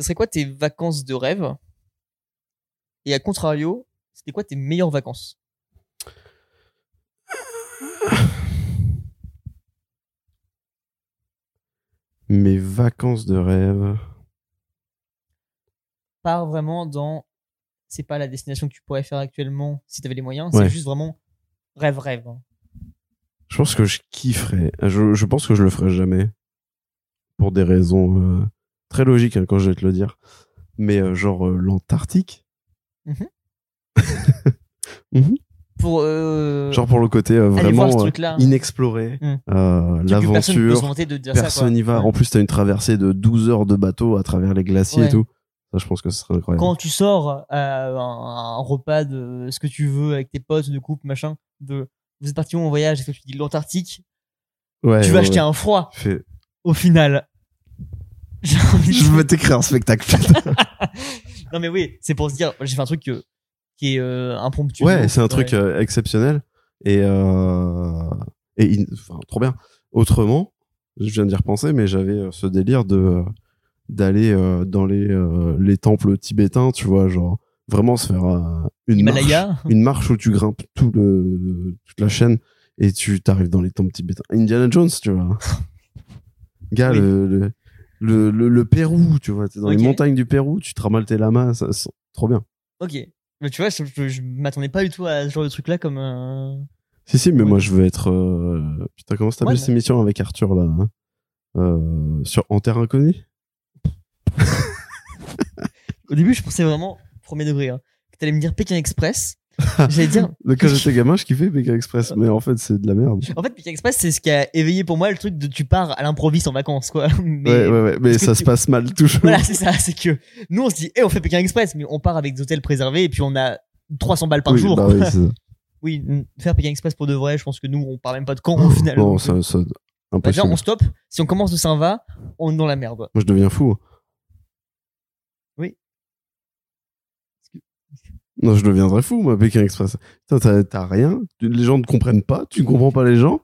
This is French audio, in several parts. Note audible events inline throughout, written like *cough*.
serait quoi tes vacances de rêve Et à contrario, c'était quoi tes meilleures vacances Mes vacances de rêve. Pas vraiment dans. C'est pas la destination que tu pourrais faire actuellement si t'avais les moyens. Ouais. C'est juste vraiment rêve, rêve. hein. Je pense que je kifferais. Je, je pense que je le ferai jamais. Pour des raisons euh, très logiques, hein, quand je vais te le dire. Mais euh, genre euh, l'Antarctique. Mhm. Mhm. Pour euh, Genre pour le côté euh, aller vraiment voir ce euh, truc-là. inexploré, Mhm. euh, Truc que Personne peut se l'aventure. vanter de dire ça. Personne quoi. n'y va. En plus, t'as une traversée de 12 heures de bateau à travers les glaciers Ouais. et tout. Ça, je pense que ce serait incroyable. Quand tu sors à un, un repas de ce que tu veux avec tes potes, de couple, machin, de vous êtes parti où en voyage et que tu dis l'Antarctique, Ouais, tu vas ouais, acheter ouais. un froid Fais- au final. *laughs* J'ai envie de- Je vais t'écrire un spectacle. Non mais oui, c'est pour se dire, j'ai fait un truc que- qui est euh, impromptu. ouais, c'est un truc Ouais. euh, exceptionnel et euh, et in- enfin, trop bien. Autrement, je viens d'y repenser, mais j'avais euh, ce délire de euh, d'aller euh, dans les euh, les temples tibétains, tu vois, genre vraiment se faire euh, une marche, Himalaya. une marche où tu grimpes tout le toute la chaîne et tu t'arrives dans les temples tibétains. Indiana Jones, *laughs* tu vois. Gars, Oui. le, le le le- le Pérou, tu vois, t'es dans Ok. les montagnes du Pérou, tu te ramales tes lamas, ça, c'est trop bien. Ok. Mais tu vois, je, je- je m'attendais pas du tout à ce genre de truc là comme. euh, Si, si, mais Ouais. moi je veux être. euh, Putain, comment s'appelle Ouais, cette émission avec Arthur là hein Euh, Sur En Terre Inconnue Au début, je pensais vraiment premier degré. Hein, que t'allais me dire Pékin *laughs* Express. J'allais dire. Le *laughs* Quand j'étais gamin, je kiffais Pékin Express, mais en fait c'est de la merde. En fait, Pékin Express, c'est ce qui a éveillé pour moi le truc de tu pars à l'improviste en vacances, quoi. *laughs* Mais ouais, ouais, ouais, mais est-ce que ça tu- se passe mal toujours. voilà, c'est ça. C'est que nous, on se dit, eh, on fait Pékin Express, mais on part avec des hôtels préservés et puis on a 300 balles par Oui, jour. bah quoi. oui, c'est ça. oui, n- faire Pékin Express pour de vrai, je pense que nous, on part même pas de camp *laughs* au final. Non, Donc, euh, ça, ça... bah, déjà, impossible. on stoppe. Si on commence de Saint-Va, on est dans la merde. Moi je deviens fou. hein. Oui. Non, je deviendrais fou, moi, Pékin Express. Putain, t'as- t'as rien. tu- Les gens ne comprennent pas. Tu ne comprends pas les gens.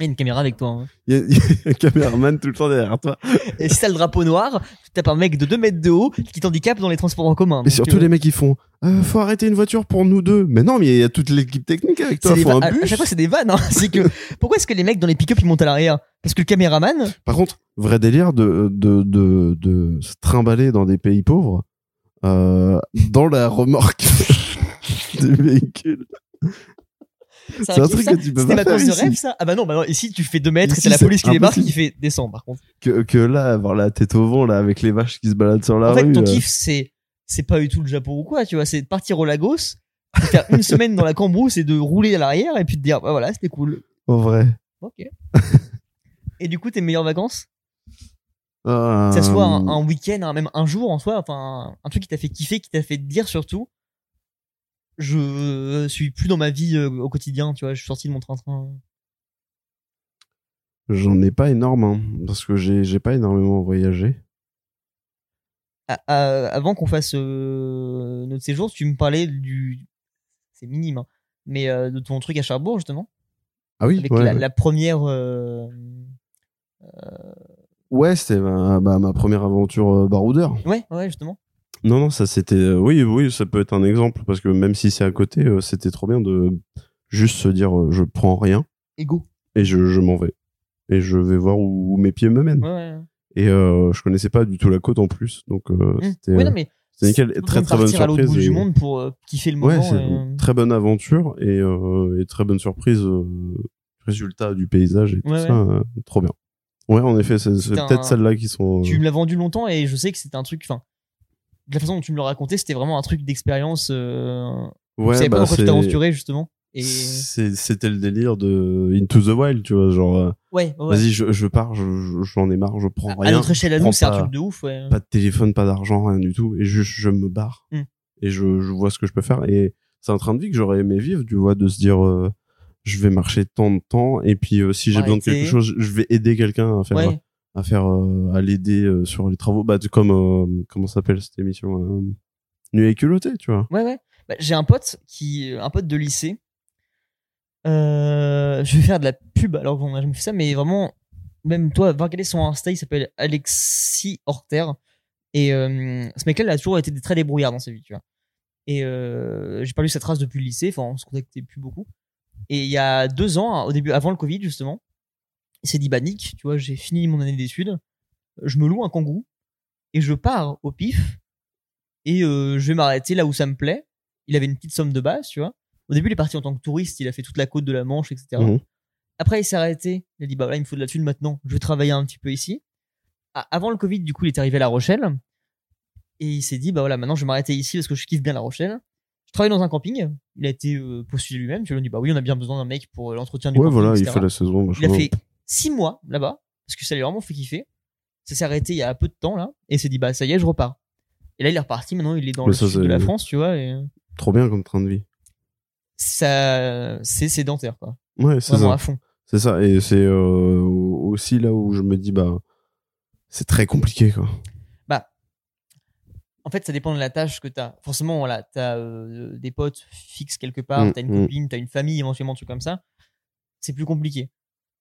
Il y a une caméra avec toi. hein. Il y, a- *laughs* il y a un caméraman tout le temps derrière toi. Et si t'as le drapeau noir, tu tapes un mec de 2 mètres de haut qui t'handicape dans les transports en commun. Et Donc, surtout euh, les mecs qui font euh, faut arrêter une voiture pour nous deux. Mais non, mais il y a toute l'équipe technique avec c'est toi, des faut va- un à- à bus. chaque fois, c'est des vannes. hein. *laughs* C'est que pourquoi est-ce que les mecs dans les pick-up ils montent à l'arrière Parce que le caméraman, Par contre, vrai délire de de de, de se trimballer dans des pays pauvres euh, dans la remorque *laughs* des véhicules. c'est C'est un un kiff, truc ça. que tu peux C'était pas ma faire course de ici. rêve, ça Ah bah non, bah non, ici tu fais 2 mètres et Ici, c'est la c'est police qui débarque impossible. qui fait descendre par contre. Que, que là, avoir la tête au vent là avec les vaches qui se baladent sur la en rue. fait, ton euh, kiff, c'est c'est pas du tout le Japon ou quoi, tu vois, c'est de partir au Lagos, de faire une *laughs* semaine dans la cambrousse et de rouler à l'arrière et puis de dire bah voilà, c'était cool. En vrai. Ok. et du coup, tes meilleures vacances Euh, que ça soit un, un week-end, un- même un jour en soi, enfin un truc qui t'a fait kiffer, qui t'a fait dire surtout, je suis plus dans ma vie euh, au quotidien, tu vois, je suis sorti de mon train-train. J'en ai pas énorme hein, parce que j'ai j'ai pas énormément voyagé. À- à- avant qu'on fasse euh, notre séjour, tu me parlais du, c'est minime, hein, mais euh, de ton truc à Charbourg justement, Ah oui. avec ouais, la, ouais. la première. euh, Ouais, c'était ma, bah, ma première aventure euh, baroudeur. Ouais, ouais, justement. Non, non, ça c'était. euh, oui, oui, ça peut être un exemple parce que même si c'est à côté, euh, c'était trop bien de juste se dire euh, je prends rien Ego. et je, je m'en vais et je vais voir où, où mes pieds me mènent. Ouais, ouais. Et euh, je connaissais pas du tout la côte en plus, donc euh, Mm. c'était Oui, euh, non, mais c'était nickel. c'est Très comme très bonne partir à l'autre surprise. bout et- du monde pour euh, kiffer le ouais, moment. c'est euh, une très bonne aventure et, euh, et très bonne surprise. euh, résultat du paysage et tout Ouais, ça, euh, trop bien. Ouais, en effet, c'est c'est C'était un- peut-être celles-là qui sont. euh, tu me l'as vendu longtemps et je sais que c'était un truc enfin de la façon dont tu me le racontais c'était vraiment un truc d'expérience euh... ouais, tu savais bah, pas pourquoi tu c'est- t'aventurais justement et c'est- C'était le délire de Into the Wild, tu vois, genre. euh, ouais, ouais. Vas-y, je, je pars, je- je- j'en ai marre, je prends à, à rien. notre échelle à nous prends c'est un pas- truc de ouf ouais. Pas de téléphone, pas d'argent, rien du tout. Et juste, je me barre. Mm. Et je, je vois ce que je peux faire. Et c'est un train de vie que j'aurais aimé vivre, tu vois, de se dire, euh, je vais marcher tant de temps. Et puis, euh, si j'ai besoin de Arrêter. quelque chose, je vais aider quelqu'un à faire, ouais à faire, euh, à l'aider euh, sur les travaux. Bah, tu- comme, euh, comment s'appelle cette émission euh, Nu et culotté, tu vois. ouais ouais Bah, j'ai un pote qui un pote de lycée euh... je vais faire de la pub alors qu'on a jamais fait ça mais vraiment même toi va regarder son Insta il s'appelle Alexis Horter Et euh, ce mec-là, il a toujours été très débrouillard dans sa vie, tu vois. Et euh, j'ai pas lu cette race depuis le lycée, enfin, on se contactait plus beaucoup. Et il y a deux ans, au début, avant le Covid, justement, il s'est dit, bah, Nick, tu vois, j'ai fini mon année d'études, je me loue un kangou, et je pars au pif, et euh, je vais m'arrêter là où ça me plaît. Il avait une petite somme de base, tu vois. Au début, il est parti en tant que touriste, il a fait toute la côte de la Manche, etc. Mhm. Après, il s'est arrêté. Il a dit, bah là, il me faut de la thune maintenant. Je vais travailler un petit peu ici. Ah, avant le Covid, du coup, il est arrivé à La Rochelle. Et il s'est dit, bah voilà, maintenant, je vais m'arrêter ici parce que je kiffe bien La Rochelle. Je travaille dans un camping. Il a été euh, postulé lui-même. Tu lui as dit, bah oui, on a bien besoin d'un mec pour euh, l'entretien du Ouais, camping. voilà, il etc. fait la saison. Il a machin. fait six mois là-bas parce que ça lui a vraiment fait kiffer. Ça s'est arrêté il y a peu de temps, là. Et il s'est dit, bah ça y est, je repars. Et là, il est reparti. Maintenant, il est dans Mais le ça, sud de c'est- la France, tu vois. Et Trop bien comme train de vie. ça, c'est sédentaire, quoi. Ouais, c'est Vraiment ça. à fond. C'est ça. Et c'est euh, aussi là où je me dis, bah, c'est très compliqué, quoi. Bah, En fait, ça dépend de la tâche que t'as. Forcément, voilà, t'as euh, des potes fixes quelque part, Mm, t'as mm. une copine, t'as une famille, éventuellement, un truc comme ça. C'est plus compliqué.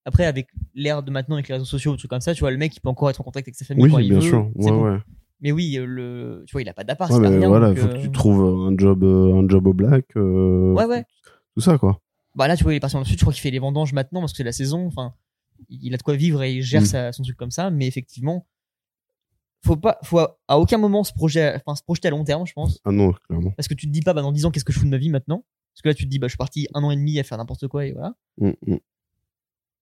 Après, avec l'ère de maintenant, avec les réseaux sociaux, des trucs comme ça, tu vois, le mec, il peut encore être en contact avec sa famille Oui, quand il bien veut, sûr. c'est Ouais, bon. ouais. Mais oui, euh, le, tu vois, il a pas d'appart, Ouais, il a mais rien. voilà, donc, faut que euh, tu trouves un job, euh, un job au black. euh, Ouais, ouais. Tout ça, quoi. Bah là, tu vois, il est parti dans le sud, je crois qu'il fait les vendanges maintenant parce que c'est la saison. Enfin, il a de quoi vivre et il gère Mm. sa- son truc comme ça. Mais effectivement, faut pas, faut à, à aucun moment se projeter, enfin, se projeter à long terme, je pense. Ah non, clairement. Parce que tu te dis pas, bah, dans 10 ans, qu'est-ce que je fous de ma vie maintenant Parce que là, tu te dis, bah, je suis parti un an et demi à faire n'importe quoi et voilà. Mm, mm.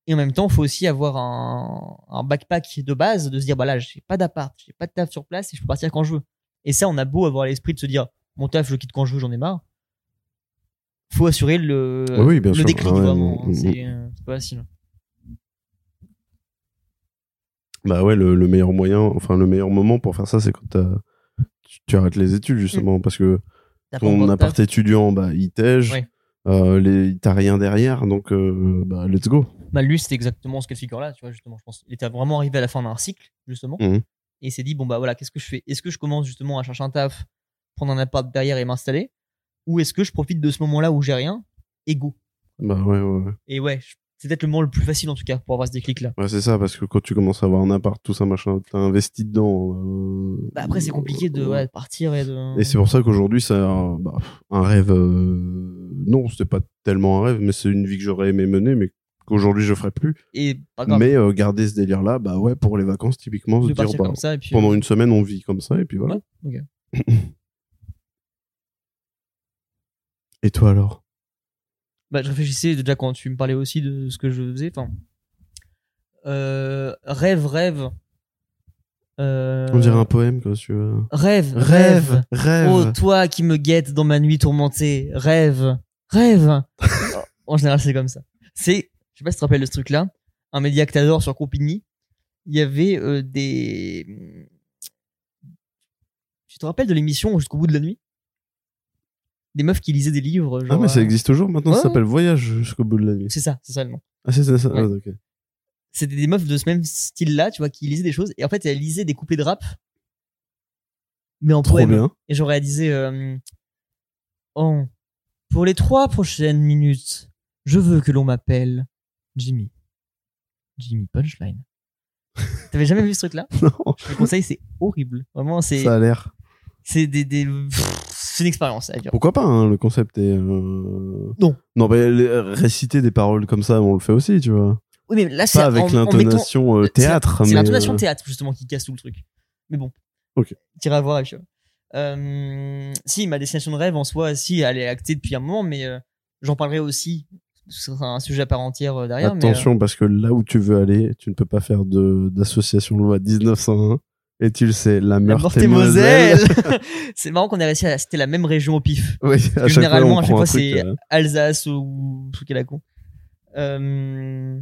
Et en même temps, faut aussi avoir un, un backpack de base, de se dire, bah là, j'ai pas d'appart, j'ai pas de taf sur place et je peux partir quand je veux. Et ça, on a beau avoir l'esprit de se dire, mon taf, je le quitte quand je veux, j'en ai marre. Faut assurer le, Oui, oui, bien le sûr. déclic Ah ouais, vraiment. mm, hein. c'est euh, c'est pas facile. Bah ouais, le, le meilleur moyen, enfin, le meilleur moment pour faire ça, c'est quand t'as- tu, tu arrêtes les études, justement, parce que Mm. T'as pas encore ton de taf. appart étudiant, bah, il t'ège. Ouais. Euh, les- T'as rien derrière, donc euh, bah, let's go. Bah, lui, c'était exactement ce cas de figure-là, tu vois, justement, je pense. Il était vraiment arrivé à la fin d'un cycle, justement. Mhm. Et il s'est dit, bon, bah voilà, qu'est-ce que je fais Est-ce que je commence justement à chercher un taf, prendre un appart derrière et m'installer Ou est-ce que je profite de ce moment-là où j'ai rien Et go. Bah ouais, ouais, ouais. Et ouais, je- c'est peut-être le moment le plus facile, en tout cas, pour avoir ce déclic-là. Ouais, c'est ça, parce que quand tu commences à avoir un appart, tout ça, machin, t'as investi dedans. euh, Bah, après, c'est compliqué de, euh, ouais, de partir et de. Et c'est pour ça qu'aujourd'hui, c'est un, bah, un rêve. euh, Non, c'était pas tellement un rêve, mais c'est une vie que j'aurais aimé mener, mais qu'aujourd'hui je ferais plus. Et pas grave, Mais euh, garder ce délire-là, bah ouais, pour les vacances, typiquement, se de dire partir bah, comme ça. Et puis, euh, pendant une semaine, on vit comme ça, et puis voilà. Ouais, *coughs* et toi alors bah, je réfléchissais déjà quand tu me parlais aussi de ce que je faisais. Enfin, euh, rêve, rêve. Euh, On dirait un poème, quoi, si tu veux. Rêve, Rêve, rêve. rêve. Oh, toi qui me guettes dans ma nuit tourmentée, rêve, *laughs* rêve. en général, c'est comme ça. C'est, je sais pas si tu te rappelles de ce truc-là, un média que t'adores sur Compigny, il y avait euh, des... Tu te rappelles de l'émission Jusqu'au bout de la nuit Des meufs qui lisaient des livres. ah, genre, mais ça euh, existe toujours maintenant, Ouais, ça s'appelle Voyage jusqu'au bout de la nuit. C'est ça, c'est ça le nom. Ah, c'est ça, ça. Ouais. ah, ok. C'était des meufs de ce même style-là, tu vois, qui lisaient des choses. Et en fait, elles lisaient des couplets de rap, mais en Trop poème. bien. Et je réalisais euh, Oh, pour les trois prochaines minutes, je veux que l'on m'appelle Jimmy. Jimmy *laughs* Punchline. T'avais jamais vu ce truc-là Non, Je te conseille, c'est horrible. Vraiment, c'est ça a l'air. c'est des, des pff, c'est une expérience à dire. Pourquoi pas, hein, le concept est. euh, Non. Non, mais les- réciter des paroles comme ça, on le fait aussi, tu vois. Oui, mais là, c'est Pas en, avec en mettant l'intonation euh, C'est la- théâtre. C'est mais, l'intonation euh, théâtre, justement, qui casse tout le truc. Mais bon. Ok. T'iras voir, Aisha. Euh, si, ma destination de rêve, en soi, si, elle est actée depuis un moment, mais euh, j'en parlerai aussi. Ce sera un sujet à part entière euh, derrière. mais, euh, Attention, parce que là où tu veux aller, tu ne peux pas faire de- d'association de loi 1901. Et tu le sais, la La Meurthe Meurthe et Moselle. *laughs* c'est marrant qu'on ait réussi à citer la même région au pif. *laughs* Oui, à chaque généralement, fois, on à chaque prend fois, un truc, c'est- euh, Alsace ou truc à la con. Euh,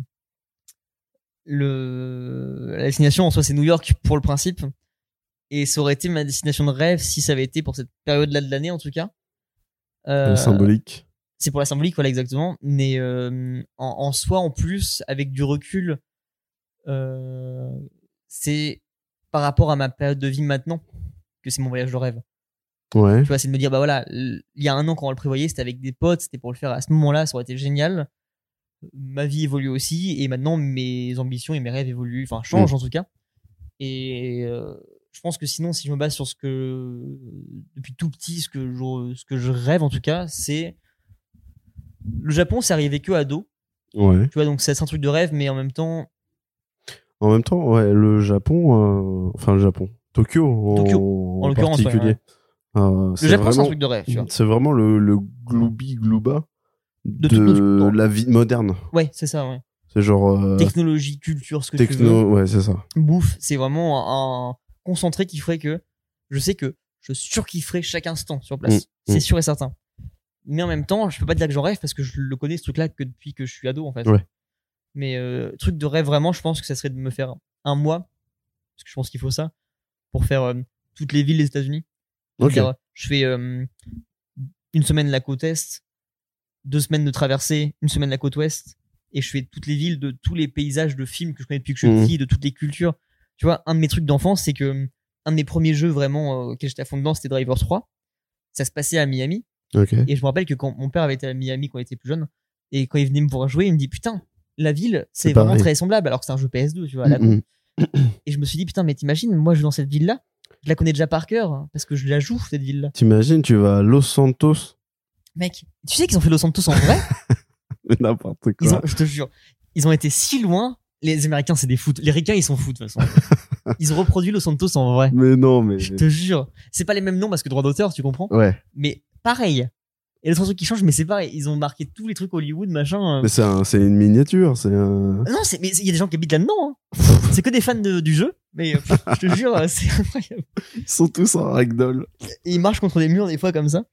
le... La destination en soi, c'est New York pour le principe. Et ça aurait été ma destination de rêve si ça avait été pour cette période-là de l'année en tout cas. Euh, symbolique. c'est pour la symbolique, voilà exactement. Mais euh, en, en soi, en plus, avec du recul, euh, c'est par rapport à ma période de vie maintenant que c'est mon voyage de rêve. Ouais. Tu vois, c'est de me dire, bah voilà, l- il y a un an quand on le prévoyait, c'était avec des potes, c'était pour le faire à ce moment-là, ça aurait été génial. Ma vie évolue Mm. aussi, et maintenant mes ambitions et mes rêves évoluent, enfin changent en tout cas. Et euh, je pense que sinon, si je me base sur ce que, depuis tout petit, ce que je, ce que je rêve en tout cas, c'est. Le Japon, c'est arrivé que à dos. Ouais. Tu vois, donc c'est un truc de rêve, mais en même temps, En même temps, ouais, le Japon, euh, enfin le Japon, Tokyo en, Tokyo, en l'occurrence, ouais, particulier. Euh, le c'est Japon, c'est un vraiment, truc de rêve, tu vois. c'est vraiment le, le gloubi glouba De de, tout notre temps. la vie moderne. Ouais, c'est ça, ouais. C'est genre euh, Technologie, culture, ce que tu veux. techno, ouais, c'est ça. bouffe, c'est vraiment un, un concentré qui ferait que je sais que je surkifferais chaque instant sur place. Mm, c'est mm. sûr et certain. Mais en même temps, je peux pas dire que j'en rêve parce que je le connais ce truc-là que depuis que je suis ado en fait. Ouais. Mais euh, truc de rêve vraiment, je pense que ça serait de me faire un mois parce que je pense qu'il faut ça pour faire euh, toutes les villes des États-Unis. Ok. C'est-à-dire, Je fais euh, une semaine la côte est, deux semaines de traversée, une semaine la côte ouest, et je fais toutes les villes de tous les paysages de films que je connais depuis que je suis Mhm. petit, de toutes les cultures. Tu vois, un de mes trucs d'enfance, c'est que hum, un de mes premiers jeux vraiment euh, auquel j'étais à fond dedans, c'était Driver 3. Ça se passait à Miami, Ok. et je me rappelle que quand mon père avait été à Miami quand il était plus jeune, et quand il venait me voir jouer, il me dit putain, la ville, c'est C'est vraiment pareil. très semblable, alors que c'est un jeu PS2, tu vois. à la Mm, mm. et je me suis dit, putain, mais t'imagines, moi, je vais dans cette ville-là, je la connais déjà par cœur, parce que je la joue, cette ville-là. T'imagines, tu vas à Los *laughs* Santos, Mec, tu sais qu'ils ont fait Los Santos en vrai n'importe quoi. ils ont, Je te jure, ils ont été si loin. Les Américains, c'est des foot. Les Ricains, ils sont fous, de toute façon. *laughs* ils ont reproduit Los Santos en vrai. Mais non, mais Je te jure. C'est pas les mêmes noms parce que droit d'auteur, tu comprends ouais. Mais pareil. Et le truc qui change, mais c'est pareil. Ils ont marqué tous les trucs Hollywood, machin. euh. Mais c'est un- c'est une miniature, c'est un. Non, c'est- mais il y a des gens qui habitent là-dedans. hein. c'est que des fans de- du jeu. Mais euh, pff, je te jure, c'est incroyable. *laughs* Ils sont tous en ragdoll. Et ils marchent contre des murs des fois comme ça.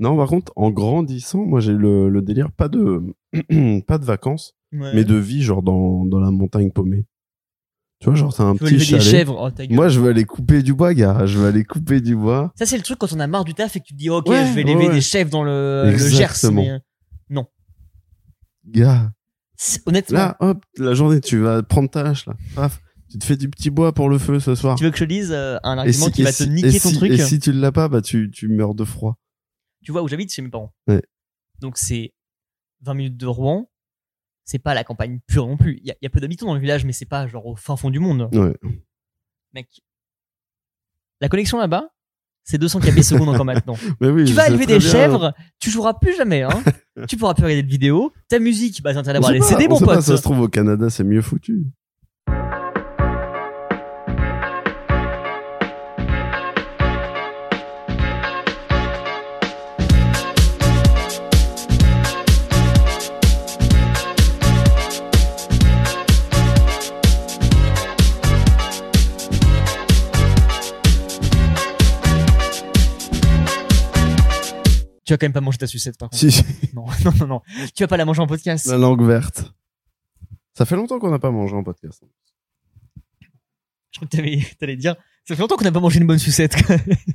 Non, par contre, en grandissant, moi j'ai le, le délire pas de *clears throat* pas de vacances, Ouais. mais de vie genre dans, dans la montagne paumée. Tu vois, genre c'est un Tu veux petit lever des chalet. chèvres. Oh, ta gueule. Moi, je veux aller couper du bois, gars. Je veux aller couper du bois. Ça, c'est le truc quand on a marre du taf et que tu te dis, ok, Ouais, je vais lever ouais, ouais. des chefs dans le, le Gers. Exactement. Mais, euh, Gars, c'est- honnêtement, là, hop, la journée, tu vas prendre ta hache, là. Paf, tu te fais du petit bois pour le feu ce soir. tu veux que je te dise euh, un argument qui va te si- niquer et ton si- truc Et si tu l'as pas, bah tu, tu meurs de froid. Tu vois où j'habite chez mes parents. Ouais. Donc, c'est 20 minutes de Rouen. C'est pas la campagne pure non plus. Il y, a- il y a peu d'habitants dans le village, mais c'est pas genre au fin fond du monde. Ouais. Mec, la connexion là-bas, c'est 200 kb seconde encore maintenant. Mais *laughs* oui, tu je vas sais élever très des bien. chèvres, tu joueras plus jamais. *laughs* Hein. tu pourras plus regarder de vidéos. Ta musique, bah, t'as intérêt à On avoir sait les pas, CD, on mon sait pote. pas, ça se trouve, au Canada, c'est *laughs* mieux foutu. Tu vas quand même pas manger ta sucette, par contre. Si, si, Non, non, non, non. Tu vas pas la manger en podcast. la langue verte. Ça fait longtemps qu'on n'a pas mangé en podcast. Je crois que t'avais- t'allais dire. Ça fait longtemps qu'on n'a pas mangé une bonne sucette. *laughs*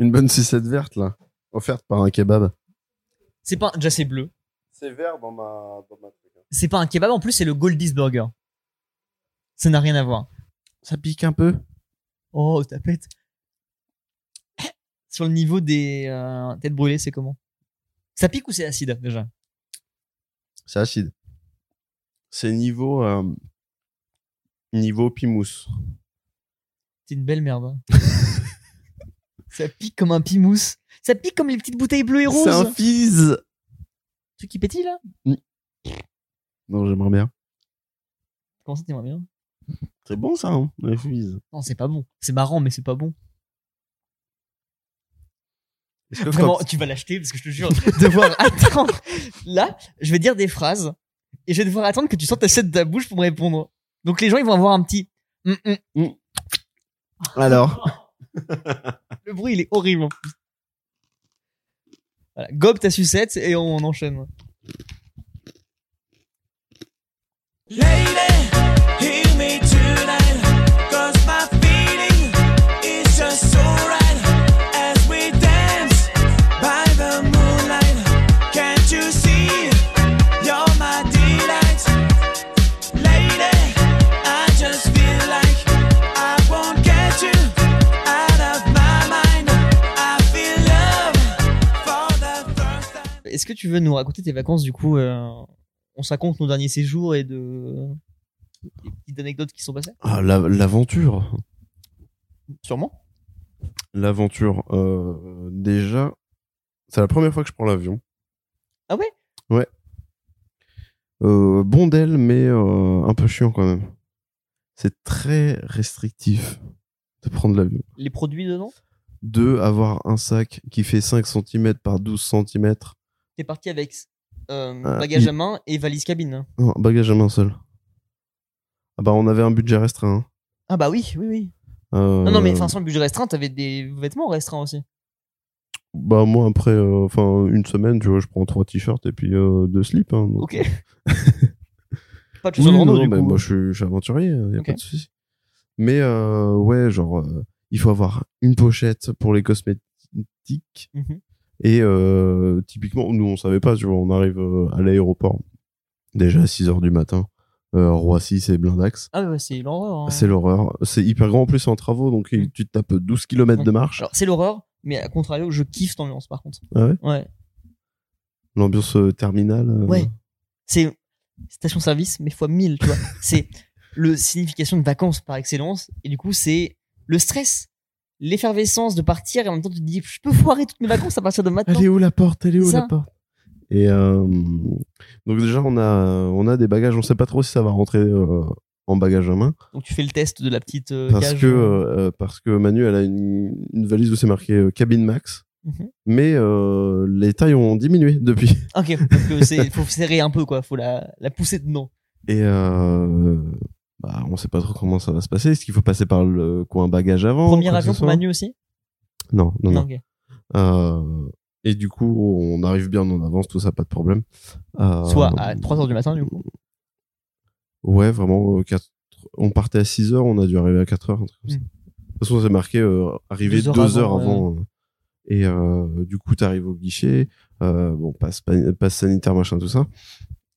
Une bonne sucette verte, là, offerte par un kebab. c'est pas déjà c'est bleu. C'est vert dans ma, dans ma hein. C'est pas un kebab en plus, c'est le Goldies Burger. Ça n'a rien à voir. Ça pique un peu. Oh, tapette. Sur le niveau des euh, têtes brûlées, c'est comment Ça pique ou c'est acide déjà C'est acide. C'est niveau euh, niveau pimousse. C'est une belle merde. hein. *laughs* ça pique comme un pimousse. Ça pique comme les petites bouteilles bleues et roses. C'est un fizz. truc qui pétille là Non, j'aimerais bien. Comment ça t'aimerais bien C'est bon ça, hein, les fizz. Non, c'est pas bon. C'est marrant, mais c'est pas bon. Est-ce que Vraiment, quand- tu vas l'acheter parce que je te *laughs* jure, devoir attendre. Là, je vais dire des phrases et je vais devoir attendre que tu sortes ta tête de ta bouche pour me répondre. Donc les gens, ils vont avoir un petit. Hum, hum. Alors, Le bruit, il est horrible. en plus. Voilà, gobe ta sucette et on enchaîne. Lady, hear me tonight, 'cause my feeling is just so right as we dance by the moonlight. Can't you see? You're my delight, lady. I just feel like I won't get you out of my mind. I feel love for the first time. Est-ce que tu veux nous raconter tes vacances du coup euh, On se raconte nos derniers séjours et de. des petites anecdotes qui sont passées ah, la- l'aventure. Sûrement. L'aventure, euh, déjà, c'est la première fois que je prends l'avion. Ah ouais Ouais. Euh, bon d'elle, mais euh, un peu chiant quand même. C'est très restrictif de prendre l'avion. Les produits dedans De avoir un sac qui fait 5 cm par 12 cm, T'es parti avec euh, Euh, bagage il- à main et valise cabine. hein. non, bagage à main seul. Ah bah on avait un budget restreint. Ah bah oui, oui, oui. hein. Euh, Non, non, mais enfin, sans le budget restreint, t'avais des vêtements restreints aussi. Bah moi après, euh, enfin une semaine, tu vois, je prends trois t-shirts et puis euh, deux slips. hein, donc, Ok. euh, Pas de chaussures Oui, de rando, non, du mais coup. moi, je suis, je suis aventurier, il a Ok. pas de souci. Mais euh, ouais, genre, euh, il faut avoir une pochette pour les cosmétiques. Mhm. Et euh, typiquement, nous, on savait pas, tu vois, on arrive euh, à l'aéroport, déjà à 6 heures du matin, euh, Roissy, c'est Blindax. Ah ouais, c'est l'horreur. hein. C'est l'horreur. C'est hyper grand, en plus, c'est en travaux, donc il- Mm. tu te tapes 12 km de marche. Alors, c'est l'horreur, mais à contrario, je kiffe cette ambiance par contre. Ah ouais Ouais. L'ambiance euh, terminale. euh, Ouais. C'est station-service, mais fois 1000, *laughs* tu vois. c'est le signification de vacances par excellence. Et du coup, c'est le stress, l'effervescence de partir. Et en même temps, tu te dis, je peux foirer toutes mes vacances à partir de maintenant. Elle est où la porte Elle est où Ça. la porte Et euh, donc déjà on a on a des bagages, on sait pas trop si ça va rentrer euh, en bagage à main Donc, tu fais le test de la petite euh, parce cage. que euh, parce que Manu elle a une, une valise où c'est marqué euh, cabine max, Mhm. mais euh, les tailles ont diminué depuis. Ok, donc euh, c'est- faut serrer un peu, quoi. Faut la, la pousser dedans. Et euh, bah, on sait pas trop comment ça va se passer. Est-ce qu'il faut passer par le coin bagage avant Premier quoi que avion ce pour soit Manu aussi Non, Oh, non, non. ok. Euh, et du coup, on arrive bien en avance, tout ça, pas de problème. Euh, Soit à 3h du matin, du coup. Ouais, vraiment. euh, quatre- On partait à 6 heures, on a dû arriver à 4 heures, un truc comme ça. Mm. De toute façon, c'est marqué euh, arriver Deux 2 heures heures, avant, avant. euh, Et euh, du coup, t'arrives au guichet, euh, bon, passe, pa- passe sanitaire, machin, tout ça.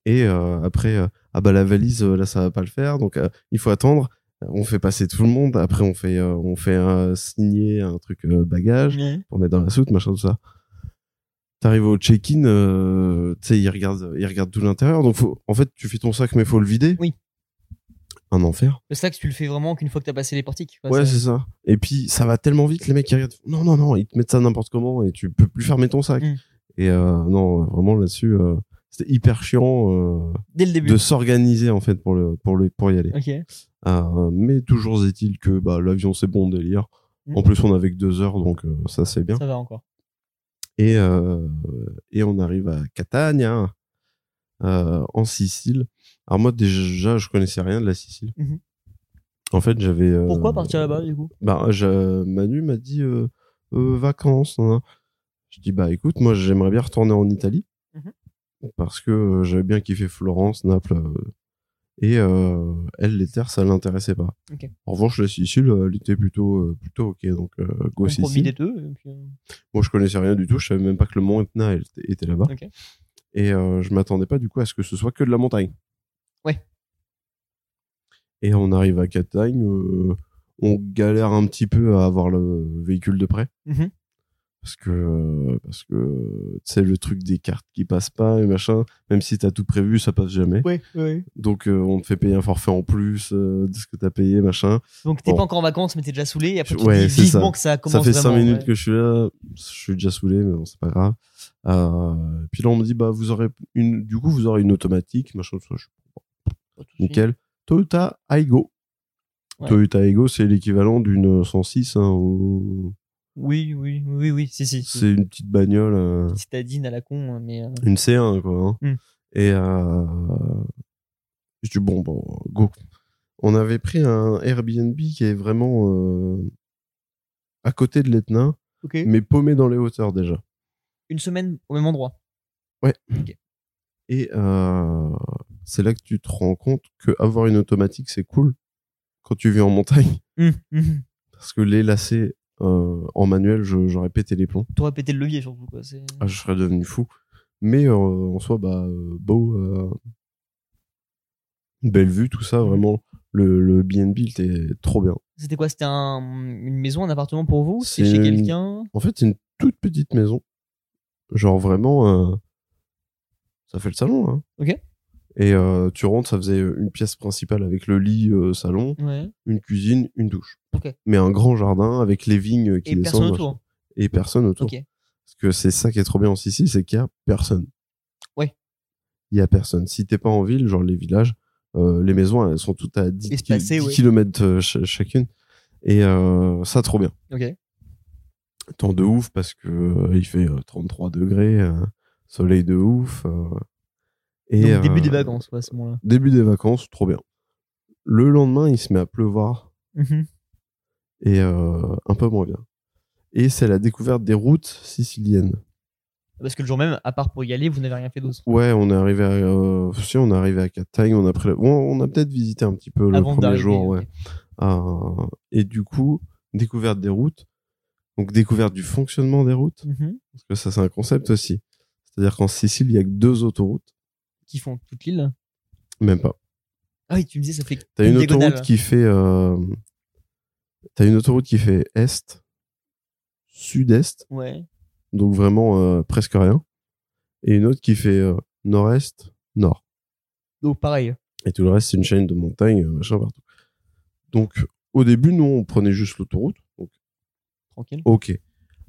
Et euh, après, euh, ah bah la valise, euh, là, ça va pas le faire, donc euh, il faut attendre. On fait passer tout le monde, après, on fait, euh, on fait euh, signer un truc euh, bagage Ouais. pour mettre dans la soute, machin, tout ça. T'arrives au check-in, euh, tu sais, ils regardent, ils regardent tout l'intérieur. Donc, faut, en fait, tu fais ton sac, mais faut le vider. Oui. Un enfer. Le sac, tu le fais vraiment qu'une fois que t'as passé les portiques. quoi. ouais, Bah, C'est- c'est ça. Et puis, ça va tellement vite, les mecs, ils regardent. Non, non, non, ils te mettent ça n'importe comment et tu peux plus fermer ton sac. Mm. Et euh, non, vraiment, là-dessus, euh, c'était hyper chiant euh, dès le début. de s'organiser, en fait, pour, le, pour, le, pour y aller. Ok. Euh, mais toujours est-il que bah, l'avion, c'est bon délire. Mm. En plus, on avait que deux heures, donc euh, ça, c'est bien. Ça va encore. Et, euh, et on arrive à Catagne, hein, euh, en Sicile. Alors moi déjà, je connaissais rien de la Sicile. Mhm. En fait, j'avais... euh, Pourquoi partir là-bas, du coup bah, je- Manu m'a dit euh, euh, vacances. hein. Je dis bah écoute, moi j'aimerais bien retourner en Italie Mhm. parce que euh, j'avais bien kiffé Florence, Naples euh, et euh, elle les terres ça l'intéressait pas. Ok. En revanche la Sicile, euh, elle était plutôt euh, plutôt ok donc euh, go Compromis Sicile. des deux. et puis, euh, Moi, je connaissais rien du tout. Je savais même pas que le mont Etna elle, était- était là-bas. Ok. Et euh, je m'attendais pas du coup à ce que ce soit que de la montagne. Ouais. Et on arrive à Catagne. euh, on galère un petit peu à avoir le véhicule de près. Mhm. Parce que, euh, parce que, tu sais, le truc des cartes qui passent pas et machin, même si t'as tout prévu, ça passe jamais. Ouais, ouais. Donc, euh, on te fait payer un forfait en plus euh, de ce que t'as payé, machin. Donc t'es Bon. pas encore en vacances, mais t'es déjà saoulé. Et après tu te Ouais, dis c'est vivement ça. que ça Ça commence. fait 5 vraiment, minutes ouais. que je suis là, je suis déjà saoulé, mais bon, c'est pas grave. Euh, puis là, on me dit, bah, vous aurez une, du coup, vous aurez une automatique, machin, tout ça, je- Pas tout de suite. nickel. Toyota Aygo. Ouais. Toyota Aygo, c'est l'équivalent d'une 106, hein, au- Oui, oui, oui, oui, si, si. si. c'est une petite bagnole, euh, Une Citadine à la con, hein, mais euh, une C1, quoi. hein. Mm. Et, euh, je dis, bon, bon, go. On avait pris un Airbnb qui est vraiment euh, à côté de l'Etna, ok. mais paumé dans les hauteurs déjà. Une semaine au même endroit. Et euh, c'est là que tu te rends compte que avoir une automatique, c'est cool quand tu vis en montagne. *laughs* Hum, hum. Parce que les lacets euh, en manuel, je- j'aurais pété les plombs. T'aurais pété le levier surtout quoi. c'est- Ah, je serais devenu fou. Mais euh, en soi, bah, euh, beau. euh, une belle vue, tout ça, vraiment. Le, le BNB, il était trop bien. C'était quoi C'était un, une maison, un appartement pour vous C'est C'est chez une- quelqu'un En fait, c'est une toute petite maison. Genre vraiment, euh, ça fait le salon. Hein. Ok. Et euh, tu rentres, ça faisait une pièce principale avec le lit, euh, salon, Ouais. une cuisine, une douche. Ok. Mais un grand jardin avec les vignes qui Et descendent. personne machin. autour. Et personne autour. Ok. Parce que c'est ça qui est trop bien en Sicile, c'est qu'il y a personne. Ouais. Il y a personne. Si t'es pas en ville, genre les villages, euh, les maisons, elles sont toutes à 10, Espacées, ouais. km euh, chacune. Et euh, ça, trop bien. Ok. Temps de ouf parce que euh, il fait euh, 33 degrés, euh, soleil de ouf. euh, et Donc, début des euh, vacances, ouais, à ce moment-là. Début des vacances, trop bien. Le lendemain, il se met à pleuvoir Mhm. et euh, un peu moins bien. Et c'est la découverte des routes siciliennes. Parce que le jour même, à part pour y aller, vous n'avez rien fait d'autre. Ouais, on est arrivé à, euh, si, on est arrivé à Catane, on a pris, la- bon, on a peut-être visité un petit peu le Avant premier d'arriver. jour, ok. ouais. Euh, et du coup, découverte des routes, donc découverte du fonctionnement des routes, Mhm. parce que ça c'est un concept aussi. C'est-à-dire qu'en Sicile, il y a que deux autoroutes, Qui font toute l'île. même pas. Ah oui, tu me disais, ça fait. T'as une, diagonale. autoroute qui fait, euh, t'as une autoroute qui fait est, sud-est, Ouais. donc vraiment euh, presque rien, et une autre qui fait euh, nord-est, nord. Donc pareil. Et tout le reste, c'est une chaîne de montagnes, euh, machin partout. Donc, au début, nous, on prenait juste l'autoroute. Donc, Tranquille. ok.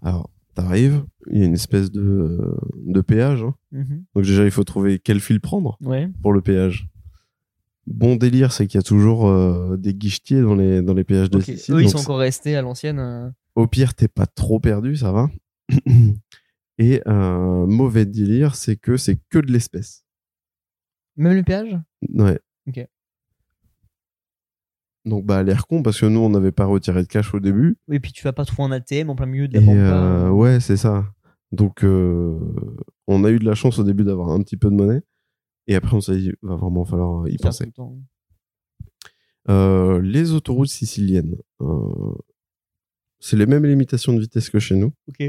Alors, t'arrives, il y a une espèce de, euh, de péage. hein. Mhm. Donc, déjà, il faut trouver quel fil prendre Ouais. pour le péage. Bon délire, c'est qu'il y a toujours euh, des guichetiers dans les, dans les péages de Ok. Sicile. Eux, ils donc sont c'est- encore restés à l'ancienne. euh, Au pire, t'es pas trop perdu, ça va. *coughs* Et euh, mauvais délire, c'est que c'est que de l'espèce. Même le péage Ouais. Ok. Donc, bah, l'air con, parce que nous, on n'avait pas retiré de cash au début. Oui, et puis tu vas pas trouver un ATM en plein milieu de Et la pampa. hein, euh, ouais, c'est ça. Donc, euh, on a eu de la chance au début d'avoir un petit peu de monnaie. Et après, on s'est dit, va vraiment falloir y Faire tout penser. le temps. Euh, les autoroutes siciliennes, euh, c'est les mêmes limitations de vitesse que chez nous, Ok.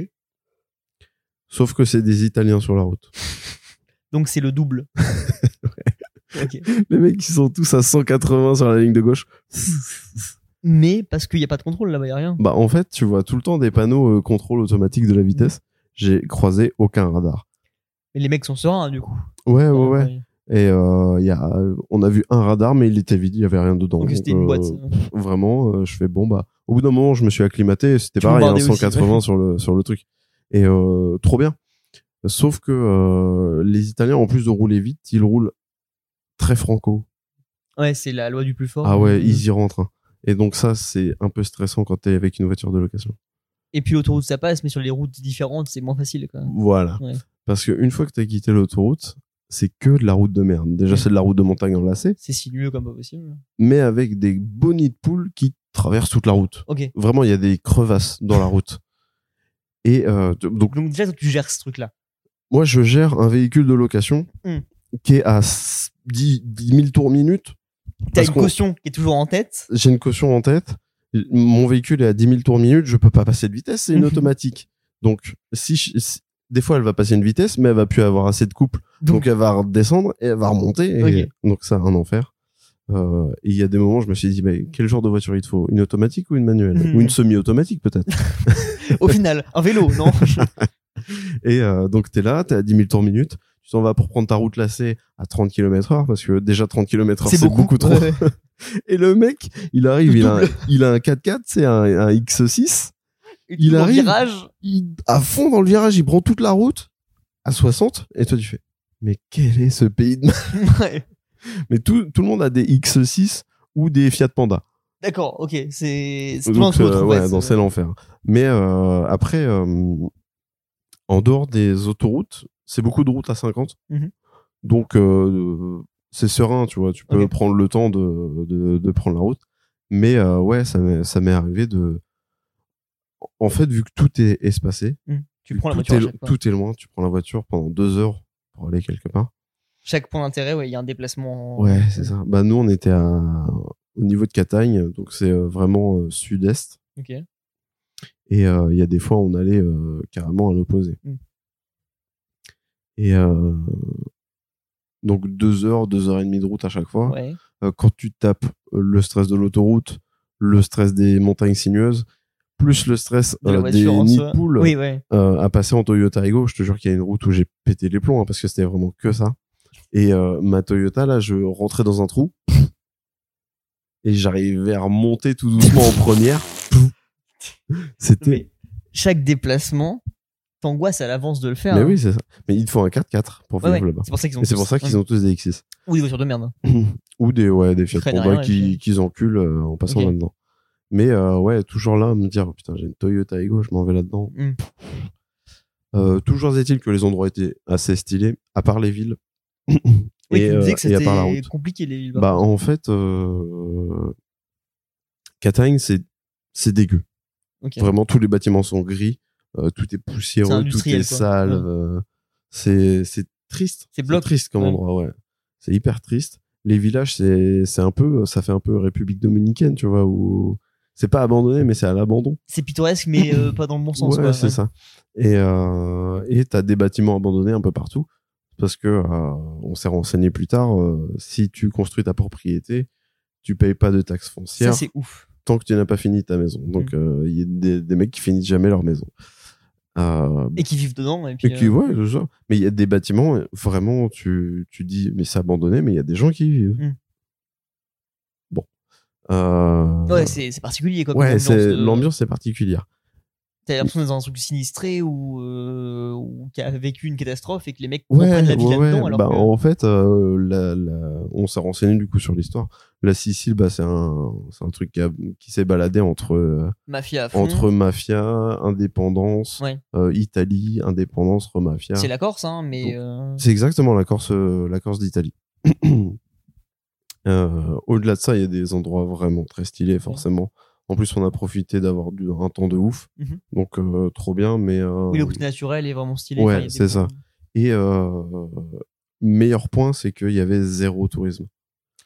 sauf que c'est des Italiens sur la route. Donc c'est le double. Ok. *laughs* les mecs, qui sont tous à 180 sur la ligne de gauche. Mais parce qu'il n'y a pas de contrôle là-bas, il a rien. Bah, en fait, tu vois tout le temps des panneaux euh, contrôle automatique de la vitesse. J'ai croisé aucun radar. Mais les mecs sont sereins hein, du coup. Ouais, ouais, Dans- ouais. Et euh, il y a, on a vu un radar, mais il était vide, il y avait rien dedans. Donc Donc, c'était une euh, boîte. Vraiment, euh, je fais bon bah. Au bout d'un moment, je me suis acclimaté. et C'était Tu pareil, hein, bombardais aussi, 180 sur le sur le truc. Et euh, trop bien. Sauf que euh, les Italiens, en plus de rouler vite, ils roulent très franco. Ouais, c'est la loi du plus fort. ah ouais, Euh, ils y rentrent. hein. Et donc ça, c'est un peu stressant quand t'es avec une voiture de location. Et puis l'autoroute ça passe, mais sur les routes différentes c'est moins facile quoi. Voilà. Ouais. Parce que une fois que t'as quitté l'autoroute, c'est que de la route de merde. Déjà, Ouais. c'est de la route de montagne enlacée, C'est sinueux comme pas possible. mais avec des bonnies de poules qui traversent toute la route. Ok. Vraiment, il y a des crevasses dans la route. *laughs* Et euh, t- donc Donc déjà toi, tu gères ce truc là. moi je gère un véhicule de location Hmm. qui est à s- 10, 10 000 tours minute. T'as Parce une qu'on- caution qui est toujours en tête. J'ai une caution en tête. Mon véhicule est à 10 000 tours minute. Je peux pas passer de vitesse. C'est une Mhm. automatique. Donc si, je- si- des fois elle va passer une vitesse, mais elle va plus avoir assez de couple. Donc, Donc, elle va redescendre et elle va remonter. Et- Ok. Donc ça un enfer. Euh, et il y a des moments, je me suis dit, bah, quel genre de voiture il te faut Une automatique ou une manuelle Mhm. Ou une semi-automatique peut-être *laughs* au final, un vélo, *laughs* non Et euh, donc, t'es là, t'es à 10 000 tours minute. Tu t'en vas pour prendre ta route lacée à 30 km heure parce que déjà 30 km heure, c'est beaucoup, trop. Ouais, ouais. Et le mec, il arrive, Le il a, un- il a un 4x4, c'est un, un X6. Et Il tout en arrive. virage. Il, à fond dans le virage, il prend toute la route à 60. Et toi, tu fais, mais quel est ce pays de... merde Ouais. Mais tout, tout le monde a des X6 ou des Fiat Panda. D'accord, ok, c'est c'est tout Donc, l'un euh, l'autre, ouais, ouais, dans c'est l'enfer. Mais euh, après, euh, en dehors des autoroutes, c'est beaucoup de routes à 50. Mhm. Donc, euh, c'est serein, tu vois. Tu peux Ok. prendre le temps de, de, de prendre la route. Mais euh, ouais, ça m'est ça m'est arrivé de. En fait, vu que tout est espacé, Tu prends la tout, voiture à est, chaque fois. tout est loin. Tu prends la voiture pendant deux heures pour aller quelque part. Chaque point d'intérêt, ouais, il y a un déplacement. euh, Ouais, c'est ça. Bah, nous, on était à- au niveau de Catagne, donc c'est euh, vraiment euh, sud-est. Ok. Et euh, il y a des fois, on allait euh, carrément à l'opposé. Mm. Et euh, donc deux heures, deux heures et demie de route à chaque fois. Ouais. Euh, quand tu tapes euh, le stress de l'autoroute, le stress des montagnes sinueuses, plus le stress De la euh, des voiture en nids soi. de poules Oui, ouais. euh, à passer en Toyota Ego, je te jure qu'il y a une route où j'ai pété les plombs hein, parce que c'était vraiment que ça. Et euh, ma Toyota, là, je rentrais dans un trou. Et j'arrivais à remonter tout doucement en *laughs* première. C'était. Mais chaque déplacement, t'angoisses à l'avance de le faire. Mais hein. oui, c'est ça. Mais il te faut un 4x4 pour Ouais, vivre ouais. là-bas. C'est pour ça qu'ils ont. Et c'est tous- pour ça qu'ils ont tous des X6. Ou des voitures de merde. Ou des, ouais, des Fiat Très Panda derrière, qui, ouais. qu'ils enculent euh, en passant Ok. là-dedans. Mais euh, ouais, toujours là à me dire, oh, putain, j'ai une Toyota Ego, je m'en vais là-dedans. Mm. Euh, toujours est-il que les endroits étaient assez stylés, à part les villes. *coughs* Oui, tu me euh, disais que et à part la c'était route. compliqué les villes. Bah, en fait, euh, Catane, c'est, c'est dégueu. Ok. Vraiment, tous les bâtiments sont gris, euh, tout est C'est poussiéreux, tout industriel, est quoi. sale. Ouais. euh, c'est, c'est triste. C'est bloc. triste comme Ouais. endroit, ouais. C'est hyper triste. Les villages, c'est, c'est un peu, ça fait un peu République dominicaine, tu vois, où c'est pas abandonné, mais c'est à l'abandon. C'est pittoresque, mais *laughs* euh, pas dans le bon sens. Ouais, quoi. c'est ça. Et euh, et t'as des bâtiments abandonnés un peu partout parce que euh, on s'est renseigné plus tard. euh, si tu construis ta propriété, tu payes pas de taxes Ça, foncières c'est ouf. tant que tu n'as pas fini ta maison. Mm. Donc euh, il y a des, des mecs qui finissent jamais leur maison. Euh, Et qui vivent dedans. Et puis, et qui, euh, ouais, c'est ça. Mais il y a des bâtiments, euh, vraiment, tu, tu dis, mais c'est abandonné, mais il y a des gens qui y vivent. Mm. Bon. Euh, ouais, c'est c'est particulier. Quoi, comme ouais, ambiance c'est- de- l'ambiance est particulière. T'as l'impression d'être dans un truc sinistré ou, euh, ou qui a vécu une catastrophe et que les mecs Ouais, reprennent la vie ouais, là-dedans. ouais, alors bah, que- en fait, euh, la- la- on s'est renseigné du coup sur l'histoire. La Sicile, bah, c'est un, c'est un truc qui, a- qui s'est baladé entre, euh, Mafia à fond. entre mafia, indépendance, Mmh. Ouais. euh, Italie, indépendance, remafia. C'est la Corse, hein, mais. euh, C'est exactement la Corse, euh, la Corse d'Italie. *clears throat* Euh, Au-delà de ça, il y a des endroits vraiment très stylés, forcément. En plus, on a profité d'avoir du- un temps de ouf, Mhm. donc euh, trop bien. Mais euh, Oui, le côté naturel est vraiment stylé. Ouais, Enfin, il y a des c'est ça. et euh, meilleur point, c'est qu'il y avait zéro tourisme.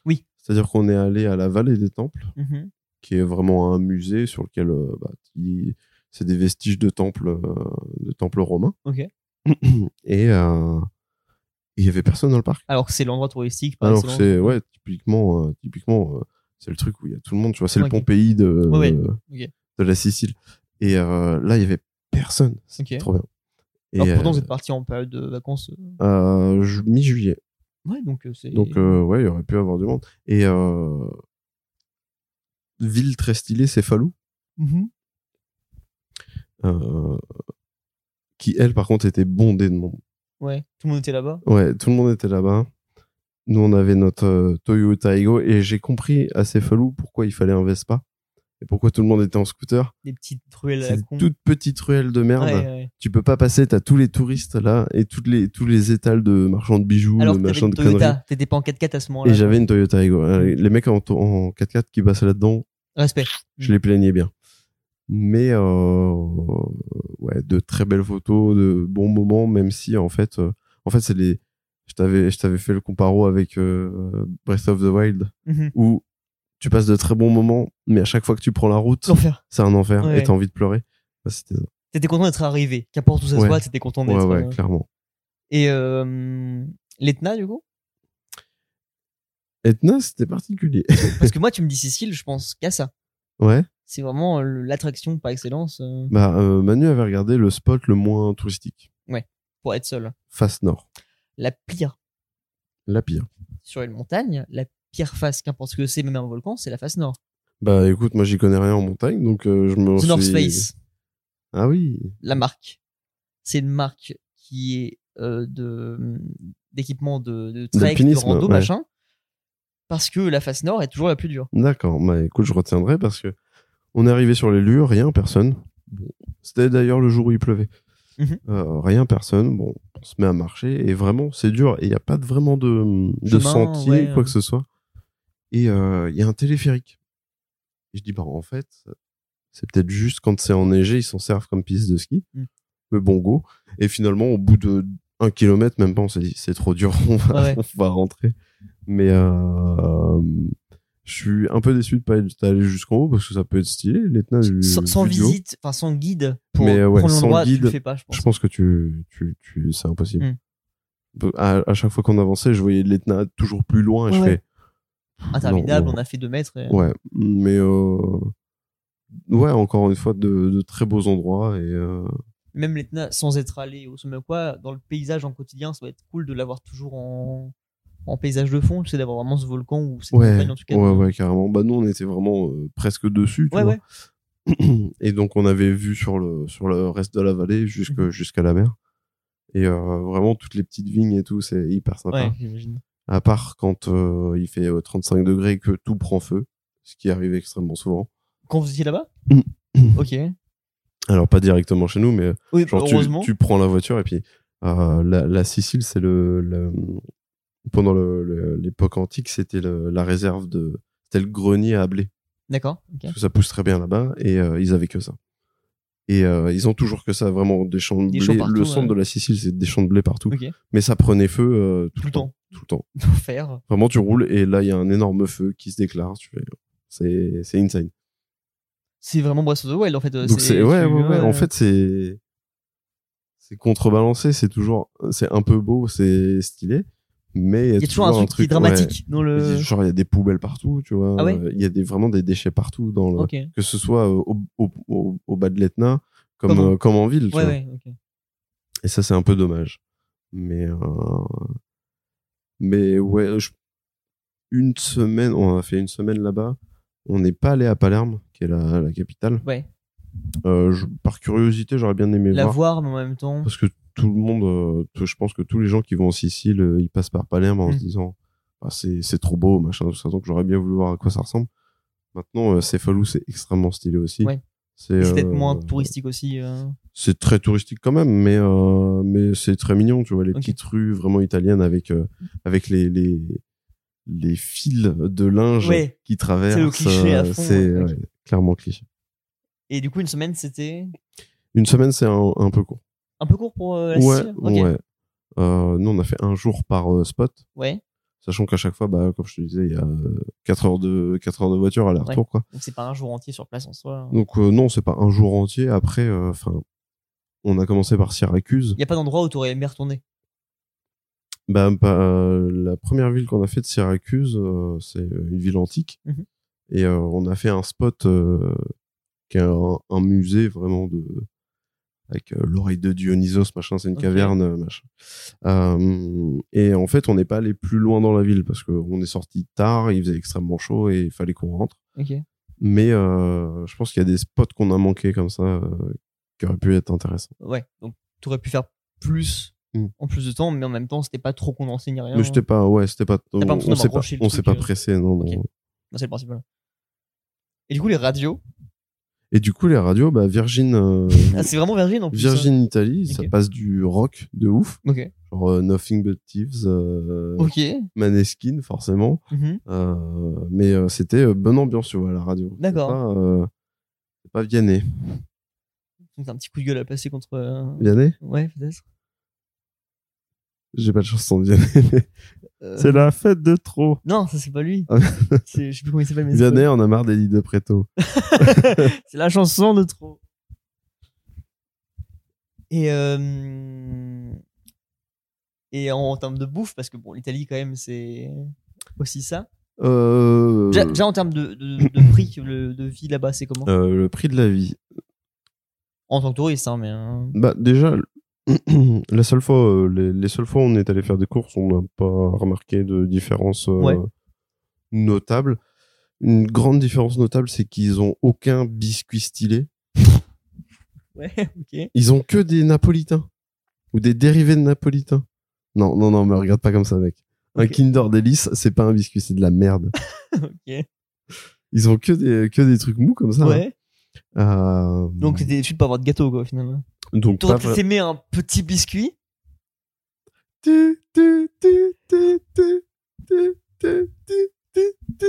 Oui. C'est-à-dire qu'on est allé à la vallée des temples, Mhm. qui est vraiment un musée sur lequel euh, bah, il- c'est des vestiges de temples, euh, de temples romains. Ok. *clears throat* Et euh, il y avait personne dans le parc. Alors que Ah, c'est l'endroit touristique. par Alors que excellence. c'est ouais typiquement euh, typiquement euh, c'est le truc où il y a tout le monde tu vois c'est Ok. le Pompéi de Ouais, ouais. de- de la Sicile et euh, là il y avait personne c'était Ok. trop bien et Alors pourtant, euh, vous êtes parti en période de vacances. euh, euh, ju- mi-juillet Ouais, donc euh, c'est. donc euh, ouais il y aurait pu avoir du monde et euh, ville très stylée c'est Falou Mhm. euh, qui elle par contre était bondée de monde Ouais, tout le monde était là-bas. ouais tout le monde était là-bas nous on avait notre euh, Toyota Ego et j'ai compris assez Falou pourquoi il fallait un Vespa et pourquoi tout le monde était en scooter Des petites ruelles à C'est la des con. toutes petites ruelles de merde. Ouais, ouais. Tu peux pas passer, t'as tous les touristes là et toutes les, tous les étals de marchands de bijoux, Alors de que t'avais marchands une de conneries. Toyota, t'étais pas en 4x4 à ce moment-là. Et j'avais une Toyota Ego. Euh, Les mecs en, to- en 4x4 qui passaient là-dedans, Respect. *laughs* je les plaignais bien. Mais euh, ouais, de très belles photos, de bons moments, même si en fait, euh, en fait c'est les. Je t'avais, je t'avais fait le comparo avec euh, Breath of the Wild Mhm. où tu passes de très bons moments, mais à chaque fois que tu prends la route, L'enfer. c'est un enfer Ouais. et t'as envie de pleurer. Bah, c'était ça. T'étais content d'être arrivé. Qu'importe où ça se Ouais. voit, t'étais content Ouais, d'être. ouais, euh, clairement. Et euh, l'Etna, *laughs* du coup Etna, c'était particulier. *laughs* Parce que moi, tu me dis Sicile, je pense qu'à ça. Ouais. C'est vraiment euh, l'attraction par excellence euh, Bah, euh, Manu avait regardé le spot le moins touristique. pour être seul. Face nord. La pire La pire. sur une montagne, la pire face, qu'importe ce que c'est, même un volcan, c'est la face nord. Bah, écoute, moi, j'y connais rien en montagne, donc euh, je me The suis... North Face. Ah oui. la marque. C'est une marque qui est euh, de d'équipement de, de trek, de D'alpinisme, rando, ouais. machin. Parce que la face nord est toujours la plus dure. D'accord. Bah, écoute, je retiendrai parce que on est arrivé sur les lieux, rien, personne. Bon. C'était d'ailleurs le jour où il pleuvait. Mhm. Euh, rien, personne. Bon, on se met à marcher et vraiment, c'est dur. Et il n'y a pas de, vraiment de, de Chemin, sentier, ouais, quoi euh. que ce soit. Et euh, il y a un téléphérique. Et je dis, bah, en fait, c'est peut-être juste quand c'est enneigé, ils s'en servent comme piste de ski. Mm. Le bon go. Et finalement, au bout de un kilomètre, même pas, on s'est dit, c'est trop dur, *laughs* on va, Ouais. on va rentrer. Mais euh, je suis un peu déçu de pas être allé jusqu'en haut parce que ça peut être stylé. l'Etna du- Sans, sans du haut. visite, enfin sans guide pour Mais, euh, ouais, prendre sans l'endroit, tu guide, le fais pas, je pense. Je pense que tu, tu, tu, c'est impossible. Mm. À, à chaque fois qu'on avançait, je voyais l'Etna toujours plus loin et Ouais, je ouais. fais. Interminable, non, on a fait 2 mètres. et- Ouais, mais euh, ouais, encore une fois, de, de très beaux endroits et euh, Même l'Etna, sans être allé au sommet ou quoi, dans le paysage en quotidien, ça va être cool de l'avoir toujours en, en paysage de fond, tu sais, d'avoir vraiment ce volcan ou cette Ouais, montagne, en tout cas. ouais, ouais, carrément. Bah, nous, on était vraiment euh, presque dessus, tu Ouais, vois. ouais. *clears throat* Et donc, on avait vu sur le, sur le reste de la vallée jusque, Mhm. jusqu'à la mer. Et euh, vraiment, toutes les petites vignes et tout, c'est hyper sympa. Ouais, j'imagine. À part quand euh, il fait euh, 35 degrés et que tout prend feu, ce qui arrive extrêmement souvent. Quand vous étiez là-bas *coughs* Ok. Alors, pas directement chez nous, mais euh, Oui, Mm. genre, tu, heureusement. tu prends la voiture et puis euh, la, la Sicile, c'est le, le- Pendant le- le- l'époque antique, c'était le- la réserve de. C'était le grenier à blé. D'accord. ok. parce que ça pousse très bien là-bas et euh, ils avaient que ça. Et euh, ils ont toujours que ça, vraiment des champs de Des blé. champs partout, le centre ouais. de la Sicile, c'est des champs de blé partout. Ok. Mais ça prenait feu euh, tout, Tout le temps. Tout le temps. D'enfer. Vraiment, tu roules et là, il y a un énorme feu qui se déclare. Tu fais, c'est, c'est insane. C'est vraiment Breath of the Wild en fait. euh, Donc c'est, ouais, tu- ouais, ouais. En fait, c'est, c'est contrebalancé. C'est toujours, c'est un peu beau, c'est stylé. Mais il y a toujours un truc, qui est ouais. dramatique dans le. Genre, il y a des poubelles partout, tu vois. euh, Ah ouais il y a des, vraiment des déchets partout dans le, Ok. que ce soit euh, au, au, au- au bas de l'Etna comme, Comme en- euh, comme en ville. tu Ouais, vois. ouais, ok. Et ça, c'est un peu dommage. Mais, euh, mais ouais, je- une semaine, on a fait une semaine là-bas. On n'est pas allé à Palerme, qui est la, la capitale. Ouais. Euh, je- par curiosité, j'aurais bien aimé La voir. voir, mais en même temps. Parce que tout le monde, euh, tout- je pense que tous les gens qui vont en Sicile, euh, ils passent par Palerme en Mm. se disant Ah, c'est c'est trop beau, machin, tout ça. Donc j'aurais bien voulu voir à quoi ça ressemble. Maintenant, euh, Cefalù, c'est extrêmement stylé aussi. Ouais. C'est C'est peut-être euh, moins touristique aussi. euh. c'est très touristique quand même, mais euh, mais c'est très mignon, tu vois les Ok. petites rues vraiment italiennes avec euh, avec les les les fils de linge Ouais. qui traversent. C'est le cliché à euh, fond, c'est, ouais. ouais, clairement cliché. Et du coup, une semaine, c'était Une semaine, c'est un, un peu court. un peu court pour euh, la ouais, Sicile. Ok. ouais. Euh, nous, on a fait un jour par euh, spot, Ouais. sachant qu'à chaque fois, bah, comme je te disais, il y a 4 heures de quatre heures de voiture aller-retour, quoi. Donc c'est pas un jour entier sur place en soi. Donc euh, non, c'est pas un jour entier. Après, euh, enfin, on a commencé par Syracuse. Il y a pas d'endroit où t'aurais aimé retourner. Bah, bah, euh, la première ville qu'on a faite, Syracuse, euh, c'est euh, une ville antique. Mhm. Et euh, on a fait un spot euh, qui est un, un musée vraiment de avec euh, l'oreille de Dionysos, machin, c'est une Ok. caverne, euh, machin. Euh, et en fait, on n'est pas allé plus loin dans la ville parce qu'on est sorti tard, il faisait extrêmement chaud et il fallait qu'on rentre. Ok. Mais euh, je pense qu'il y a des spots qu'on a manqué comme ça euh, qui auraient pu être intéressants. Ouais. Donc t'aurais pu faire plus Mm. en plus de temps, mais en même temps, c'était pas trop condensé ni rien. Mais j'étais pas, ouais, c'était pas, on, pas l'impression on d'avoir s'est pas, rushé le on s'est truc, pas euh. pressé, non, Ok. non. Non, C'est le principal. Et du coup, les radios. Et du coup, les radios, bah, *laughs* Virgin, euh, Ah, c'est vraiment Virgin en plus. Virgin Italie, ça Ok. passe du rock de ouf, hein. Ok. genre euh, Nothing But Thieves, euh, Ok. Maneskin, forcément. Mhm. Euh, mais euh, c'était euh, bonne ambiance, tu vois, à la radio. C'est D'accord. pas, euh, c'est pas Vianney. Donc t'as un petit coup de gueule à passer contre. euh, Vianney Ouais, peut-être. J'ai pas de chanson de Vianney. *laughs* mais Euh, C'est la fête de trop. Non, ça c'est pas lui. Ah. *laughs* C'est- Je sais plus comment il s'appelle. mais c'est Vianney, on a marre d'Elie de Preto. C'est la chanson de trop. Et euh, et en, termes de bouffe, parce que bon, l'Italie quand même c'est aussi ça. Euh, Déjà, déjà, en termes de, de, de prix le- de vie là-bas, c'est comment euh, le prix de la vie. En tant que touriste, hein, mais hein. *laughs* Bah, déjà, *clears throat* la seule fois, euh, les, les seules fois où on est allé faire des courses, on n'a pas remarqué de différence euh, Ouais. notable. Une grande différence notable, c'est qu'ils ont aucun biscuit stylé. *laughs* ouais, ok. Ils ont que des napolitains ou des dérivés de napolitains. Non, non, non, me regarde pas comme ça, mec. Un Ok. Kinder Delice, c'est pas un biscuit, c'est de la merde. ok. Ils ont que des, que des trucs mous comme ça. ouais. hein. Euh, Donc c'était tu peux pas avoir de gâteau quoi finalement. donc pas T'aurais peut-être vrai- aimé un petit biscuit. Tu, tu, tu, tu, tu, tu, tu, tu, tu, tu.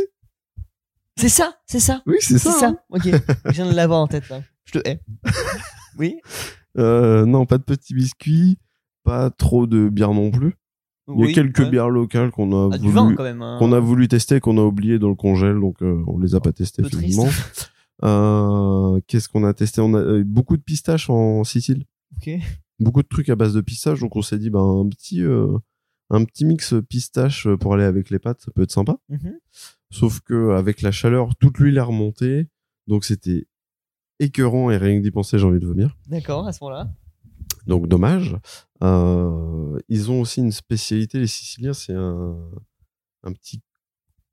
C'est ça, c'est ça. Oui, c'est C'est ça. ça. hein. Ok. Je viens de l'avoir en tête là. Je te hais. *laughs* oui. Euh, non, pas de petits biscuits, pas trop de bière non plus. Il y a oui, quelques ouais. bières locales qu'on a Ah, du vin voulu quand même. hein. qu'on a voulu tester qu'on a oublié dans le congèle, donc euh, on les a pas testées peu triste. *laughs* finalement. Euh, Qu'est-ce qu'on a testé On a euh, beaucoup de pistaches en Sicile, Ok. beaucoup de trucs à base de pistaches, donc on s'est dit ben un petit euh, un petit mix pistache pour aller avec les pâtes, ça peut être sympa. Mhm. Sauf que avec la chaleur, toute l'huile est remontée, donc c'était écœurant et rien que d'y penser, j'ai envie de vomir. D'accord, à ce moment-là. Donc dommage. Euh, ils ont aussi une spécialité, les Siciliens, c'est un, un petit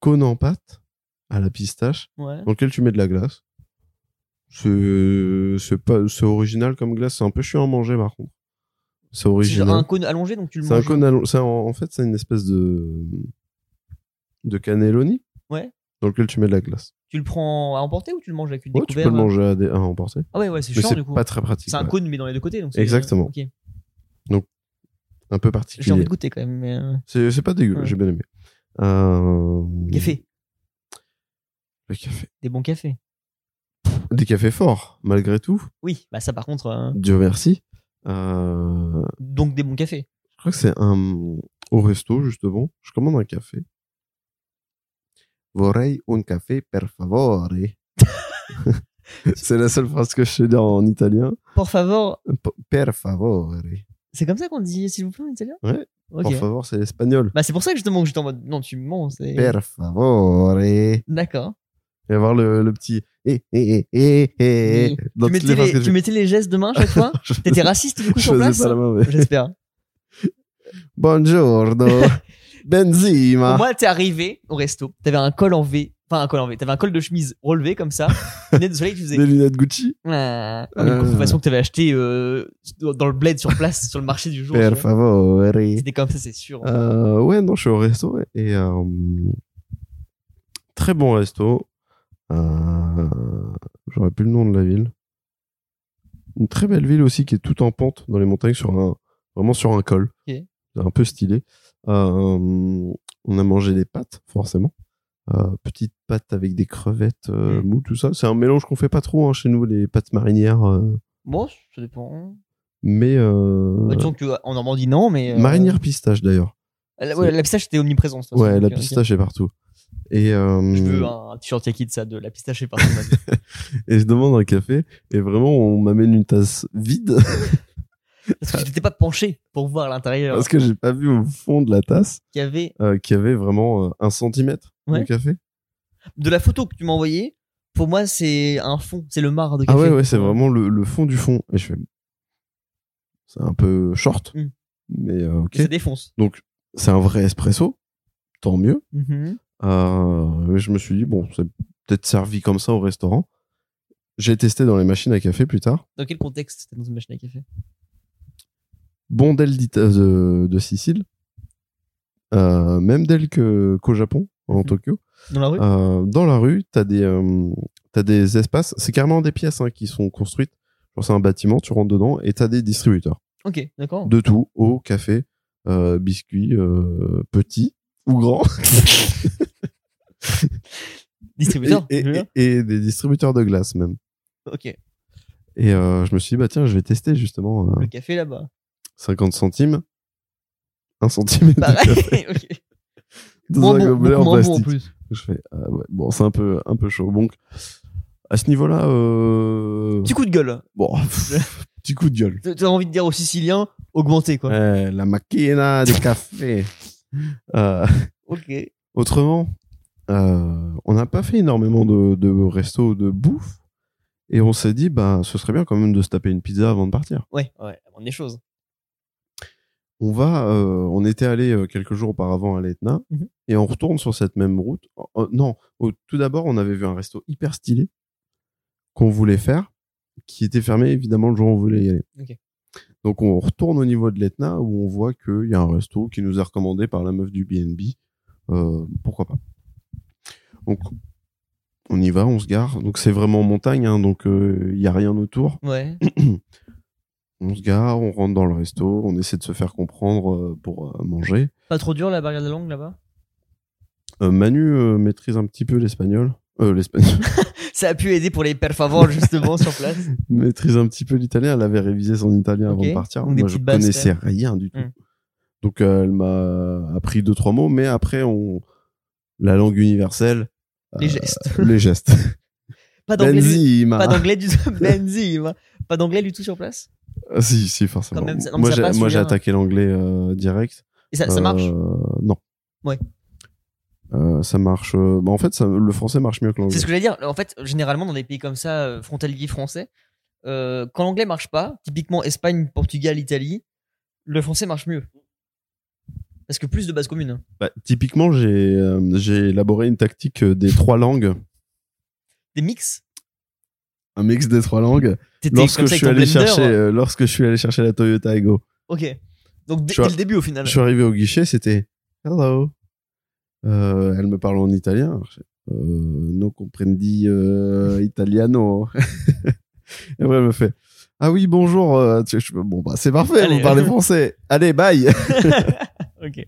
cône en pâte à la pistache Ouais. dans lequel tu mets de la glace. C'est c'est pas c'est original comme glace, c'est un peu chiant à manger par contre. C'est C'est genre original. un cône allongé, donc tu le C'est un manges. cône allon- c'est en, en fait, c'est une espèce de de cannelloni. Ouais. Dans lequel tu mets de la glace. Tu le prends à emporter ou tu le manges avec une Ouais, tu découverte peux le manger à, des- à emporter. Ah ouais, ouais, euh, c'est Mais chiant du c'est coup. pas très pratique. C'est un ouais. cône mais dans les deux côtés. Donc c'est- euh, Exactement. Ok. Un J'ai peu envie particulier. de goûter quand même. Mais... euh, C'est c'est pas dégueu, Ouais. j'ai bien aimé. Euh, Café, Le café. des bons cafés. Des cafés forts, malgré tout. Oui, bah ça par contre, euh, Dieu merci. Euh, donc des bons cafés. Je crois que c'est un au resto justement. Je commande un café. Vorrei un café per *laughs* favore. c'est la seule phrase que je sais dire en italien. Por favor, P- Per favore. c'est comme ça qu'on dit s'il vous plaît en italien Ouais, Ok. Por favor, c'est l'espagnol. Bah c'est pour ça que justement que j'étais en mode non, tu me mens. c'est- Per favore. Il D'accord. va y avoir le, le petit eh eh eh eh eh Oui. dans Tu, toutes mettais phrases les- que tu mettais les gestes de main chaque fois je- *laughs* T'étais raciste du coup je sur place faisais pas la main, mais- *laughs* J'espère. Buongiorno. Benzima. Moi, t'es arrivé au resto, t'avais un col en V, enfin un col en V, t'avais un col de chemise relevé comme *laughs* ça, lunettes de soleil, tu faisais. Des lunettes Gucci. Ah, oui, une contrefaçon que t'avais acheté euh, dans le bled sur place, sur le marché du jour. tu Per vois. favore. C'était comme ça, c'est sûr. Euh, ouais, non, je suis au resto ouais, et euh, très bon resto. Euh, J'aurais plus le nom de la ville. Une très belle ville aussi qui est tout en pente dans les montagnes, sur un, vraiment sur un col. Ok. C'est Un peu stylé. Euh, on a mangé des pâtes, forcément. Euh, petites pâtes avec des crevettes euh, Mm. moules, tout ça. C'est un mélange qu'on fait pas trop hein, chez nous, les pâtes marinières. euh, Bon, ça dépend. mais. euh, Bah, disons que, euh, en Normandie, non, mais. euh, Marinière pistache d'ailleurs. La, ouais, la pistache était omniprésente. de toute façon, Ouais, la donc, euh, pistache est partout. Et, euh, ok. Je veux hein. un t-shirt Yaki de ça, de la pistache et partout. *laughs* man. et je demande un café et vraiment on m'amène une tasse vide *laughs* Parce que tu t'étais pas penché pour voir l'intérieur parce que j'ai pas vu au fond de la tasse qu'il y avait. euh, qu'il y avait vraiment euh, un centimètre Ouais. de café. De la photo que tu m'as envoyée, pour moi, c'est un fond, c'est le marc de Ah café. ouais ouais c'est vraiment le, le fond du fond et je fais c'est un peu short Mm. mais euh, ok Ça défonce. donc c'est un vrai espresso tant mieux Mhm. Euh, mais je me suis dit bon c'est peut-être servi comme ça au restaurant j'ai testé dans les machines à café plus tard Dans quel contexte t'es dans une machine à café Bondel d'Ita- de, de Sicile, euh, même d'elle que qu'au Japon, en Mhm. Tokyo. Dans la rue Euh, dans la rue, t'as des euh, t'as des espaces, c'est carrément des pièces hein, qui sont construites. Genre c'est un bâtiment, tu rentres dedans et t'as des distributeurs Ok, *laughs* d'accord. de tout, eau, café, euh, biscuits, euh, petits *laughs* ou grands, et, Distributeur et- je veux dire. et- et des distributeurs de glace même. *laughs* Ok, Et euh, je me suis dit bah tiens, je vais tester justement euh, le café là-bas. 50 centimes, 1 centime et deux Pareil. cafés *laughs* ok. *laughs* dans un bon, gobelet beaucoup en moins bon en plastique. plus. Je fais, ah ouais, bon, c'est un peu, un peu chaud. Donc, à ce niveau-là, euh, Petit coup de gueule. bon, pff, petit coup de gueule. T'as t'as envie de dire aux Siciliens, augmenter quoi. Eh, la maquina de café. Euh, Ok. autrement, euh, on n'a pas fait énormément de, de restos de bouffe. Et on s'est dit, bah, ce serait bien quand même de se taper une pizza avant de partir. Ouais, ouais, on des choses. On va, euh, on était allé euh, quelques jours auparavant à l'Etna Mhm. et on retourne sur cette même route. Oh, oh, non, au- tout d'abord, on avait vu un resto hyper stylé qu'on voulait faire, qui était fermé évidemment le jour où on voulait y aller. Ok. Donc on retourne au niveau de l'Etna où on voit qu'il y a un resto qui nous est recommandé par la meuf du BNB. Euh, pourquoi pas Donc on y va, on se gare. Donc c'est vraiment en montagne, hein, donc euh, il y a rien autour. *coughs* Ouais. On se gare, on rentre dans le resto, on essaie de se faire comprendre euh, pour euh, manger. Pas trop dur la barrière de la langue là-bas Euh, Manu euh, maîtrise un petit peu l'espagnol. *laughs* Euh, l'espagnol. Ça a pu aider pour les per favor justement sur place. maîtrise un petit peu l'italien. Elle avait révisé son italien avant Ok. de partir. Donc des Moi, je petites bases, connaissais rien du tout. Mm. Donc, euh, elle m'a appris deux, trois mots. Mais après, on... la langue *laughs* universelle, Les Euh, gestes. les gestes. Pas d'anglais du... *laughs* Benzima. pas d'anglais du tout. *laughs* Benzima. Pas d'anglais du tout sur place Ah, si, si, forcément. Quand même, ça- non, mais moi, ça j'ai, passe, moi, j'ai celui-là. attaqué l'anglais euh, direct. Et ça, ça marche Euh, Non. Ouais. Euh, ça marche. euh, bah, en fait, ça- le français marche mieux que C'est l'anglais. ce que j'allais dire. En fait, généralement, dans des pays comme ça, euh, frontaliers français, euh, quand l'anglais marche pas, typiquement Espagne, Portugal, Italie, le français marche mieux. Parce que plus de bases communes. hein. Bah, typiquement, j'ai euh, j'ai élaboré une tactique euh, des trois langues, Des mix. un mix des trois langues. T'étais Lorsque comme je ça suis avec allé ton blender. hein. Ah, chercher, euh, lorsque je suis allé chercher la Toyota Ego, Ok. Donc dès Je suis dès à- le début au final. je suis arrivé au guichet, c'était hello. Euh, elle me parle en italien. Alors, je- Euh, no comprendi euh, italiano. *laughs* Et après, elle me fait ah oui bonjour. euh, tu- je- bon bah c'est parfait, Allez. *laughs* vous parlez français. Allez bye. Ok.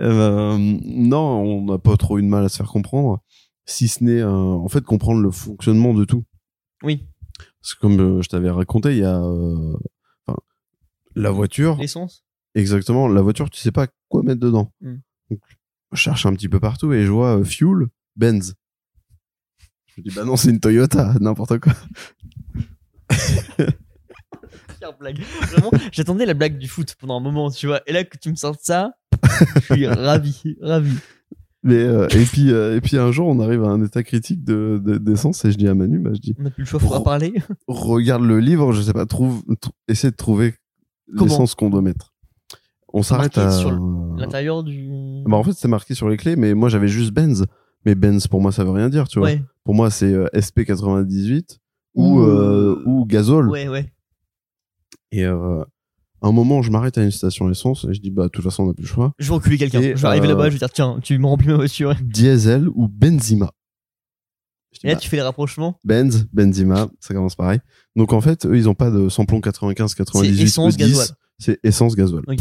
Euh, non, on n'a pas trop eu de mal à se faire comprendre, si ce n'est euh, en fait comprendre le fonctionnement de tout. Oui. Parce que comme euh, je t'avais raconté, il y a euh, enfin, la voiture. L'essence. Exactement, la voiture, tu sais pas quoi mettre dedans. Mm. Donc, je cherche un petit peu partout et je vois euh, fuel, Benz. Je me dis bah non, c'est une Toyota, *laughs* n'importe quoi. Pire blague. Vraiment, j'attendais la blague du foot pendant un moment, tu vois. Et là que tu me sortes ça, je *laughs* suis ravi, ravi. Mais euh, et puis euh, et puis un jour, on arrive à un état critique de de- d'essence et je dis à Manu, bah je dis On n'a plus le choix, faudra Oh. parler. regarde le livre, je sais pas, trouve, tr- essaie de trouver Comment l'essence qu'on doit mettre. On s'arrête marqué à. sur L'intérieur du. Bah, en fait, c'est marqué sur les clés, mais moi j'avais juste Benz. Mais Benz, pour moi, ça veut rien dire, tu vois. ouais, Pour moi, c'est euh, SP98 ou, Ou, euh, ou gazole. ouais, ouais. Et euh, à un moment, je m'arrête à une station essence et je dis, bah, de toute façon, on n'a plus le choix. Je vais enculer quelqu'un. Et, Je vais arriver euh, là-bas, je vais dire tiens, tu me remplis ma voiture. Diesel ou Benzima. Je dis, Et là, bah, tu fais les rapprochements. Benz, Benzima, ça commence pareil. Donc en fait, eux, ils ont pas de samplon 95, 98, C'est essence, ou 10. gasoil. C'est essence, gasoil. Ok.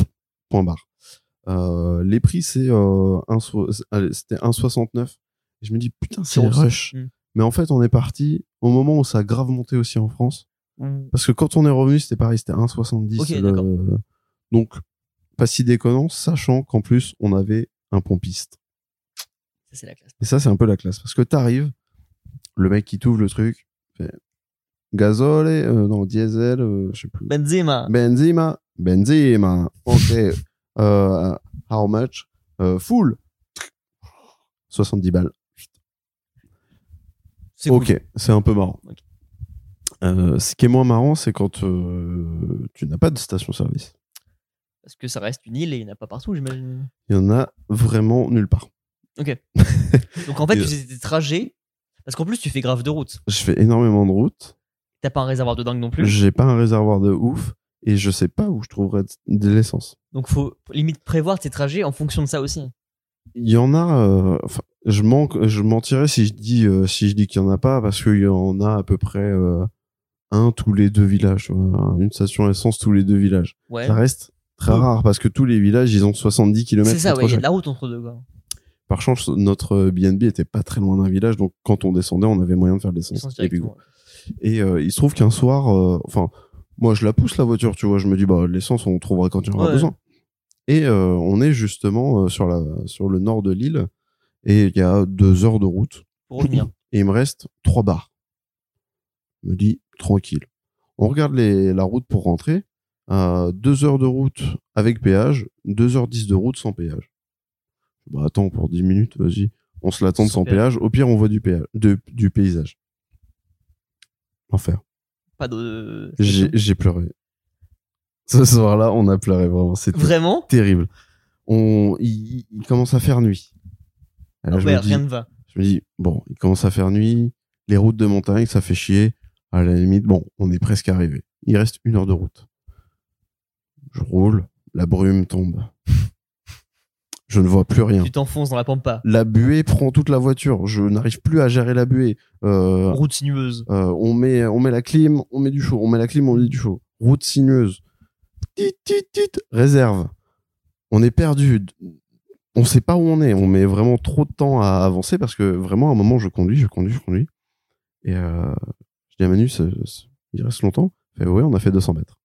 Point barre. Euh, les prix, c'est euh, un so- allez, c'était 1,69. Je me dis, putain, c'est C'est rush. Mm. Mais en fait, on est parti au moment où ça a grave monté aussi en France. Ou- Parce que quand on est revenu, c'était pareil, c'était 1,70. Ok, le- d'accord. Donc, pas si déconnant, sachant qu'en plus, on avait un pompiste. Ça, c'est la classe. Et ça, c'est un peu la classe. Parce que t'arrives, le mec qui t'ouvre le truc, fait gazole, euh, non, diesel, euh, je sais Ben- plus. Benzema. Benzema, Benzema, *laughs* ok. Euh, how much? Euh, full. 70 balles. C'est cool. Ok, c'est un peu marrant. Ok. Euh, ce qui est moins marrant, c'est quand euh, tu n'as pas de station-service. Parce que ça reste une île et il n'y en a pas partout, j'imagine. Il y en a vraiment nulle part. Donc en fait, Et- tu fais des trajets. Parce qu'en plus, tu fais grave de route. Je fais énormément de routes. T'as pas un réservoir de dingue non plus. J'ai pas un réservoir de ouf et je sais pas où je trouverais de de l'essence. Donc faut limite prévoir tes trajets en fonction de ça aussi. Il y en a. euh, enfin, je manque. Je mentirais si je dis euh, si je dis qu'il y en a pas parce qu'il y en a à peu près euh, un tous les deux villages, tu vois, une station essence tous les deux villages. Ouais. Ça reste très Oui. rare parce que tous les villages ils ont 70 km. C'est ça, ouais. Il y a de la route entre deux, quoi. Par chance, notre euh, BNB était pas très loin d'un village, donc quand on descendait, on avait moyen de faire de l'essence. Essence Et puis, directement. Et euh, il se trouve qu'un soir, euh, enfin, moi je la pousse la voiture, tu vois, je me dis bah l'essence on trouvera quand il y en aura Ouais. besoin. Et euh, on est justement euh, sur la sur le nord de l'île et il y a deux heures de route Pour *laughs* revenir. *clears throat* et il me reste trois bars. Je me dis tranquille. On regarde les, la route pour rentrer. Euh, deux heures de route avec péage, deux heures dix de route sans péage. Bah attends pour dix minutes, vas-y. On se l'attend sans Super. péage. Au pire, on voit du péage, de- du paysage. Enfer. Pas de. J'ai j'ai pleuré. Ce soir-là, on a pleuré vraiment. C'était Vraiment terrible. On, il, il commence à faire nuit. Et là, Ah je, ouais, me dis, rien ne va. je me dis, bon, il commence à faire nuit. Les routes de montagne, ça fait chier. À la limite, bon, on est presque arrivé. Il reste une heure de route. Je roule, la brume tombe. Je ne vois plus rien. Tu t'enfonces dans la pampa. La buée prend toute la voiture. Je n'arrive plus à gérer la buée. Euh, Route sinueuse. euh, on met on met la clim, on met du chaud, on met la clim, on met du chaud. Route sinueuse. Tit tit tit réserve. On est perdu. On sait pas où on est. On met vraiment trop de temps à avancer parce que vraiment à un moment je conduis, je conduis, je conduis. Et euh, je dis à Manu, ça- ça- il reste longtemps. Il fait ouais, on a fait 200 mètres.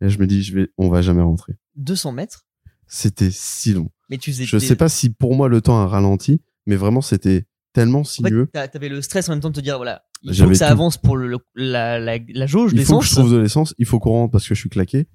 Et là, je me dis, je vais, on va jamais rentrer. 200 mètres. C'était si long. Mais tu faisais. Je des- sais pas si pour moi le temps a ralenti, mais vraiment c'était tellement En fait, sinueux. t'as- t'avais le stress en même temps de te dire voilà, il faut J'avais que ça tout. avance pour le, le- la, la, la jauge il faut que d'essence. je trouve de l'essence, il faut qu'on rentre parce que je suis claqué.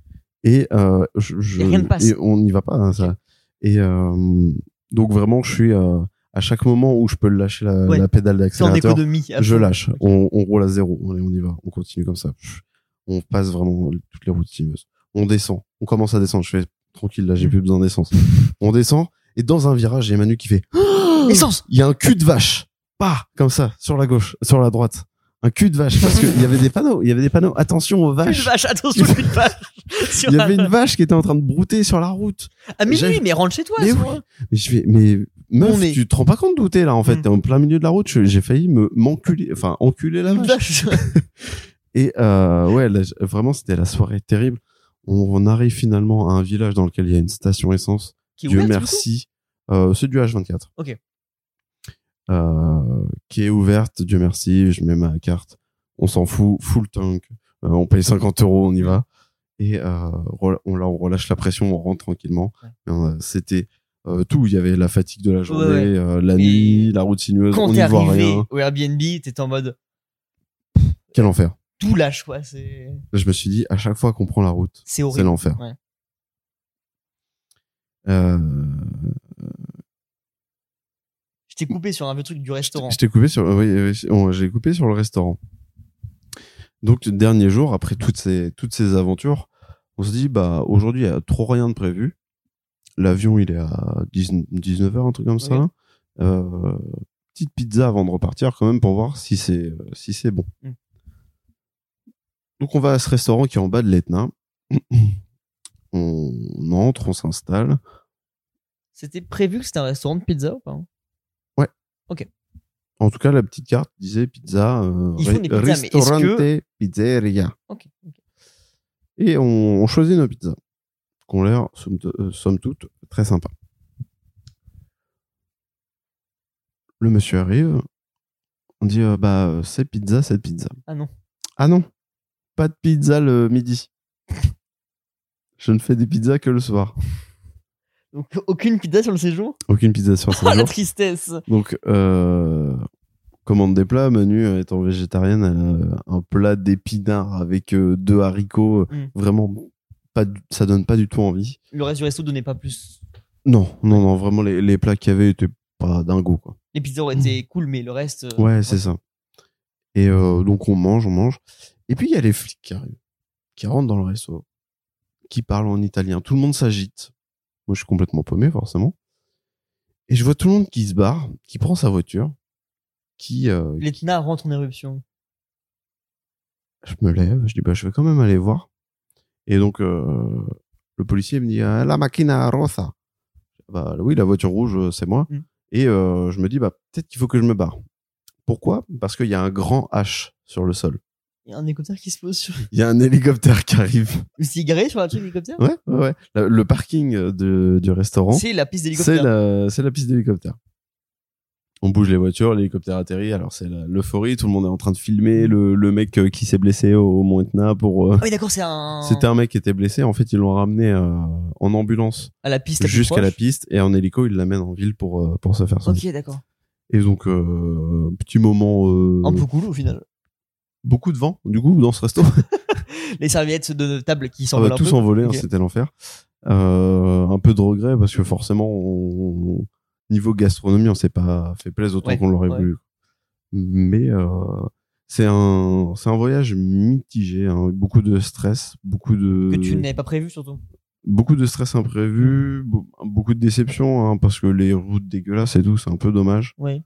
Et, euh, je, je- Et rien ne passe. et on n'y va pas, hein, ça. Et euh, donc vraiment, je suis euh, à chaque moment où je peux lâcher la, Ouais. la pédale C'est en d'accélérateur, économie. à je fond. lâche. Ok. On, on roule à zéro. Allez, on y va. On continue comme ça. Pff. On passe vraiment toutes les routes sinueuses. On descend. On commence à descendre. Je fais tranquille, là, j'ai Mm. plus besoin d'essence. on descend. Et dans un virage, j'ai Manu qui fait, Essence il y a un cul de vache. Pas comme ça, sur la gauche, sur la droite. Un cul de vache. Parce qu'il y avait des panneaux. Il y avait des panneaux. Attention aux Une vaches. vache, attention, une vache. *laughs* Sur Il y avait la- une vache qui était en train de brouter sur la route. À minuit, J'avais- mais rentre chez toi. Mais c'est oui. vrai. Mais je fais, mais meuf, On est- tu te rends pas compte d'où t'es là en fait. Mm. T'es en plein milieu de la route. Je- J'ai failli me m'enculer, enfin enculer la Une vache. vache. Et euh, ouais, là, j- vraiment, c'était la soirée terrible. On, on arrive finalement à un village dans lequel il y a une station essence. *laughs* Qui est Dieu ouverte, du coup. merci. Euh, c'est du H24. Ok. Euh, qui est ouverte, Dieu merci. Je mets ma carte. On s'en fout, full tank. Euh, on paye 50 euros, on y va. Et euh, rela- on, là, on relâche la pression, on rentre tranquillement. Ouais. Et on a- C'était euh, tout. Il y avait la fatigue de la journée, ouais. euh, la Mais nuit, la route sinueuse. Quand euh, on t'es n'y voit arrivé rien. au Airbnb, t'es en mode Quel enfer. tout lâche, quoi. C'est Je me suis dit, à chaque fois qu'on prend la route, c'est c'est horrible. l'enfer. Ouais. Euh, Je t'ai coupé sur un vieux truc du restaurant. je t'ai coupé sur, oui, oui, on- j'ai coupé sur le restaurant. Donc le dernier jour, après toutes ces toutes ces aventures, on se dit bah aujourd'hui il y a trop rien de prévu. L'avion il est à 19 h un truc comme ça. Ouais. là. Euh, petite pizza avant de repartir quand même pour voir si c'est euh, si c'est bon. Mm. Donc on va à ce restaurant qui est en bas de l'Etna. *clears throat* on entre, on s'installe. C'était prévu que c'était un restaurant de pizza ou pas hein. En tout cas, la petite carte disait pizza, euh, Ils font re- des pizzas, mais est-ce ristorante, que- pizzeria. Ok. ok. Et on, on choisit nos pizzas, qu'on l'air, somme, t- euh, somme toute, très sympa. Le monsieur arrive, on dit euh, bah euh, c'est pizza, cette pizza. Ah non. Ah non, pas de pizza le midi. *laughs* Je ne fais des pizzas que le soir. Donc aucune pizza sur le séjour Aucune pizza sur Oh *laughs* ce la jour. tristesse Donc, euh, commande des plats. Manu, euh, étant végétarienne, elle a euh, un plat d'épinards avec euh, deux haricots. Mm. Vraiment, pas du- ça donne pas du tout envie. Le reste du resto donnait pas plus. Non, non, non, vraiment, les, les plats qu'il y avait étaient pas dingos, quoi. Les pizzas auraient été cool, mais le reste. euh, Ouais, c'est ça. Et euh, donc, on mange, on mange. Et puis, il y a les flics qui arrivent, qui rentrent dans le resto, qui parlent en italien. Tout le monde s'agite. Moi, je suis complètement paumé, forcément. Et je vois tout le monde qui se barre, qui prend sa voiture, qui, euh, L'Etna rentre en éruption. je me lève, je dis bah je vais quand même aller voir. Et donc euh, le policier me dit Ah, la machina rosa. Bah oui, la voiture rouge, euh, c'est moi. Mm. Et euh, je me dis bah peut-être qu'il faut que je me barre. Pourquoi Parce qu'il y a un grand H sur le sol. Il y a un hélicoptère qui se pose sur. Il y a un *laughs* hélicoptère qui arrive. Vous êtes garé sur la truc hélicoptère Ouais, ouais, ouais. Le, le parking euh, de- du restaurant, Ah C'est la piste c'est d'hélicoptère. la, c'est la piste d'hélicoptère. On bouge les voitures, l'hélicoptère atterrit. Alors c'est la- l'euphorie, tout le monde est en train de Mm. filmer le, le mec euh, qui s'est blessé au, au Mont Etna pour. euh, Ah oui, d'accord, c'est un. C'était un mec qui était blessé. En fait, ils l'ont ramené euh, en ambulance À la piste. la plus jusqu'à la proche. piste et en hélico, ils l'amènent en ville pour, euh, pour se faire soigner. Ok, d'accord. Et donc, euh, petit moment, euh, Un peu cool au final. beaucoup de vent, du coup, dans *laughs* ce resto. Les serviettes de table qui On s'envolent. va un tous peu. envolés, hein, Ok. c'était l'enfer. Euh, un peu de regret parce que forcément, on- on- niveau gastronomie, on s'est pas fait plaisir autant Ouais, qu'on l'aurait ouais. voulu. Mais euh, c'est un, c'est un voyage mitigé, hein, beaucoup de stress, beaucoup de. euh, Que tu n'avais pas prévu surtout. beaucoup de stress imprévu, be- beaucoup de déception, hein, parce que les routes dégueulasses et tout, c'est un peu dommage. Ouais.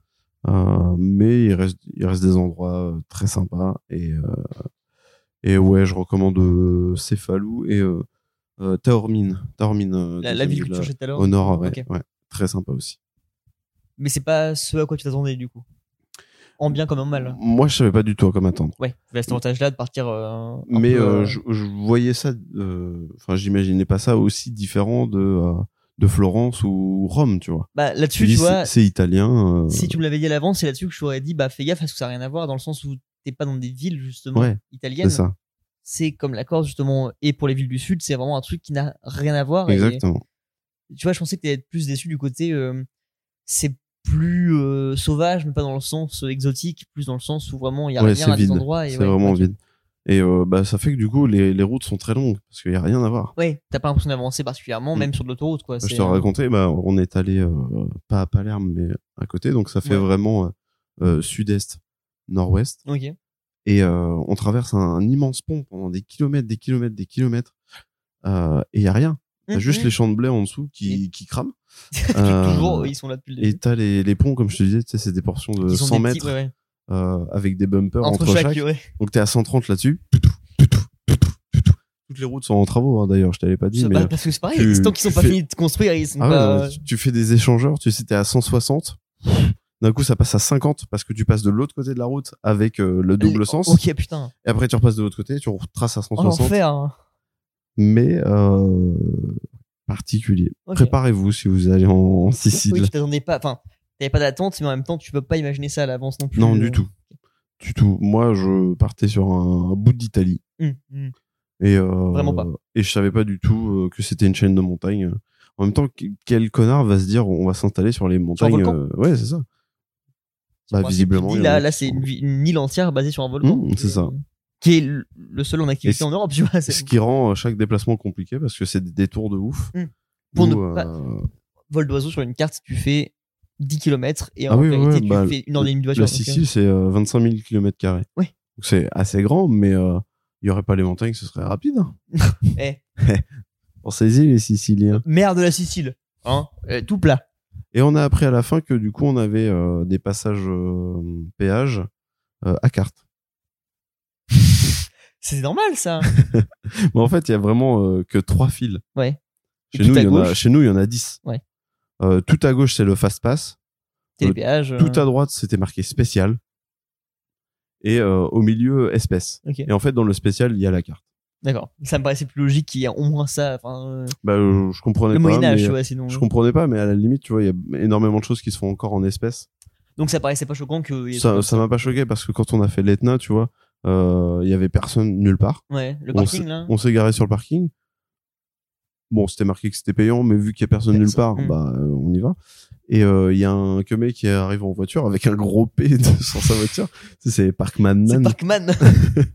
Euh, mais il reste, il reste des endroits euh, très sympas. Et, euh, et ouais, je recommande euh, Céphalou et euh, euh, Taormine. Taormine euh, La, dans la une ville que ville, tu cherchais tout à euh, l'heure. Au nord, ouais, Ok. ouais, Très sympa aussi. Mais c'est pas ce à quoi tu t'attendais du coup. En bien comme en mal. Moi, je savais pas du tout à quoi m'attendre. Ouais. Tu as cet avantage-là de partir. euh, un Mm. Mais peu, euh, euh, je, je voyais ça, euh, enfin, j'imaginais pas ça aussi différent de, euh, de Florence ou Rome, tu vois. Bah Tu là-dessus, dis, tu c'est- vois, c'est italien. euh, si tu me l'avais dit à l'avance, c'est là-dessus que je t'aurais dit, bah fais gaffe parce que ça n'a rien à voir dans le sens où t'es pas dans des villes justement Ouais, c'est italiennes. ça. C'est comme la Corse justement et pour les villes du sud, c'est vraiment un truc qui n'a rien à voir. et- Exactement. tu vois, je pensais que t'allais être plus déçu du côté, euh, c'est plus euh, sauvage, mais pas dans le sens euh, exotique, plus dans le sens où vraiment il y a Ouais, rien c'est à des vide. endroits. et C'est ouais, vraiment ok. vide. Et euh, bah, ça fait que du coup, les, les routes sont très longues parce qu'il n'y a rien à voir. Ouais, t'as pas l'impression d'avancer particulièrement, Mm. même sur de l'autoroute, quoi. Je c'est- euh, te racontais, bah, on est allé euh, pas à Palerme, mais à côté, donc ça fait Ouais. vraiment euh, euh, sud-est, nord-ouest. Ok. Et euh, on traverse un, un immense pont pendant des kilomètres, des kilomètres, des kilomètres. Euh, et il n'y a rien. *laughs* T'as juste les champs de blé en dessous qui, qui crament. Euh, Mm. Toujours, ils sont là depuis le Et début. t'as les, les ponts, comme je te disais, tu sais, c'est des portions de Ils ont 100 des mètres petits- ouais, ouais. euh, avec des bumpers entre, Entre chaque. chaque, ouais. Donc t'es à 130 là-dessus. Poutou, poutou, poutou, poutou. Toutes les routes sont en travaux, hein, d'ailleurs, je t'avais pas dit. Ça- mais bah, parce que c'est pareil, tu- tant qu'ils sont tu pas fais- finis de construire, ils sont Ah ouais, pas. euh, non, mais tu- tu fais des échangeurs, tu sais, t'es à 160. D'un coup, ça passe à 50 parce que tu passes de l'autre côté de la route avec euh, le double Les- sens. Ok, putain. Et après, tu repasses de l'autre côté, tu retraces à Oh, 160. l'enfer. hein. mais euh, particulier. Ok. Préparez-vous si vous allez en, en Sicile. *laughs* Oui, tu t'attendais pas. Enfin, t'avais pas d'attente, mais en même temps, tu peux pas imaginer ça à l'avance non plus. Non, Euh, du tout. Du tout. Moi, je partais sur un, un bout d'Italie. hum, hum. Et, euh, Vraiment pas. Et je savais pas du tout euh, que c'était une chaîne de montagne. En même temps, qu- quel connard va se dire on va s'installer sur les montagnes volcan. euh, Ouais, c'est ça. Bah, Enfin, visiblement. c'est- il y en Là, a là qui c'est sont- une, vi- une île entière basée sur un volcan. Euh, Mmh, c'est ça. Qui est le- le seul en Et activité c'est- en Europe, tu vois. c'est- Ce qui rend euh, chaque déplacement compliqué parce que c'est des détours de ouf. Mm. Pour bah, Où, ne pas- euh, Vol d'oiseau sur une carte, tu fais 10 km et en Ah oui, réalité, ouais, tu bah, fais une heure et demie de voiture. la donc, euh, Sicile, c'est euh, 25 000 km. Ouais. Donc c'est assez grand, mais euh, il y n'y aurait pas les montagnes, ce serait rapide. hein. *laughs* *laughs* eh, Pensez-y, les Siciliens. mer de la Sicile. Hein euh, tout plat. Et on a appris à la fin que du coup, on avait euh, des passages euh, péages euh, à carte. C'est normal, *laughs* ça. Mais en fait, il y a vraiment euh, que trois fils. Ouais. Et Chez tout nous, à il y en a- gauche. chez nous, il y en a 10. Ouais. Euh, tout à gauche, c'est le fast pass. Télépéage. euh, Tout à droite, c'était marqué spécial. Et euh, au milieu, espèce. Ok. Et en fait, dans le spécial, il y a la carte. D'accord. Ça me paraissait plus logique qu'il y ait au moins ça. Enfin, euh, Bah, euh, je comprenais le pas. Moyen-Âge, mais- ouais, sinon. Je comprenais pas, mais à la limite, tu vois, il y a énormément de choses qui se font encore en espèces. Donc ça paraissait pas choquant que. il y ait Ça comme ça m'a pas choqué parce que quand on a fait l'Etna, tu vois, euh, il y avait personne nulle part. Ouais, le On parking, s- là. On s'est garé sur le parking. Bon, c'était marqué que c'était payant, mais vu qu'il y a personne nulle part, Personne. Mm. bah, euh, on y va. Et euh, il y a un mec qui arrive en voiture avec un gros P *laughs* de- sur sa voiture. Tu sais, C'est Parkman C'est Man. Parkman. *laughs*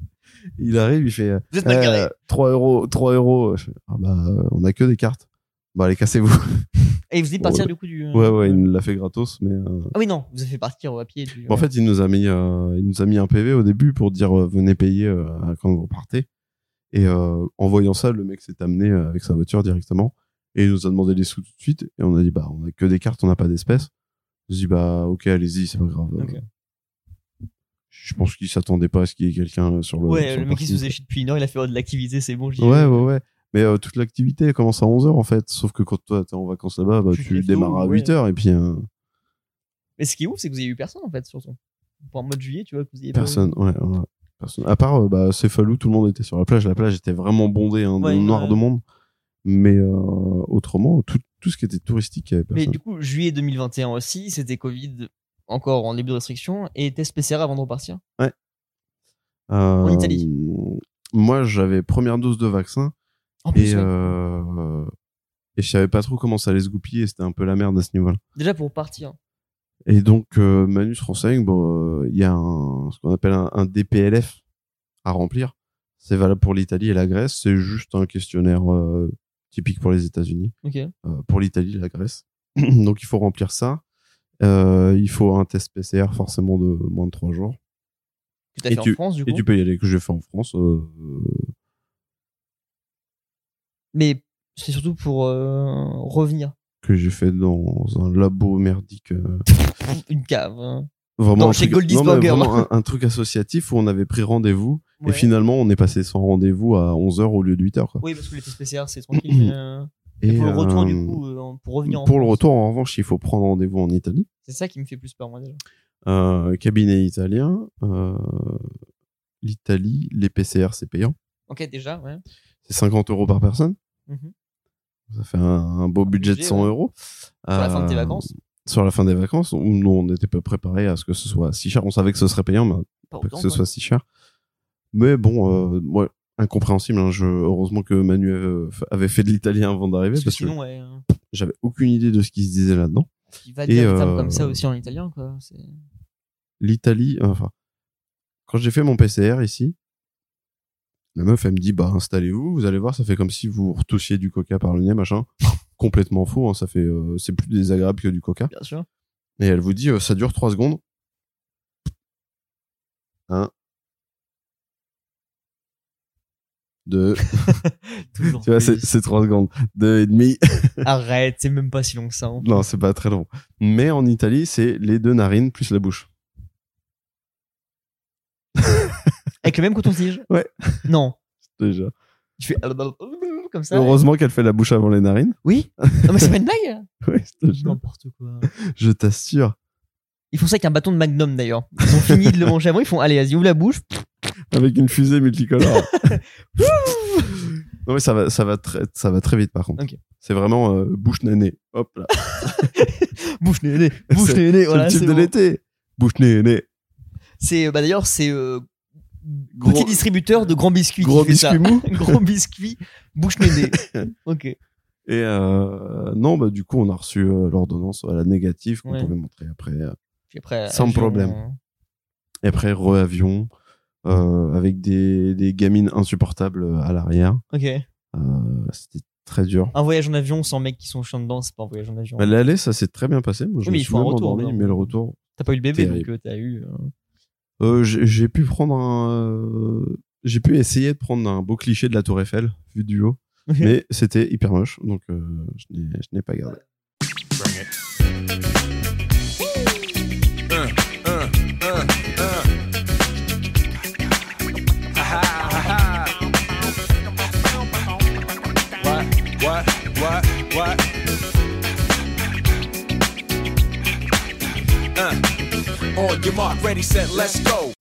Il arrive, il fait euh, Vous êtes mal garé. Eh, 3 euros, 3 euros. Je fais, Ah bah, euh, on a que des cartes. Bah, allez, cassez-vous. Mm. Et vous êtes partir ouais. du coup du. *laughs* Ouais, ouais, il nous l'a fait gratos, mais. euh, Ah oui, non, vous avez fait partir au pied du. Bon, En fait, il nous a mis, euh, il nous a mis un PV au début pour dire euh, venez payer euh, quand vous partez. Et euh, en voyant ça, le mec s'est amené euh, avec sa voiture directement et il nous a demandé des sous tout de suite. Et on a dit bah on a que des cartes, on n'a pas d'espèces. Je dis bah ok allez-y, c'est pas grave. Ok. Euh, Je pense qu'il s'attendait pas à ce qu'il y ait quelqu'un sur le. Ouais, sur le mec qui se parking. faisait chier depuis une heure, il a fait oh, de l'activité, c'est bon, j'y vais. Ouais ouais ouais. Mais euh, toute l'activité elle commence à 11h en fait. Sauf que quand toi t'es en vacances là-bas, bah, Tu te tu lèves démarres tôt, à ouais. 8h et puis euh, Mais ce qui est ouf, c'est que vous avez eu personne en fait, surtout. Pour en mode juillet, tu vois, que vous y avez pas- Personne, ouais, ouais, personne. À part, euh, bah, Céphalou, tout le monde était sur la plage. La plage était vraiment bondée, hein, de Ouais, noir ouais. de monde. Mais euh, autrement, tout, tout ce qui était touristique, il y avait Mais personne. du coup, juillet 2021 aussi, c'était Covid, encore en début de restriction, et test PCR avant de repartir. Euh, Italie. Moi, j'avais première dose de vaccin En plus, et, ouais. euh, et je savais pas trop comment ça allait se goupiller. et C'était un peu la merde à ce niveau-là. déjà pour partir. Et donc, euh, Manu se renseigne. Bon, euh, il y a un, ce qu'on appelle un, un DPLF à remplir. C'est valable pour l'Italie et la Grèce. C'est juste un questionnaire euh, typique pour les États-Unis. Ok. euh, pour l'Italie, la Grèce. *clears throat* Donc il faut remplir ça. Euh, il faut un test PCR forcément de moins de 3 jours. Que t'as Et fait tu- en France, du coup. Et tu peux y aller, E que j'ai fait en France. euh, euh, Mais c'est surtout pour euh, revenir. que j'ai fait dans un labo merdique. euh, Une cave. hein. vraiment Dans- un chez truc, Goldie's non, mais Burger. vraiment un, un truc associatif où on avait pris rendez-vous. Ouais. Et finalement, on est passé sans rendez-vous à 11h au lieu de 8h. Quoi. Oui, parce que les tests PCR, c'est tranquille. mais, euh, Et, pour le retour, euh, du coup, euh, en- pour revenir en Pour le France. retour, en revanche, il faut prendre rendez-vous en Italie. C'est ça qui me fait plus peur, moi, déjà. Euh, cabinet italien. euh, L'Italie, les PCR, c'est payant. Ok, déjà, ouais. C'est 50 euros par personne. Mhm. Ça fait un, un beau budget, budget, de 100 ouais. euros. Sur la fin Euh, de tes vacances. Sur la fin des vacances, où nous, on n'était pas préparé à ce que ce soit si cher. On savait que ce serait payant, mais Pas pas que autant, ce quoi. soit si cher. Mais bon, euh, ouais, incompréhensible. hein. Je, heureusement que Manu euh, f- avait fait de l'italien avant d'arriver, Parce parce, que que sinon, ouais. euh, j'avais aucune idée de ce qui se disait là-dedans. Il va Et, dire des termes euh, comme ça aussi en italien, quoi. c'est- L'Italie, enfin, quand j'ai fait mon PCR ici, La meuf, elle me dit, bah, installez-vous, vous allez voir, ça fait comme si vous retoussiez du coca par le nez, machin. *laughs* Complètement faux, hein, ça fait, euh, c'est plus désagréable que du coca. bien sûr. Et elle vous dit, euh, ça dure 3 secondes. 1. 2. *laughs* Toujours. *laughs* Tu vois, c'est plus. 3 secondes. 2 et demi. Arrête, c'est même pas si long que ça. hein. *laughs* Non, c'est pas très long. Mais en Italie, c'est les deux narines plus la bouche. Avec le même coton-tige *laughs* Ouais. *laughs* Non. Déjà. Tu fais *laughs* comme ça. Heureusement qu'elle fait la bouche avant les narines. *laughs* Oui. Non, mais c'est pas une blague. Ouais, *laughs* je te jure. N'importe quoi. Je t'assure. Ils font ça avec un bâton de Magnum d'ailleurs. Ils ont fini de le manger avant. Ils font allez, vas-y, ouvre la bouche. Avec une fusée multicolore. *laughs* non, mais ça va, ça va très, ça va très vite par contre. Ok. C'est vraiment euh, bouche nénée. Hop là. Bouche les nez. *laughs* Bouche les nez. C'est Voilà, le c'est type de bon. l'été. Bouche nénée. C'est bah d'ailleurs c'est euh, Gros- petit distributeur de grands biscuits. qui Gros fait ça. biscuit mou. *laughs* gros biscuit. Bouche les *laughs* nez. Ok. Et euh, non, bah du coup, on a reçu euh, l'ordonnance à la négative qu'on Ouais. pouvait montrer après. euh, Puis après. Sans avion, problème. euh, Et après, re-avion, euh, avec des, des gamines insupportables euh, à l'arrière. Ok. Euh, C'était très dur. Un voyage en avion sans mecs qui sont chiants dedans, c'est pas un voyage en avion. Bah, L'aller, ça s'est très bien passé. Moi, je Oui, mais il me suis faut un même retour, endormi, non mais le retour. T'as pas eu le bébé donc Terrible. euh, t'as eu. euh, Euh, j'ai j'ai pu prendre un. euh, J'ai pu essayer de prendre un beau cliché de la Tour Eiffel, vu du haut. mais c'était hyper moche, donc euh, je n'ai- je n'ai pas gardé. What, what, what? Uh. On your mark, ready, set, let's go.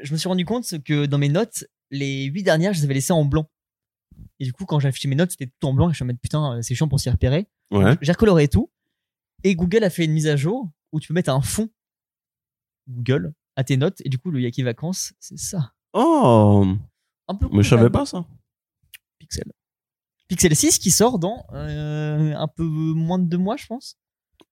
je me suis rendu compte que dans mes notes, les huit dernières, je les avais laissées en blanc. Et du coup, quand j'ai affiché mes notes, c'était tout en blanc. Et je me suis dit, putain, euh, c'est chiant pour s'y repérer. Ouais. J'ai recoloré tout. Et Google a fait une mise à jour où tu peux mettre un fond Google à tes notes. Et du coup, le Yaki Vacances, c'est ça. Oh Un peu Mais je comme savais un pas ça. Pixel. Pixel 6 qui sort dans euh, un peu moins de deux mois, je pense.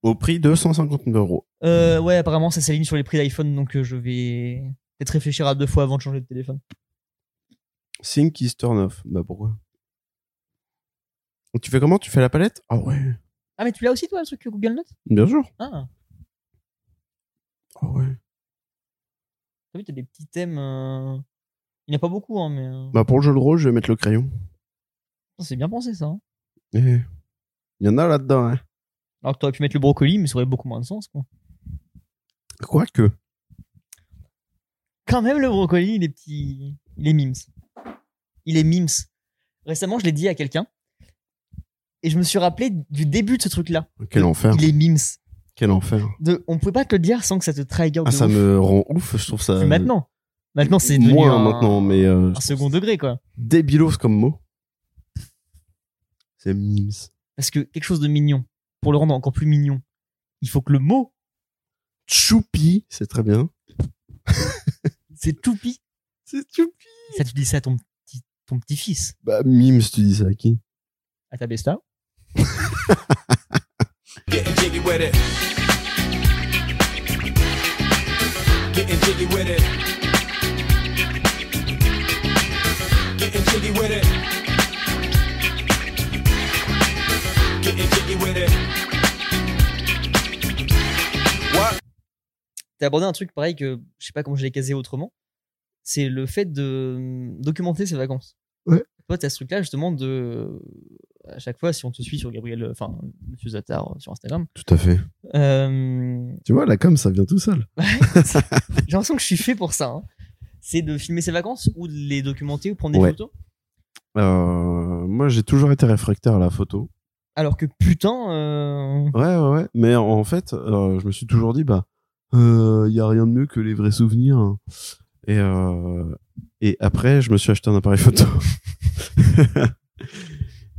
Au prix de 150 euros. Euh, ouais, apparemment, ça s'aligne sur les prix d'iPhone. Donc, euh, je vais peut-être réfléchir à deux fois avant de changer de téléphone. Think is turn off. Bah pourquoi Tu fais comment Tu fais la palette Ah ouais. Ah, mais tu l'as aussi, toi, le truc Google Notes Bien sûr. Ah. Ah ouais. T'as vu, t'as des petits thèmes. euh, Il n'y en a pas beaucoup, hein, mais. euh, Bah pour le jeu de rôle, je vais mettre le crayon. C'est bien pensé, ça. hein. Eh. Il y en a là-dedans, hein. Alors que t'aurais pu mettre le brocoli, mais ça aurait beaucoup moins de sens, quoi. Quoique. Quand même, le brocoli, il est petit. Il est mimes. Il est mimes. Récemment, je l'ai dit à quelqu'un. Et je me suis rappelé du début de ce truc-là. Quel enfer. Il est mimes. Quel enfer. De... On pouvait pas te le dire sans que ça te trigger. Ah, de ça ouf. me rend Oh, ouf, je trouve ça. Plus maintenant. Maintenant, c'est devenu. Moins un... maintenant, mais. euh, Un second degré, quoi. débilos comme mot. C'est mimes. Parce que quelque chose de mignon, pour le rendre encore plus mignon, il faut que le mot, Choupi, c'est très bien. c'est toupi. C'est choupi. Ça, tu dis ça à ton petit, ton petit-fils. Bah, mimes, tu dis ça à qui à ta besta. Getting jiggy with it. Getting jiggy with it. Getting jiggy with it. Getting jiggy with it. What? T'as abordé un truc pareil que je sais pas comment je l'ai casé autrement. C'est le fait de euh, documenter ses vacances. Ouais. Toi, t'as ce truc-là justement de. euh, À chaque fois, si on te suit sur Gabriel, euh, enfin, Monsieur Zatar euh, sur Instagram, Tout à fait. euh, *laughs* Tu vois, la com, ça vient tout seul. j'ai l'impression que je suis fait pour ça. hein. C'est de filmer ses vacances ou de les documenter ou prendre des Ouais. photos. Euh, moi, j'ai toujours été réfractaire à la photo. Alors que putain, euh, Ouais, ouais, ouais. Mais en fait, euh, je me suis toujours dit, bah, il y a rien de mieux que les vrais souvenirs. hein. Et, euh, et après, je me suis acheté un appareil photo. *laughs*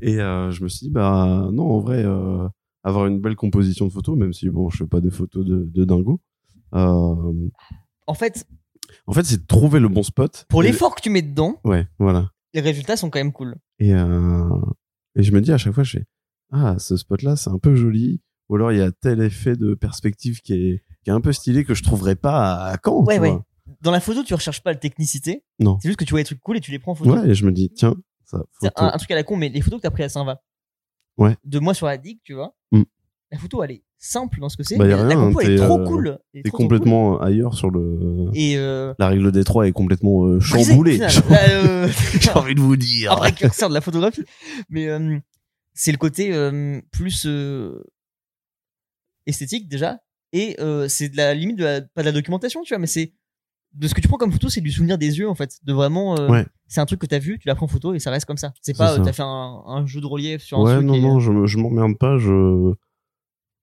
et euh, je me suis dit, bah, non, en vrai, euh, avoir une belle composition de photos, même si, bon, je fais pas des photos de, de dingo. Euh, en fait, en fait, c'est de trouver le bon spot. pour Et- l'effort que tu mets dedans, Ouais, voilà. les résultats sont quand même cool. Et, euh, et je me dis à chaque fois, je fais Ah, ce spot-là, c'est un peu joli. Ou alors, il y a tel effet de perspective qui est, qui est un peu stylé que je trouverais pas à Caen. Ouais, tu ouais. vois. dans la photo, tu recherches pas la technicité. Non. C'est juste que tu vois des trucs cool et tu les prends en photo. Ouais, et je me dis, tiens, ça, C'est photo. un, un truc à la con, mais les photos que t'as prises à Saint-Va. Ouais. De moi sur la digue, tu vois. Mm. La photo, elle est simple dans ce que c'est. Bah, y a mais la rien, compo, elle est t'es, trop euh, cool. Elle est T'es trop, trop cool. complètement ailleurs sur le. Et euh, La règle des trois est complètement euh, brisé, *laughs* chamboulée. *laughs* au final. Là, euh, J'ai envie de vous dire. un précurseur de la photographie. Mais euh, c'est le côté euh, plus euh, esthétique déjà. Et euh, c'est de la limite, de la- pas de la documentation, tu vois, mais c'est de ce que tu prends comme photo, c'est du souvenir des yeux en fait. De vraiment, euh, Ouais. c'est un truc que t'as vu, tu l'as pris en photo et ça reste comme ça. C'est C'est pas, euh, ça. t'as fait un, un jeu de relief sur un Ouais, truc. non, et- non, je, me- je m'emmerde pas. Je...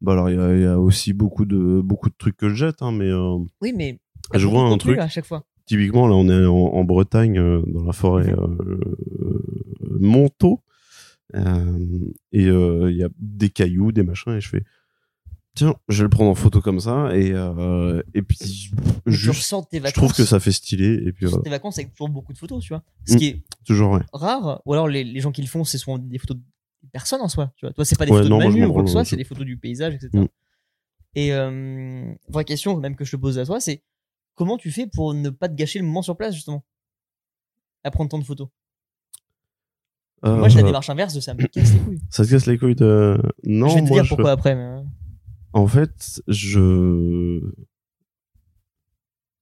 Bah alors, il y, a- il y a aussi beaucoup de, beaucoup de trucs que je jette, hein, mais euh, Oui, mais je vois un truc. à chaque fois. Typiquement, là, on est en, en Bretagne, euh, dans la forêt euh, euh, Montaut. Euh, et euh, il y a des cailloux, des machins, et je fais tiens, je vais le prendre en photo comme ça. Et, euh, et puis, Je juste, ressens tes je vacances. trouve que ça fait stylé. Et puis, tu ressors voilà, tes vacances avec toujours beaucoup de photos, tu vois. Ce Mm. qui est toujours, ouais. rare, ou alors les, les gens qui le font, c'est souvent des photos de personnes en soi. Tu vois, toi, c'est pas des Ouais, photos non, de moi, je Manu m'en ou quoi que branle, ce soit, je- c'est des photos du paysage, etc. Mm. Et euh, vraie question, même que je te pose à toi, c'est comment tu fais pour ne pas te gâcher le moment sur place, justement À prendre tant de photos. Moi, j'ai la Euh, démarche inverse de ça, me casse les couilles. Ça te casse les couilles de. *clears throat* Non, je vais te moi, dire je- pourquoi après. mais, euh, En fait, je.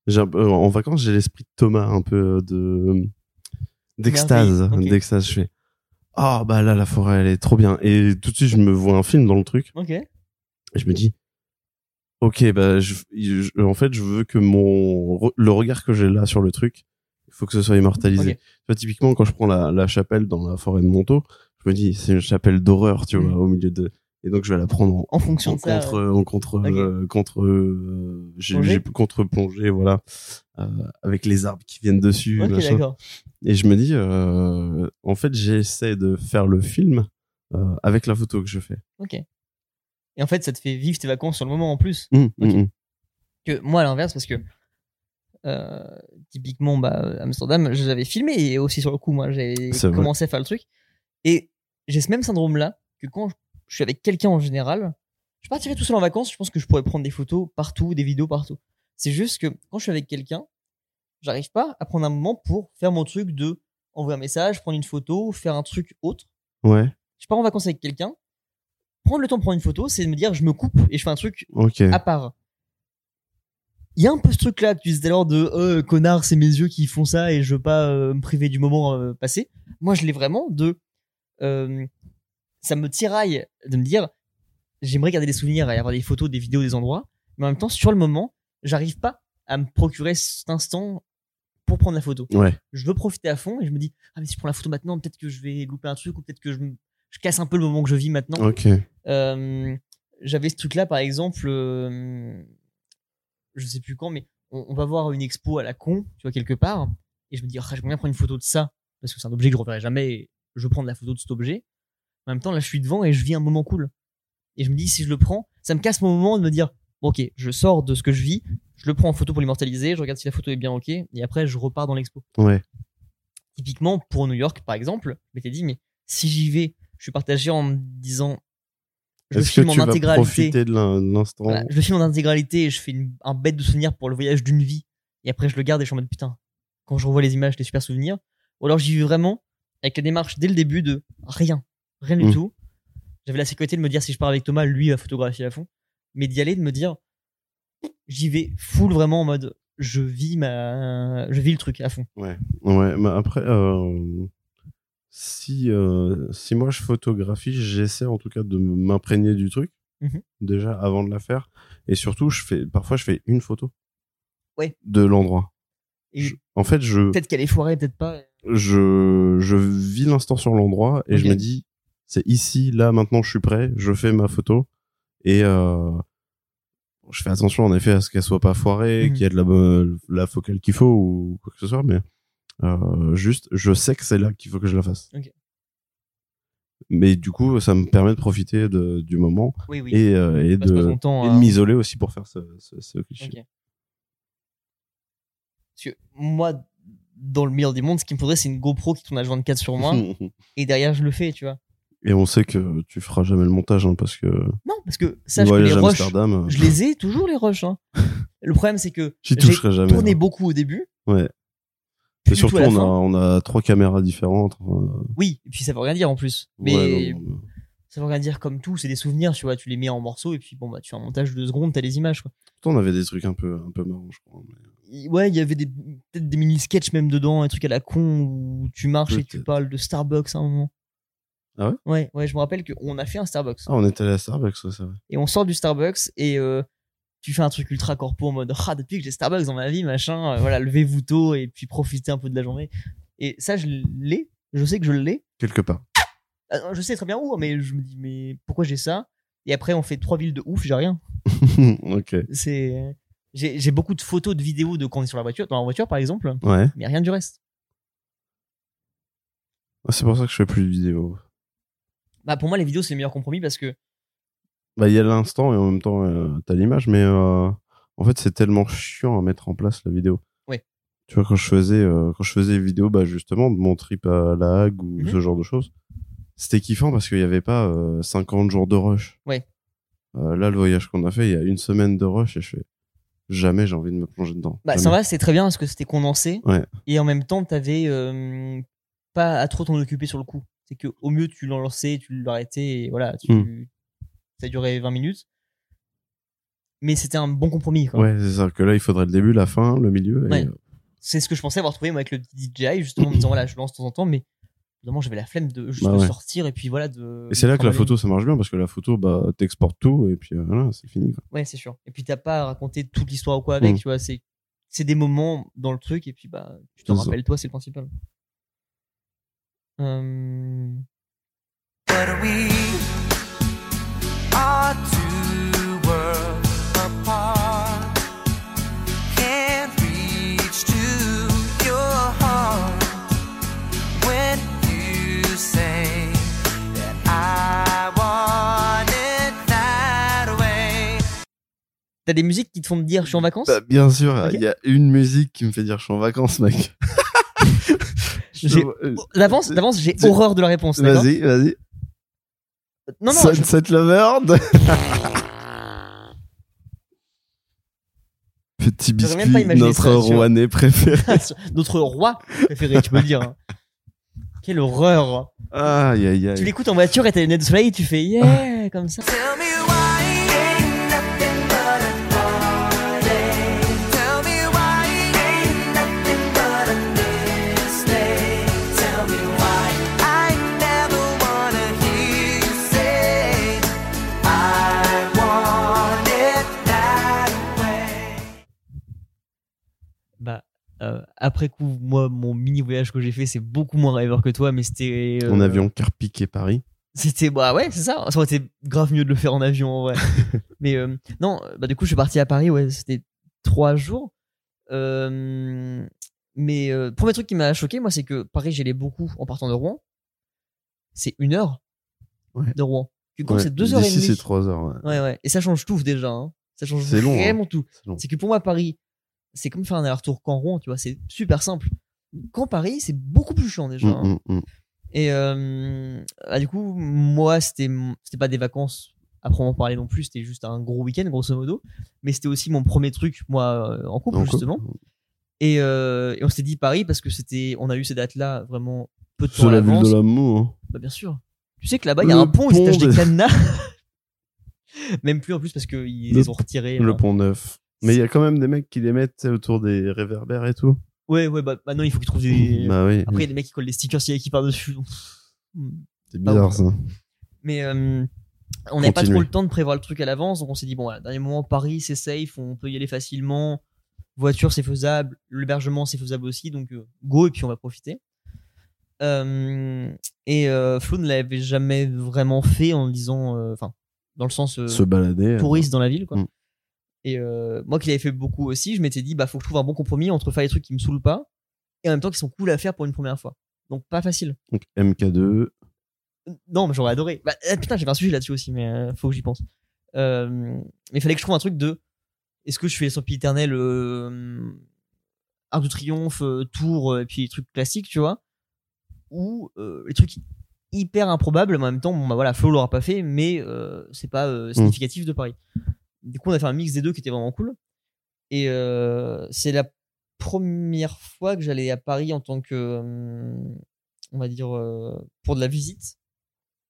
j'ai un peu- euh, En vacances, j'ai l'esprit de Thomas, un peu de. d'extase. Merveille, ok. D'extase, je fais. Ah, bah là, la forêt, elle est trop bien. Et tout de suite, je me vois un film dans le truc. Ok. Et je me dis. Ok, bah, je, je- en fait, je veux que mon. re- le regard que j'ai là sur le truc, il faut que ce soit immortalisé. Ok. Tu vois, typiquement, quand je prends la, la chapelle dans la forêt de Montaut, je me dis, c'est une chapelle d'horreur, tu vois, Mm. au milieu de. Et donc, je vais la prendre en, En fonction en de ça. contre, euh, en contre, Ok. euh, contre, euh, j'ai- Plongée. j'ai contre plongée, voilà, euh, avec les arbres qui viennent dessus. Ok, machin. d'accord. et je me dis, euh, en fait, j'essaie de faire le film euh, avec la photo que je fais. Ok. Et en fait, ça te fait vivre tes vacances sur le moment en plus. Mm, mm, Ok. mm. que moi à l'inverse parce que euh, typiquement bah, Amsterdam je l'avais filmé et aussi sur le coup moi j'ai C'est vrai. commencé à faire le truc et j'ai ce même syndrome là que quand je- je suis avec quelqu'un en général je partirais tout seul en vacances je pense que je pourrais prendre des photos partout des vidéos partout c'est juste que quand je suis avec quelqu'un j'arrive pas à prendre un moment pour faire mon truc de envoyer un message prendre une photo faire un truc autre Ouais, je pars en vacances avec quelqu'un prendre le temps de prendre une photo c'est de me dire je me coupe et je fais un truc ok. à part. Il y a un peu ce truc-là que tu disais alors de euh, connard, c'est mes yeux qui font ça et je veux pas euh, me priver du moment euh, passé. Moi, je l'ai vraiment de. euh, ça me tiraille de me dire j'aimerais garder des souvenirs et avoir des photos, des vidéos, des endroits, mais en même temps, sur le moment, j'arrive pas à me procurer cet instant pour prendre la photo. Ouais, Je veux profiter à fond et je me dis ah, mais si je prends la photo maintenant, peut-être que je vais louper un truc ou peut-être que je, me- je casse un peu le moment que je vis maintenant. ok. Euh, j'avais ce truc là par exemple euh, je sais plus quand mais on, on va voir une expo à la con tu vois quelque part et je me dis Ah, j'aimerais bien prendre une photo de ça parce que c'est un objet que je reverrai jamais et je veux prendre la photo de cet objet en même temps là je suis devant et je vis un moment cool et je me dis si je le prends ça me casse mon moment de me dire Bon, ok je sors de ce que je vis je le prends en photo pour l'immortaliser je regarde si la photo est bien ok et après je repars dans l'expo Ouais, typiquement pour New York par exemple je m'étais dit mais si j'y vais je suis partagé en me disant je le est-ce que filme en tu vas intégralité profiter de l'in- de l'instant voilà, je le filme en intégralité et je fais une- un bête de souvenir pour le voyage d'une vie et après je le garde et je suis en mode putain quand je revois les images les super souvenirs ou alors j'y vais vraiment avec la démarche dès le début de rien rien du Mm. tout j'avais la sécurité de me dire si je pars avec Thomas lui il va photographier à fond mais d'y aller de me dire j'y vais full vraiment en mode je vis ma je vis le truc à fond Mmh. Ouais, mais après, euh, si, euh, si moi je photographie, j'essaie en tout cas de m'imprégner du truc, Mhm. déjà avant de la faire. Et surtout, je fais, parfois je fais une photo Ouais. de l'endroit. et Je- En fait, je, peut-être qu'elle est foirée peut-être pas je, je vis l'instant sur l'endroit et je Ok. me dis, c'est ici, là, maintenant je suis prêt, je fais ma photo et euh, je fais attention en effet à ce qu'elle soit pas foirée, Mhm. qu'il y ait de la, bonne- la focale qu'il faut ou quoi que ce soit, mais euh, juste, je sais que c'est là qu'il faut que je la fasse. Ok. Mais du coup, ça me permet de profiter de- du moment oui oui et, euh, et Je passe pas de, son temps et de à- m'isoler aussi pour faire ce, ce, ce cliché. Ok. Parce que moi, dans le meilleur des mondes, ce qu'il me faudrait, c'est une GoPro qui tourne à 24 sur moi. et derrière, je le fais, tu vois. *laughs* Et on sait que tu feras jamais le montage, hein, parce que Non, parce que sache que les voyage à rushs, Amsterdam, je les ai toujours les rushs. *laughs* hein. Le problème c'est que j'y j'ai toucherai jamais. hein. tourné beaucoup au début. Ouais. plus Et du tout surtout, à la on a, fin. on a trois caméras différentes. euh, Oui, et puis ça veut rien dire en plus. Mais ouais, bon, bon. ça veut rien dire comme tout, c'est des souvenirs, tu vois, tu les mets en morceaux et puis bon bah tu fais un montage de deux secondes, t'as les images quoi. Pourtant, on avait des trucs un peu, un peu marrants, je crois. mais Il- Ouais, il y avait des- peut-être des mini sketchs même dedans, un truc à la con où tu marches et tu Peut-être. parles de Starbucks à un moment. Ah ouais Ouais, ouais, je me rappelle qu'on a fait un Starbucks. Ah, on était allé à Starbucks, ouais, c'est vrai. et on sort du Starbucks et euh, tu fais un truc ultra corpo en mode ah depuis que j'ai Starbucks dans ma vie machin euh, voilà levez-vous tôt et puis profitez un peu de la journée et ça je l'ai je sais que je l'ai Quelque part. Ah non, je sais très bien où mais je me dis mais pourquoi j'ai ça et après on fait trois villes de ouf j'ai rien *laughs* ok. c'est j'ai j'ai beaucoup de photos de vidéos de quand on est sur la voiture dans la voiture par exemple Ouais. mais rien du reste Ah, C'est pour ça que je fais plus de vidéos. bah pour moi les vidéos c'est le meilleur compromis parce que Bah, il y a l'instant et en même temps, euh, t'as l'image, mais euh, en fait, c'est tellement chiant à mettre en place la vidéo. Ouais. Tu vois, quand je faisais, euh, quand je faisais des vidéos, bah, justement, de mon trip à La Hague ou Mhm. ce genre de choses, c'était kiffant parce qu'il n'y avait pas euh, 50 jours de rush. Ouais. Euh, là, le voyage qu'on a fait, il y a une semaine de rush et je fais jamais j'ai envie de me plonger dedans. bah ça Jamais. va c'est très bien parce que c'était condensé Ouais. et en même temps t'avais euh, pas à trop t'en occuper sur le coup c'est que au mieux tu l'en lançais tu l'arrêtais et voilà tu- Hmm. ça durait 20 minutes mais c'était un bon compromis quoi. Ouais, c'est ça. Que là, il faudrait le début, la fin, le milieu. et, Ouais. euh, c'est ce que je pensais avoir trouvé moi, avec le petit DJI justement en me disant voilà je lance de temps en temps mais vraiment j'avais la flemme de juste Bah de ouais. sortir et puis voilà de et c'est là que la trembler. photo, ça marche bien parce que la photo, bah, t'exportes tout et puis euh, voilà, c'est fini. quoi. ouais c'est sûr et puis t'as pas à raconter toute l'histoire ou quoi avec Mm. tu vois c'est c'est des moments dans le truc et puis bah tu te C'est ça. rappelles toi c'est le principal Euh, But we are two worlds apart. Can't reach to your heart when you say that I want it that way. T'as des musiques qui te font te dire je suis en vacances Bah, bien sûr, il Ok. y a une musique qui me fait dire je suis en vacances, mec. Je- *laughs* J'ai- euh, Oh, D'avance, C'est- d'avance, j'ai c'est- horreur de la réponse. d'accord Vas-y, vas-y. Non, non, *laughs* je- Sunset Lover. Petit J'aurais même biscuit, pas imaginé notre ça, tu vois. *laughs* Rouennais préféré. notre roi préféré, tu peux le dire. hein. Quelle horreur. Aïe, aïe, Tu aïe. l'écoutes en voiture et t'as les lunettes de soleil, tu fais yeah, comme ça. Tell me why it ain't nothing but a party. Tell me why it ain't nothing but a mistake. Tell me why I never wanna hear you say I want it that way. Bah, euh, après coup, moi, mon mini voyage que j'ai fait, c'est beaucoup moins rêveur que toi, mais c'était. euh, En avion, Carpic et Paris. C'était, bah ouais, c'est ça. Ça aurait été grave mieux de le faire en avion, *laughs* en vrai. Mais euh, non, bah du coup, je suis parti à Paris, ouais, c'était trois jours. Euh, mais euh, premier truc qui m'a choqué, moi, c'est que Paris, j'allais beaucoup en partant de Rouen. C'est une heure Ouais. de Rouen. Du coup, Ouais. c'est deux heures et D'ici, c'est demie. trois heures. ouais. Ouais, ouais. Et ça change tout déjà. hein. Ça change C'est long, vraiment tout. C'est long. C'est que pour moi, Paris, c'est comme faire un aller-retour qu'en Rouen, tu vois, c'est super simple. Qu'en Paris, c'est beaucoup plus chiant déjà. Mm, hein. mm, mm. Et euh, bah, du coup, moi, c'était c'était pas des vacances à proprement parler non plus, c'était juste un gros week-end, grosso modo. Mais c'était aussi mon premier truc, moi, euh, en couple, Donc, justement. Et, euh, et on s'était dit Paris parce que c'était, on a eu ces dates-là vraiment peu de Sur temps à la ville l'avance. de l'amour. hein, Bah, bien sûr. Tu sais que là-bas, il y a Le un pont, ils se pont tachent des de- cadenas. *laughs* Même plus en plus parce qu'ils Le- les ont retirés. Le voilà. pont neuf. Mais il y a quand même des mecs qui les mettent tu sais, autour des réverbères et tout. Ouais, ouais, bah, bah non, il faut qu'ils trouvent des. Bah oui. Après, il y a des mecs qui collent des stickers s'il y a qui par-dessus. donc. C'est bizarre Ah, ça. Mais euh, on n'avait pas Continuez. trop le temps de prévoir le truc à l'avance, donc on s'est dit, bon, voilà, dernier moment, Paris, c'est safe, on peut y aller facilement, voiture, c'est faisable, l'hébergement, c'est faisable aussi, donc euh, go, et puis on va profiter. Euh, et euh, Flo ne l'avait jamais vraiment fait en disant, euh, enfin, dans le sens euh, Se balader. touriste dans la ville, quoi. Mm. Et euh, moi qui l'avais fait beaucoup aussi, je m'étais dit, bah, faut que je trouve un bon compromis entre faire des trucs qui me saoulent pas, et en même temps qui sont cool à faire pour une première fois. Donc pas facile. Donc, MK2. Non, mais j'aurais adoré. Bah, ah, putain, j'avais un sujet là-dessus aussi, mais euh, faut que j'y pense. Euh, mais il fallait que je trouve un truc de. Est-ce que je fais les sorties éternelles euh, Arc de Triomphe, euh, Tours, euh, et puis les trucs classiques, tu vois Ou euh, les trucs hyper improbable. Mais en même temps, bon, bah voilà, Flo l'aura pas fait, mais euh, c'est pas euh, significatif de Paris. Du coup, on a fait un mix des deux qui était vraiment cool. Et euh, c'est la première fois que j'allais à Paris en tant que, euh, on va dire, euh, pour de la visite,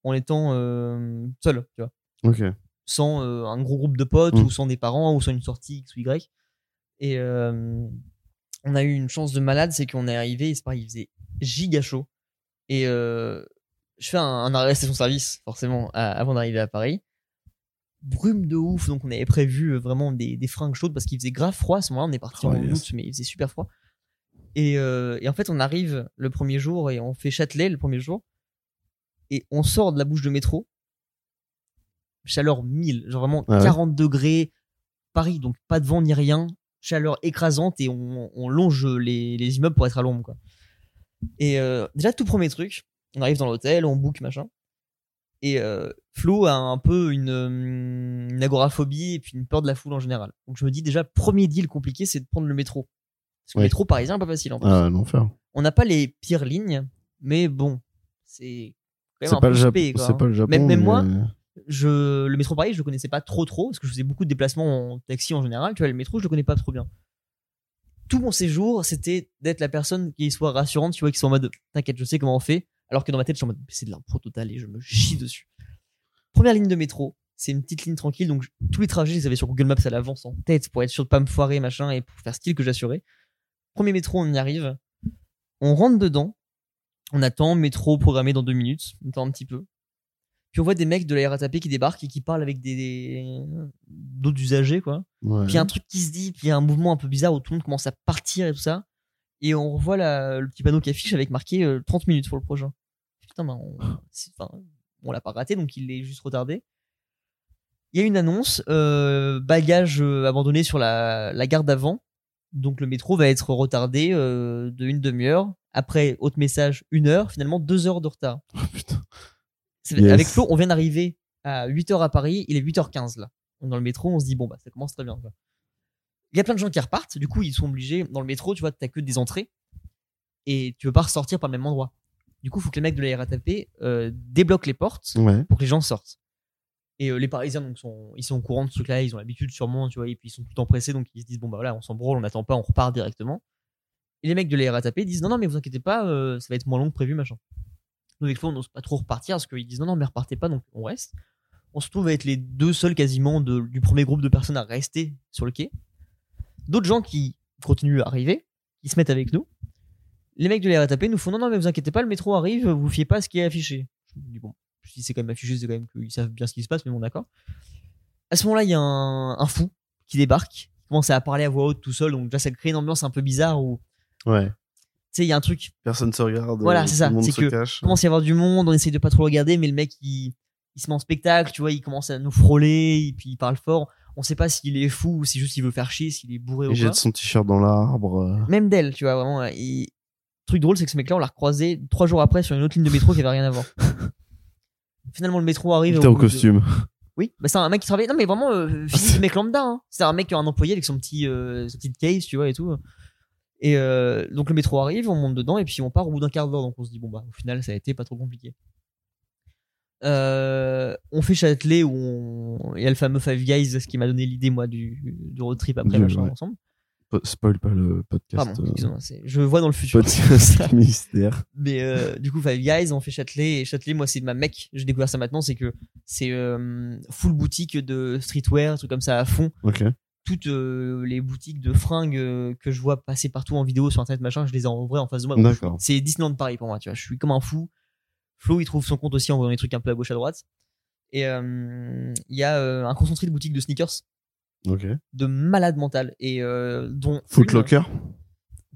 en étant euh, seul, tu vois Ok. sans euh, un gros groupe de potes Mm. ou sans des parents ou sans une sortie X ou Y. Et euh, on a eu une chance de malade, c'est qu'on est arrivé, et c'est pareil, il faisait giga chaud. Et euh, je fais un, un arrêt station service, forcément, à- avant d'arriver à Paris. Brume de ouf, donc on avait prévu euh, vraiment des, des fringues chaudes parce qu'il faisait grave froid à ce moment-là. On est parti Oh, en yes. août, mais il faisait super froid. Et, euh, et en fait, on arrive le premier jour et on fait Châtelet le premier jour. Et on sort de la bouche de métro. Chaleur 1000, genre vraiment Ah ouais. 40 degrés. Paris, donc pas de vent ni rien. Chaleur écrasante et on, on longe les, les immeubles pour être à l'ombre. quoi. Et euh, déjà, tout premier truc, on arrive dans l'hôtel, on book, machin. Et euh, Flo a un peu une, euh, une agoraphobie et puis une peur de la foule en général. Donc je me dis déjà, premier deal compliqué, c'est de prendre le métro. Parce que Ouais. le métro parisien, pas facile en plus. Ah, l'enfer. On n'a pas les pires lignes, mais bon, c'est quand même C'est un pas, peu le Jap- spé, quoi, c'est hein. pas le Japon. Même- même mais- moi, je, le métro Paris, je le connaissais pas trop trop, parce que je faisais beaucoup de déplacements en taxi en général. Tu vois, le métro, je le connais pas trop bien. Tout mon séjour, c'était d'être la personne qui soit rassurante, tu vois, qui soit en mode t'inquiète, je sais comment on fait. Alors que dans ma tête, je suis en mode c'est de l'impro total et je me chie dessus. Première ligne de métro, c'est une petite ligne tranquille, donc je- tous les trajets, je les avais sur Google Maps à l'avance en tête pour être sûr de pas me foirer, machin, et pour faire style que j'assurais. Premier métro, on y arrive. On rentre dedans. On attend, métro programmé dans deux minutes. On attend un petit peu. Puis on voit des mecs de la RATP qui débarquent et qui parlent avec des- des d'autres usagers quoi. Ouais. Puis il y a un truc qui se dit, puis il y a un mouvement un peu bizarre où tout le monde commence à partir et tout ça. Et on revoit la- le petit panneau qui affiche avec marqué euh, 30 minutes pour le prochain. Putain, ben, on, c'est- enfin, on l'a pas raté, donc il est juste retardé. Il y a une annonce, euh, bagage euh, abandonné sur la, la gare d'avant. Donc le métro va être retardé euh, de une demi-heure. Après, autre message, une heure. Finalement, deux heures de retard. Oh, *laughs* putain. C'est- Yes. Avec Flo, on vient d'arriver à 8h à Paris, il est 8h15 là. On est Dans le métro, on se dit, bon, bah, ça commence très bien. quoi. Il y a plein de gens qui repartent, du coup, ils sont obligés, dans le métro, tu vois, t'as que des entrées et tu peux pas ressortir par le même endroit. Du coup, faut que les mecs de la RATP euh, débloquent les portes Ouais. pour que les gens sortent. Et euh, les Parisiens, donc, sont, ils sont au courant de ce truc-là, ils ont l'habitude sûrement, tu vois, et puis ils sont tout empressés, donc ils se disent, bon, bah voilà, on s'en branle, on n'attend pas, on repart directement. Et les mecs de la RATP disent, non, non, mais vous inquiétez pas, euh, ça va être moins long que prévu, machin. Nous, avec Flo, on n'ose pas trop repartir parce qu'ils disent, non, non, mais repartez pas, donc on reste. On se trouve à être les deux seuls quasiment de- du premier groupe de personnes à rester sur le quai. D'autres gens qui continuent à arriver, qui se mettent avec nous. Les mecs de la RATP nous font, non, non, mais vous inquiétez pas, le métro arrive, vous fiez pas à ce qui est affiché. Je me dis, bon, si c'est quand même affiché, c'est quand même qu'ils savent bien ce qui se passe, mais bon, d'accord. À ce moment-là, il y a un, un fou qui débarque, qui commence à parler à voix haute tout seul, donc déjà ça crée une ambiance un peu bizarre où, Ouais. tu sais, il y a un truc, Personne se regarde. Voilà, euh, c'est tout ça, Le monde c'est se que- cache. il commence à y avoir du monde, on essaye de pas trop le regarder, mais le mec, il, il se met en spectacle, tu vois, il commence à nous frôler, et puis il parle fort. On sait pas s'il est fou ou si juste il veut faire chier, s'il est bourré Il ou pas. jette son t-shirt dans l'arbre. euh. Même d'elle, tu vois, vraiment. euh, il- Truc drôle, c'est que ce mec-là, on l'a recroisé trois jours après sur une autre ligne de métro qui avait rien à voir. *laughs* Finalement, le métro Il arrive. était au en bout de- costume. Oui, bah c'est un mec qui travaille. Non, mais vraiment, euh, physique de mec lambda. Hein. C'est un mec qui a un employé avec son petit, euh, sa petite case, tu vois, et tout. Et euh, donc le métro arrive, on monte dedans, et puis on part au bout d'un quart d'heure. Donc on se dit, bon, bah, au final, ça a été pas trop compliqué. Euh, on fait Châtelet où on... il y a le fameux Five Guys, ce qui m'a donné l'idée, moi, du, du road trip après, Du- machin, ouais. ensemble. Po- Spoil pas le podcast. Pardon, euh, excusez-moi, c'est- je vois dans le futur. *laughs* Podcast mystère. Mais euh, du coup, Five Guys, on fait Châtelet. Et Châtelet, moi, c'est ma mec. J'ai découvert ça maintenant. C'est que c'est euh, full boutique de streetwear, trucs comme ça à fond. Ok. Toutes euh, les boutiques de fringues euh, que je vois passer partout en vidéo sur internet, machin, je les ai en vrai en face de moi. D'accord. C'est Disneyland Paris pour moi, tu vois. Je suis comme un fou. Flo, il trouve son compte aussi en voyant des trucs un peu à gauche à droite. Et euh, il y a euh, un concentré de boutiques de sneakers Ok. de malade mental et euh, dont une- Footlocker.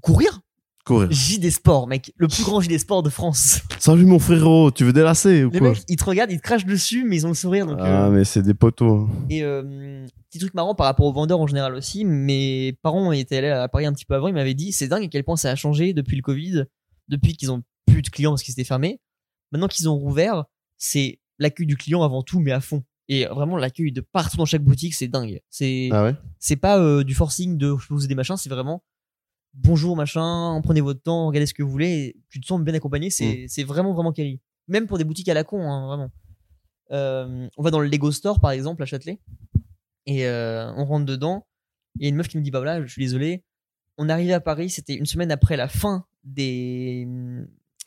courir *laughs* Courir. JD Sport mec le plus grand JD Sport de France Salut mon frérot, tu veux délasser ou Les quoi mecs, ils te regardent, ils te crachent dessus, mais ils ont le sourire. Donc, Ah, euh, mais c'est des poteaux. hein. Et euh, petit truc marrant par rapport aux vendeurs en général aussi, mes parents étaient allés à Paris un petit peu avant, ils m'avaient dit c'est dingue à quel point ça a changé depuis le Covid, depuis qu'ils ont plus de clients parce qu'ils étaient fermés. Maintenant qu'ils ont rouvert, c'est l'accueil du client avant tout, mais à fond. Et vraiment, l'accueil de partout dans chaque boutique, c'est dingue. C'est Ah ouais c'est pas euh, du forcing de je peux vous aider machin, c'est vraiment bonjour machin, prenez votre temps, regardez ce que vous voulez, et tu te sens bien accompagné, c'est c'est vraiment vraiment quali. Même pour des boutiques à la con, hein, vraiment. Euh, on va dans le Lego Store, par exemple, à Châtelet. Et euh, on rentre dedans. Il y a une meuf qui me dit, bah voilà, je suis désolé. On arrivait à Paris, c'était une semaine après la fin des,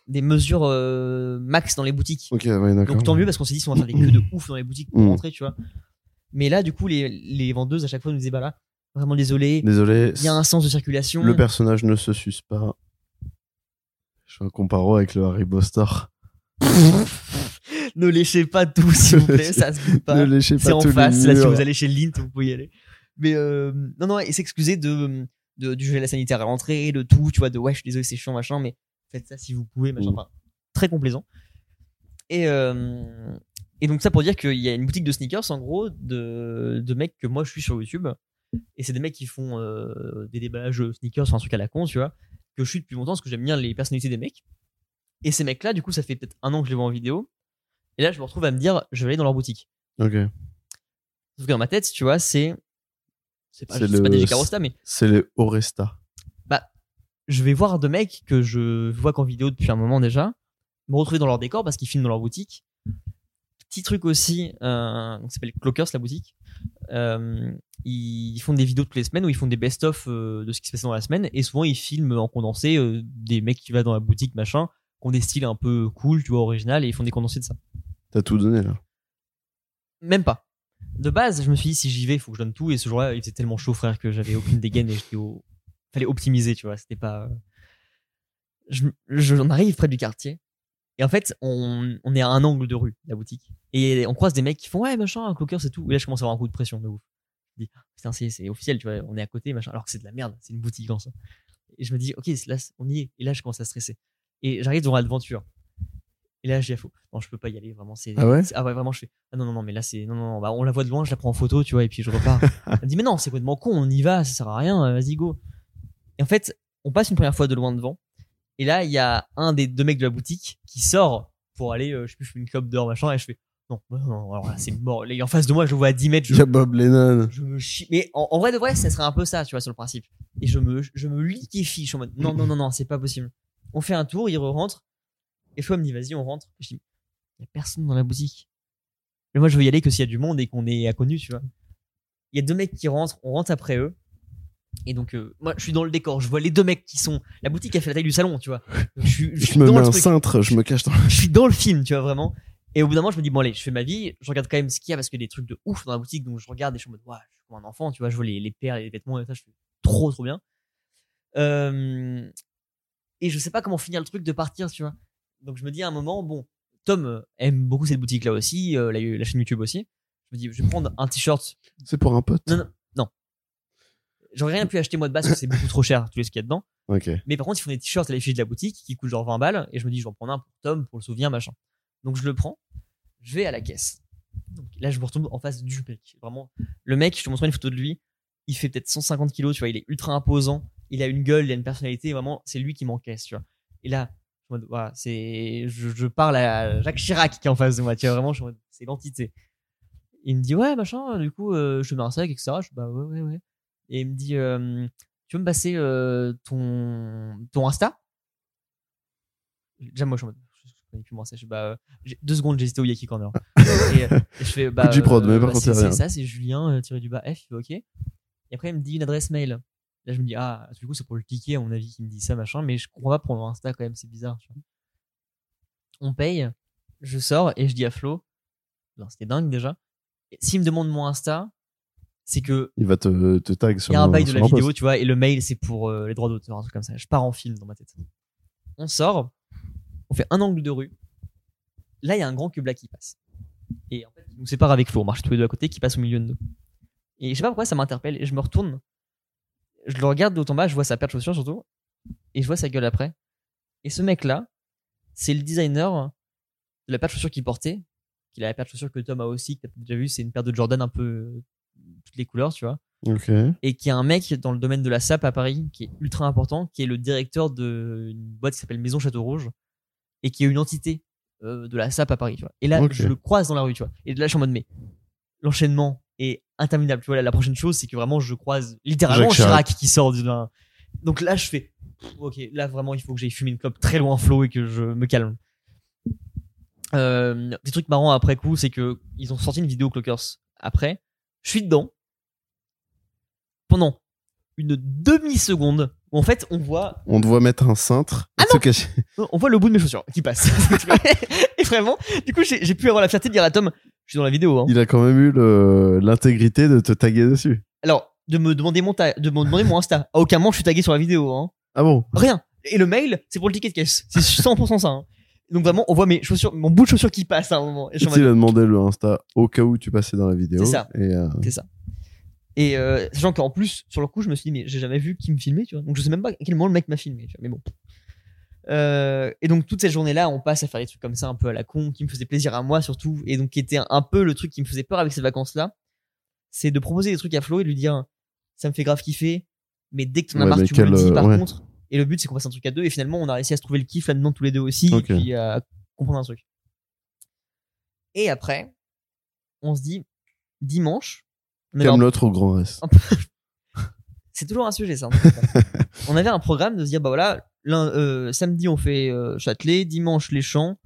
des mesures euh, max dans les boutiques. Ok, ouais, d'accord. Donc tant mieux parce qu'on s'est dit, on va faire des queues *clears throat* de ouf dans les boutiques pour Mm. rentrer, tu vois. Mais là, du coup, les, les vendeuses à chaque fois nous disaient, bah là, vraiment désolé, Désolé. il y a un sens de circulation. Le personnage ne se suce pas. Je fais un comparo avec le Haribo Star. ne léchez pas tout, s'il vous *laughs* plaît, ça se goûte ne pas. léchez pas Bah, C'est en tous les face, là, si murs. vous allez chez Lint, vous pouvez y aller. Mais euh, non, non, et s'excuser de, de, du gel sanitaire à l'entrée, de tout, tu vois, de ouais, je suis désolé, c'est chiant, machin, mais faites ça si vous pouvez, machin. Mm. Enfin, très complaisant. Et, euh, et donc, ça pour dire qu'il y a une boutique de sneakers, en gros, de, de mecs que moi je suis sur YouTube. Et c'est des mecs qui font euh, des déballages sneakers, enfin, un truc à la con, tu vois, que je suis depuis longtemps parce que j'aime bien les personnalités des mecs. Et ces mecs-là, du coup, ça fait peut-être un an que je les vois en vidéo. Et là, je me retrouve à me dire, je vais aller dans leur boutique. Ok. Sauf que dans ma tête, tu vois, c'est. C'est pas, C'est c'est pas le- des Carosta, mais bah, C'est le Oresta. je vais voir deux mecs que je vois qu'en vidéo depuis un moment déjà, me retrouver dans leur décor parce qu'ils filment dans leur boutique. Petit truc aussi, euh, donc ça s'appelle Clockers, la boutique. Euh, ils font des vidéos toutes les semaines où ils font des best-of euh, de ce qui se passe dans la semaine et souvent ils filment en condensé euh, des mecs qui vont dans la boutique, machin, qui ont des styles un peu cool, tu vois, original et ils font des condensés de ça. T'as tout donné là. Même pas. De base, je me suis dit, si j'y vais, il faut que je donne tout. Et ce jour-là, il faisait tellement chaud, frère, que j'avais aucune dégaine et j'étais au. Fallait optimiser, tu vois. C'était pas. euh, Je, je- on arrive près du quartier. Et en fait, on, on est à un angle de rue, la boutique. Et on croise des mecs qui font, ouais, machin, un cloqueur, c'est tout. Et là, je commence à avoir un coup de pression de ouf. Je me dis, ah, putain, c'est, c'est officiel, tu vois, on est à côté, machin. Alors que c'est de la merde, c'est une boutique en soi. Et je me dis, ok, c'est- là, c'est- on y est. Et là, je commence à stresser. Et j'arrive devant l'aventure. Et là, je dis à Flo, non, je peux pas y aller, vraiment, c'est. Ah ouais c'est- ah ouais, vraiment, je fais, ah non, non, non, mais là, c'est. Non, non, non, bah, on la voit de loin, je la prends en photo, tu vois, et puis je *laughs* repars. Elle me dit, mais non, c'est complètement con, on y va, ça sert à rien, euh, vas-y, go. Et en fait, on passe une première fois de loin devant. Et là, il y a un des deux mecs de la boutique qui sort pour aller, euh, je sais plus, fumer une clope dehors, machin, et je fais, non, non, non, alors là, c'est mort. Là, il est en face de moi, je le vois à 10 mètres, je, Il y a Bob Lennon. je me chie. Mais en, en vrai de vrai, ça serait un peu ça, tu vois, sur le principe. Et je me, je me liquéfie. Je suis en mode, non, non, non, non, c'est pas possible. On fait un tour, il rentre. Et Flo me dit, vas-y, on rentre. Et je dis, il y a personne dans la boutique. Mais moi, je veux y aller que s'il y a du monde et qu'on est inconnu, tu vois. Il y a deux mecs qui rentrent, on rentre après eux. Et donc, euh, moi, je suis dans le décor. Je vois les deux mecs qui sont. La boutique a fait la taille du salon, tu vois. Je, suis- je Je suis me dans mets le un truc cintre, je me cache dans. je suis dans le film, tu vois, vraiment. Et au bout d'un moment, je me dis, bon, allez, je fais ma vie, je regarde quand même ce qu'il y a parce qu'il y a des trucs de ouf dans la boutique, donc je regarde et je suis en mode, Ouah, je suis comme un enfant, tu vois, je vois les, les paires, les vêtements et ça, je suis trop, trop bien. Euh, et je sais pas comment finir le truc de partir, tu vois. Donc je me dis à un moment, bon, Tom euh, aime beaucoup cette boutique là aussi, euh, la, la chaîne YouTube aussi. Je me dis, je vais prendre un t-shirt C'est pour un pote. Non, non. J'aurais rien pu acheter moi de base parce que c'est beaucoup trop cher, tout ce qu'il y a dedans. Ok. Mais par contre, ils font des t-shirts à l'effigie de la boutique qui coûtent genre 20 balles. Et je me dis, je vais en prendre un pour Tom, pour le souvenir, machin. Donc je le prends, je vais à la caisse. Donc, là, je me retrouve en face du mec. Vraiment, le mec, je te montrerai une photo de lui. Il fait peut-être 150 kilos, tu vois. Il est ultra imposant. Il a une gueule, il a une personnalité. Vraiment, c'est lui qui m'encaisse, tu vois. Et là, je suis en mode, voilà, c'est, je, je parle à Jacques Chirac qui est en face de moi. Tu vois, vraiment, je suis en mode, c'est l'entité. Il me dit, ouais, machin, du coup, euh, je te mets un sac, etc. Je dis, bah ouais, ouais, ouais. Et il me dit, euh, tu veux me passer euh, ton, ton Insta Déjà, moi, je suis en mode, je je connais plus mon Insta. Je fais, bah, euh, j'ai- deux secondes, j'hésitais au Yaki Corner. et, euh, et je fais, bah. Coup de J-Prod, mais par bah, contre, c'est il y a c'est rien. ça, c'est Julien, euh, tiré du bas F, il fait, ok. Et après, il me dit une adresse mail. Là, je me dis, ah, du coup, c'est pour le cliquer, à mon avis, qu'il me dit ça, machin, mais je crois pas pour le Insta quand même, c'est bizarre. tu vois. On paye, je sors et je dis à Flo, non, c'était dingue déjà. Et S'il me demande mon Insta, c'est que Il va te, te tag sur il y a un bail de sur la un vidéo, post. tu vois, et le mail, c'est pour euh, les droits d'auteur, un truc comme ça. Je pars en film dans ma tête. On sort, on fait un angle de rue. Là, il y a un grand cube là qui passe. Et en fait, il nous sépare avec Flo. On marche tous les deux à côté, qui passe au milieu de nous. Et je sais pas pourquoi ça m'interpelle. Et je me retourne. Je le regarde de haut en bas, je vois sa paire de chaussures surtout. Et je vois sa gueule après. Et ce mec-là, c'est le designer de la paire de chaussures qu'il portait. Qu'il a la paire de chaussures que Tom a aussi, que t'as déjà vu. C'est une paire de Jordan un peu euh, toutes les couleurs, tu vois Ok. et qui est un mec dans le domaine de la SAP à Paris, qui est ultra important, qui est le directeur d'une boîte qui s'appelle Maison Château Rouge, et qui est une entité euh, de la SAP à Paris. Tu vois. Et là, Ok. je le croise dans la rue, tu vois. Et là, je suis en mode, mais l'enchaînement est interminable. Tu vois, là, la prochaine chose, c'est que vraiment, je croise littéralement Jacques Chirac. Chirac. qui sort d'un. Donc là, je fais, pff, ok, là, vraiment, il faut que j'aille fumer une clope très loin, Flo, et que je me calme. Euh, petit truc marrant après coup, c'est que ils ont sorti une vidéo Clockers après. Je suis dedans pendant une demi seconde où en fait on voit On te voit mettre un cintre et Ah te se cacher. on voit le bout de mes chaussures qui passe. *laughs* et vraiment, du coup j'ai j'ai pu avoir la fierté de dire à Tom, je suis dans la vidéo. Hein. *laughs* Il a quand même eu le- l'intégrité de te taguer dessus. Alors de me demander mon ta- de me demander mon Insta. À aucun moment je suis tagué sur la vidéo. Hein. Ah bon Rien. Et le mail, c'est pour le ticket de caisse. C'est 100% ça. hein. Donc vraiment, on voit mes chaussures, mon bout de chaussure qui passe à un moment. Et, je suis en mode- Il a demandé le Insta au cas où tu passais dans la vidéo. C'est ça. Et euh, et euh, sachant qu'en plus, sur le coup, je me suis dit, mais j'ai jamais vu qui me filmait, tu vois. Donc je sais même pas à quel moment le mec m'a filmé, tu vois. Mais bon. Euh, et donc toute cette journée-là, on passe à faire des trucs comme ça un peu à la con, qui me faisait plaisir à moi surtout, et donc qui était un, un peu le truc qui me faisait peur avec ces vacances-là, c'est de proposer des trucs à Flo et de lui dire, ça me fait grave kiffer, mais dès que t'en as Ouais, marre, mais tu me le quel, dis par euh, ouais. contre. Et le but, c'est qu'on fasse un truc à deux, et finalement, on a réussi à se trouver le kiff là-dedans tous les deux aussi, Ok. et puis à comprendre un truc. Et après, on se dit, dimanche, on avait un Kaamelott au grand reste. c'est toujours un sujet, ça. en tout *laughs* cas. on avait un programme de se dire, bah voilà, lun- euh, samedi on fait euh, Châtelet, dimanche les champs,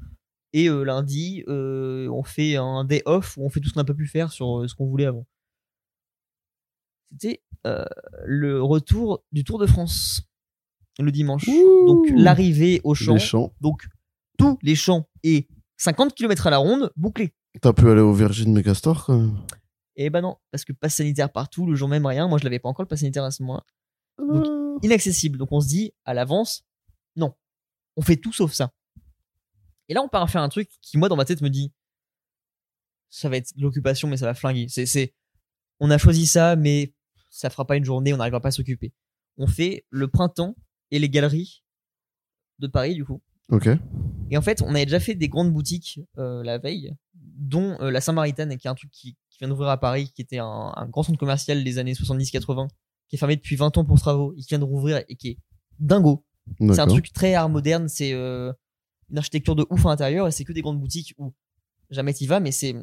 et euh, lundi euh, on fait un day off où on fait tout ce qu'on n'a pas pu faire sur euh, ce qu'on voulait avant. C'était euh, le retour du Tour de France le dimanche. Ouh. Donc l'arrivée aux champs, Les champs. donc tous les champs et 50 km à la ronde bouclés. T'as pu aller au Virgin Megastore quand même. Et bah non, parce que passe sanitaire partout, le jour même rien. Moi je l'avais pas encore le passe sanitaire à ce moment-là. inaccessible. Donc on se dit à l'avance, non, on fait tout sauf ça. Et là, on part faire un truc qui, moi, dans ma tête, me dit, ça va être de l'occupation, mais ça va flinguer. C'est, c'est, on a choisi ça, mais ça fera pas une journée, on n'arrivera pas à s'occuper. On fait le printemps et les galeries de Paris, du coup. Ok. Et en fait, on avait déjà fait des grandes boutiques euh, la veille, dont euh, la Saint-Maritaine, qui est un truc qui, qui vient d'ouvrir à Paris, qui était un, un grand centre commercial des années 70-80, qui est fermé depuis 20 ans pour travaux, et qui vient de rouvrir et qui est dingo. C'est un D'accord. truc très art moderne, c'est euh, une architecture de ouf à l'intérieur, et c'est que des grandes boutiques où jamais t'y vas, mais c'est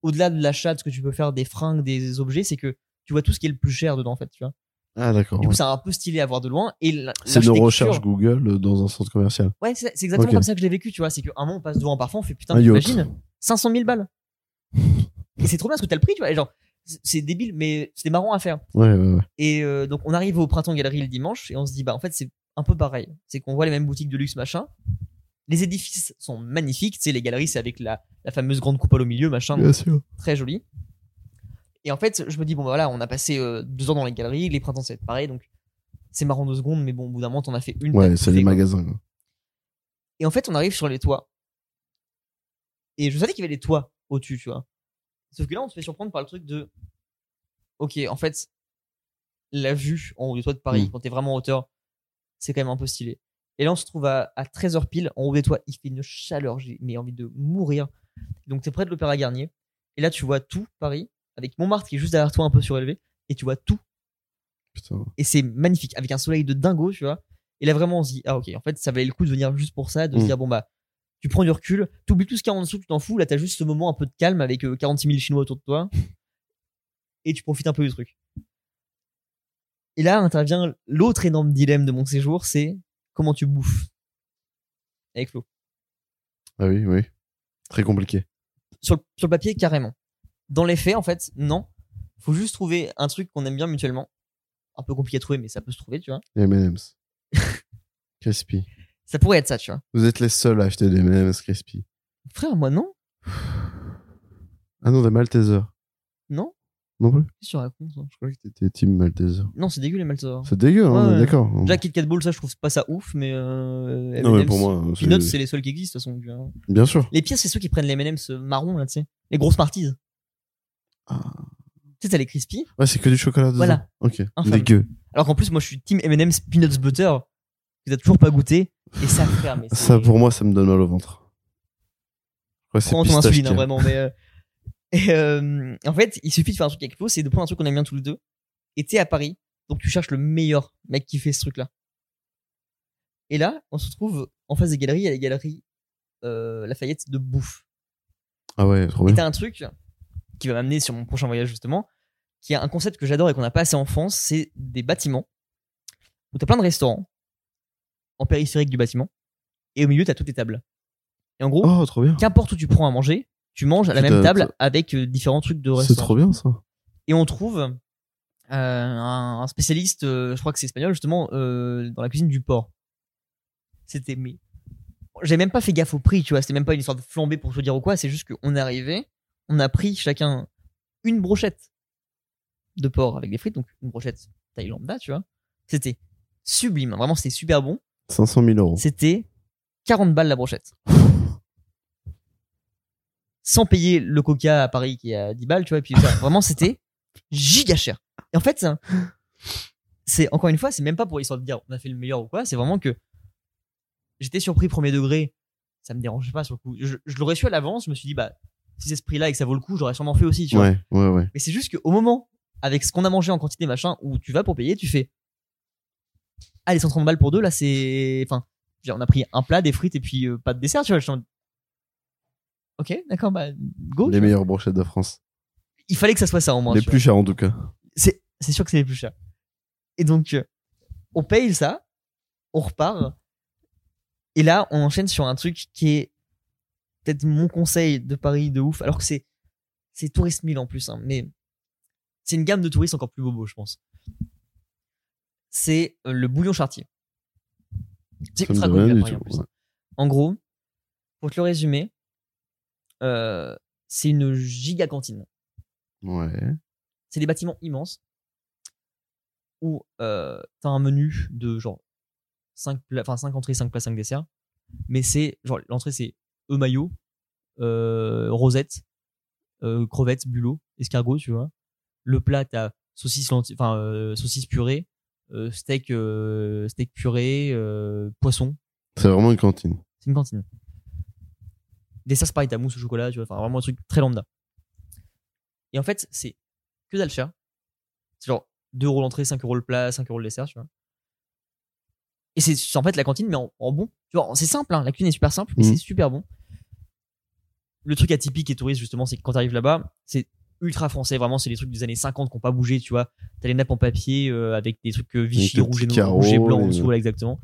au-delà de l'achat, de ce que tu peux faire des fringues, des objets, c'est que tu vois tout ce qui est le plus cher dedans, en fait. Tu vois. Ah d'accord. Du coup, ouais. c'est un peu stylé à voir de loin. et la- C'est nos l'architecture- recherches Google euh, dans un centre commercial. Ouais, c'est c'est exactement Ok. Ah, comme ça que je l'ai vécu, tu vois. C'est qu'un moment, on passe devant un parfum, on fait putain, Un yacht. t'imagines 500 000 *laughs* balles. Et c'est trop bien parce que t'as le prix, tu vois. Et genre, c'est- c'est débile, mais c'était marrant à faire. Ouais, ouais, ouais. Et euh, donc, on arrive au printemps galerie le dimanche et on se dit, bah, en fait, c'est un peu pareil. C'est qu'on voit les mêmes boutiques de luxe, machin. Les édifices sont magnifiques. Tu sais, les galeries, c'est avec la, la fameuse grande coupole au milieu, machin. Bien sûr. Très joli. Et en fait, je me dis, bon, bah, voilà, on a passé euh, deux ans dans les galeries. Les printemps, ça va être pareil. Donc, c'est marrant deux secondes, mais bon, au bout d'un moment, t'en as fait une. Ouais, t'as c'est kiffé, les quoi. magasins. quoi. Et en fait, on arrive sur les toits. Et je savais qu'il y avait des toits au-dessus, tu vois. Sauf que là, on se fait surprendre par le truc de. Ok, en fait, la vue en haut des toits de Paris, Mm. quand t'es vraiment en hauteur, c'est quand même un peu stylé. Et là, on se trouve à, à 13h pile, en haut des toits. Il fait une chaleur, j'ai mais envie de mourir. Donc, t'es près de l'Opéra Garnier. Et là, tu vois tout Paris, avec Montmartre qui est juste derrière toi, un peu surélevé. Et tu vois tout Putain. et c'est magnifique avec un soleil de dingo tu vois et là vraiment on se dit ah ok en fait ça valait le coup de venir juste pour ça de se Mm. dire bon bah tu prends du recul t'oublies tout ce qu'il y a en dessous tu t'en fous là t'as juste ce moment un peu de calme avec euh, 46 000 chinois autour de *laughs* toi et tu profites un peu du truc et là intervient l'autre énorme dilemme de mon séjour c'est comment tu bouffes avec Flo Ah oui, oui. Très compliqué. sur le, sur le papier carrément. Dans les faits, en fait, non. Faut juste trouver un truc qu'on aime bien mutuellement. Un peu compliqué à trouver, mais ça peut se trouver, tu vois. *laughs* Les M&M's. Crispy. Ça pourrait être ça, tu vois. Vous êtes les seuls à acheter des M&M's crispy. Frère, moi, non. Ah non, des Maltesers. Non Non plus. Qu'est-ce que tu racontes hein Je croyais que t'étais team Malteser. Non, c'est dégueu les Maltesers. C'est dégueu, hein, Ouais, on est ouais. d'accord. Déjà, Kit Kat Ball, ça, je trouve pas ça ouf, mais. Euh, Non, mais M&M's, pour moi, Peanuts, c'est- c'est les seuls qui existent, de toute façon. hein. bien sûr. Les pires, c'est ceux qui prennent les MM's marron, là, tu sais. Les grosses parties. Ah. Tu sais, t'as les crispy. Ouais, c'est que du chocolat dedans. Voilà. Ok. Infâme. Dégueu. Alors qu'en plus, moi, je suis team MM's Peanuts Butter, que t'as toujours pas goûté. Et ça, frère, mais. Ça, c'est- pour moi, ça me donne mal au ventre. Ouais, c'est prends ton pistache insuline, hein, qui- vraiment. Mais euh, *laughs* et, euh, en fait, il suffit de faire un truc avec Flo, c'est de prendre un truc qu'on aime bien tous les deux. Et t'es à Paris, donc tu cherches le meilleur mec qui fait ce truc-là. Et là, on se retrouve en face des galeries, il y a les galeries euh, Lafayette de bouffe. Ah ouais, trop Et bien. t'as un truc qui va m'amener sur mon prochain voyage justement, qui est un concept que j'adore et qu'on n'a pas assez en France, c'est des bâtiments où t'as plein de restaurants en périphérique du bâtiment et au milieu t'as toutes les tables. Et en gros, Oh, trop bien. qu'importe où tu prends à manger, tu manges à la Putain, même table ça- avec euh, différents trucs de C'est restaurant. trop bien ça. Et on trouve euh, un, un spécialiste, euh, je crois que c'est espagnol justement, euh, dans la cuisine du porc. C'était mais j'ai même pas fait gaffe au prix, tu vois. C'était même pas une histoire de flambée pour te dire ou quoi. C'est juste qu'on est arrivé, on a pris chacun une brochette de porc avec des frites, donc une brochette taille lambda, tu vois. C'était sublime, vraiment c'était super bon. 500 000 euros. C'était 40 balles la brochette. Sans payer le coca à Paris qui est à 10 balles, tu vois. Et puis voilà, vraiment, c'était giga cher. Et en fait, ça- c'est encore une fois, c'est même pas pour histoire de dire on a fait le meilleur ou quoi. C'est vraiment que j'étais surpris premier degré. Ça me dérangeait pas sur le coup. Je, je l'aurais su à l'avance. Je me suis dit, bah, si c'est ce prix-là et que ça vaut le coup, j'aurais sûrement fait aussi, tu vois. Ouais, ouais, ouais. Mais c'est juste qu'au moment, avec ce qu'on a mangé en quantité, machin, où tu vas pour payer, tu fais. Allez, 130 balles pour deux, là, c'est. Enfin, je veux dire, on a pris un plat, des frites et puis euh, pas de dessert, tu vois. je suis en- Ok, d'accord, bah, go. tu Les vois. meilleures brochettes de France. Il fallait que ça soit ça, au moins. Les tu vois. plus chères en tout cas. C'est c'est sûr que c'est les plus chers. Et donc, euh, on paye ça, on repart. Et là, on enchaîne sur un truc qui est peut-être mon conseil de Paris de ouf, alors que c'est c'est Tourist 1000 en plus, hein, mais c'est une gamme de touristes encore plus bobo, je pense. C'est euh, le bouillon chartier. C'est Ça me ultra dit connu rien à du Paris, en tout, plus. ouais. En gros, pour te le résumer, euh, c'est une giga cantine Ouais. c'est des bâtiments immenses où euh, t'as un menu de genre 5, enfin 5 entrées, 5 plats, 5 desserts. Mais c'est genre l'entrée c'est œufs maillot, euh, rosette, euh, crevettes, bulots, escargot, tu vois. Le plat t'as saucisse lentille, enfin euh, saucisse purée, euh, steak euh, steak purée, euh, poisson. C'est vraiment une cantine. C'est une cantine. Dessert c'est pareil, t'as mousse au chocolat, tu vois, enfin vraiment un truc très lambda. Et en fait, c'est que dalle cher. C'est genre 2 euros l'entrée, 5 euros le plat, 5 euros le dessert, tu vois. Et c'est c'est en fait la cantine, mais en, en bon. Tu vois, c'est simple, hein, la cuisine est super simple, mais Mhm. c'est super bon. Le truc atypique et touriste, justement, c'est que quand t'arrives là-bas, c'est ultra français, vraiment, c'est les trucs des années 50 qui n'ont pas bougé, tu vois. T'as les nappes en papier euh, avec des trucs euh, Vichy, Les petits rouge et, noir, carreaux, rouge et blanc en les- dessous, voilà, exactement.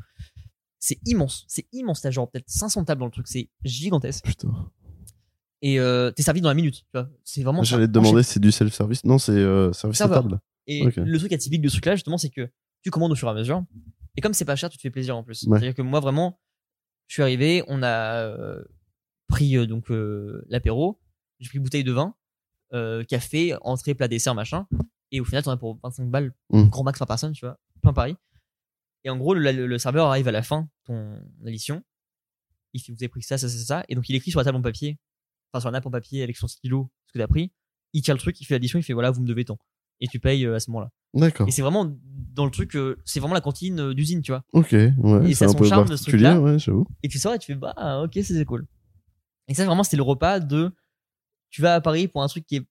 C'est immense, c'est immense, t'as genre peut-être 500 tables dans le truc, c'est gigantesque. Putain. Et euh, t'es servi dans la minute, tu vois. C'est vraiment. ça, J'allais te demander si c'est du self-service. Non, c'est euh, service à Serveur. table. Et Ok. le truc atypique de ce truc-là, justement, c'est que tu commandes au fur et à mesure. Et comme c'est pas cher, tu te fais plaisir en plus. Ouais. C'est-à-dire que moi, vraiment, je suis arrivé, on a euh, pris euh, donc euh, l'apéro, j'ai pris une bouteille de vin, euh, café, entrée, plat, dessert, machin. Et au final, t'en as pour 25 balles, Mm. grand max par personne, tu vois, plein Paris. Et en gros, le, le- le serveur arrive à la fin de ton addition. Il fait, vous avez pris ça, ça, ça, ça. Et donc, il écrit sur la table en papier, enfin, sur la nappe en papier avec son stylo, ce que t'as pris. Il tire le truc, il fait l'addition, il fait, voilà, vous me devez tant. Et tu payes euh, à ce moment-là. D'accord. Et c'est vraiment dans le truc, euh, c'est vraiment la cantine euh, d'usine, tu vois. Ok. Ouais. Et ça C'est a un son peu charme, ce particulier, truc-là. ouais, j'avoue. Et tu sors et tu fais, bah, ok, c'est c'est cool. Et ça, vraiment, c'était le repas de, tu vas à Paris pour un truc qui est,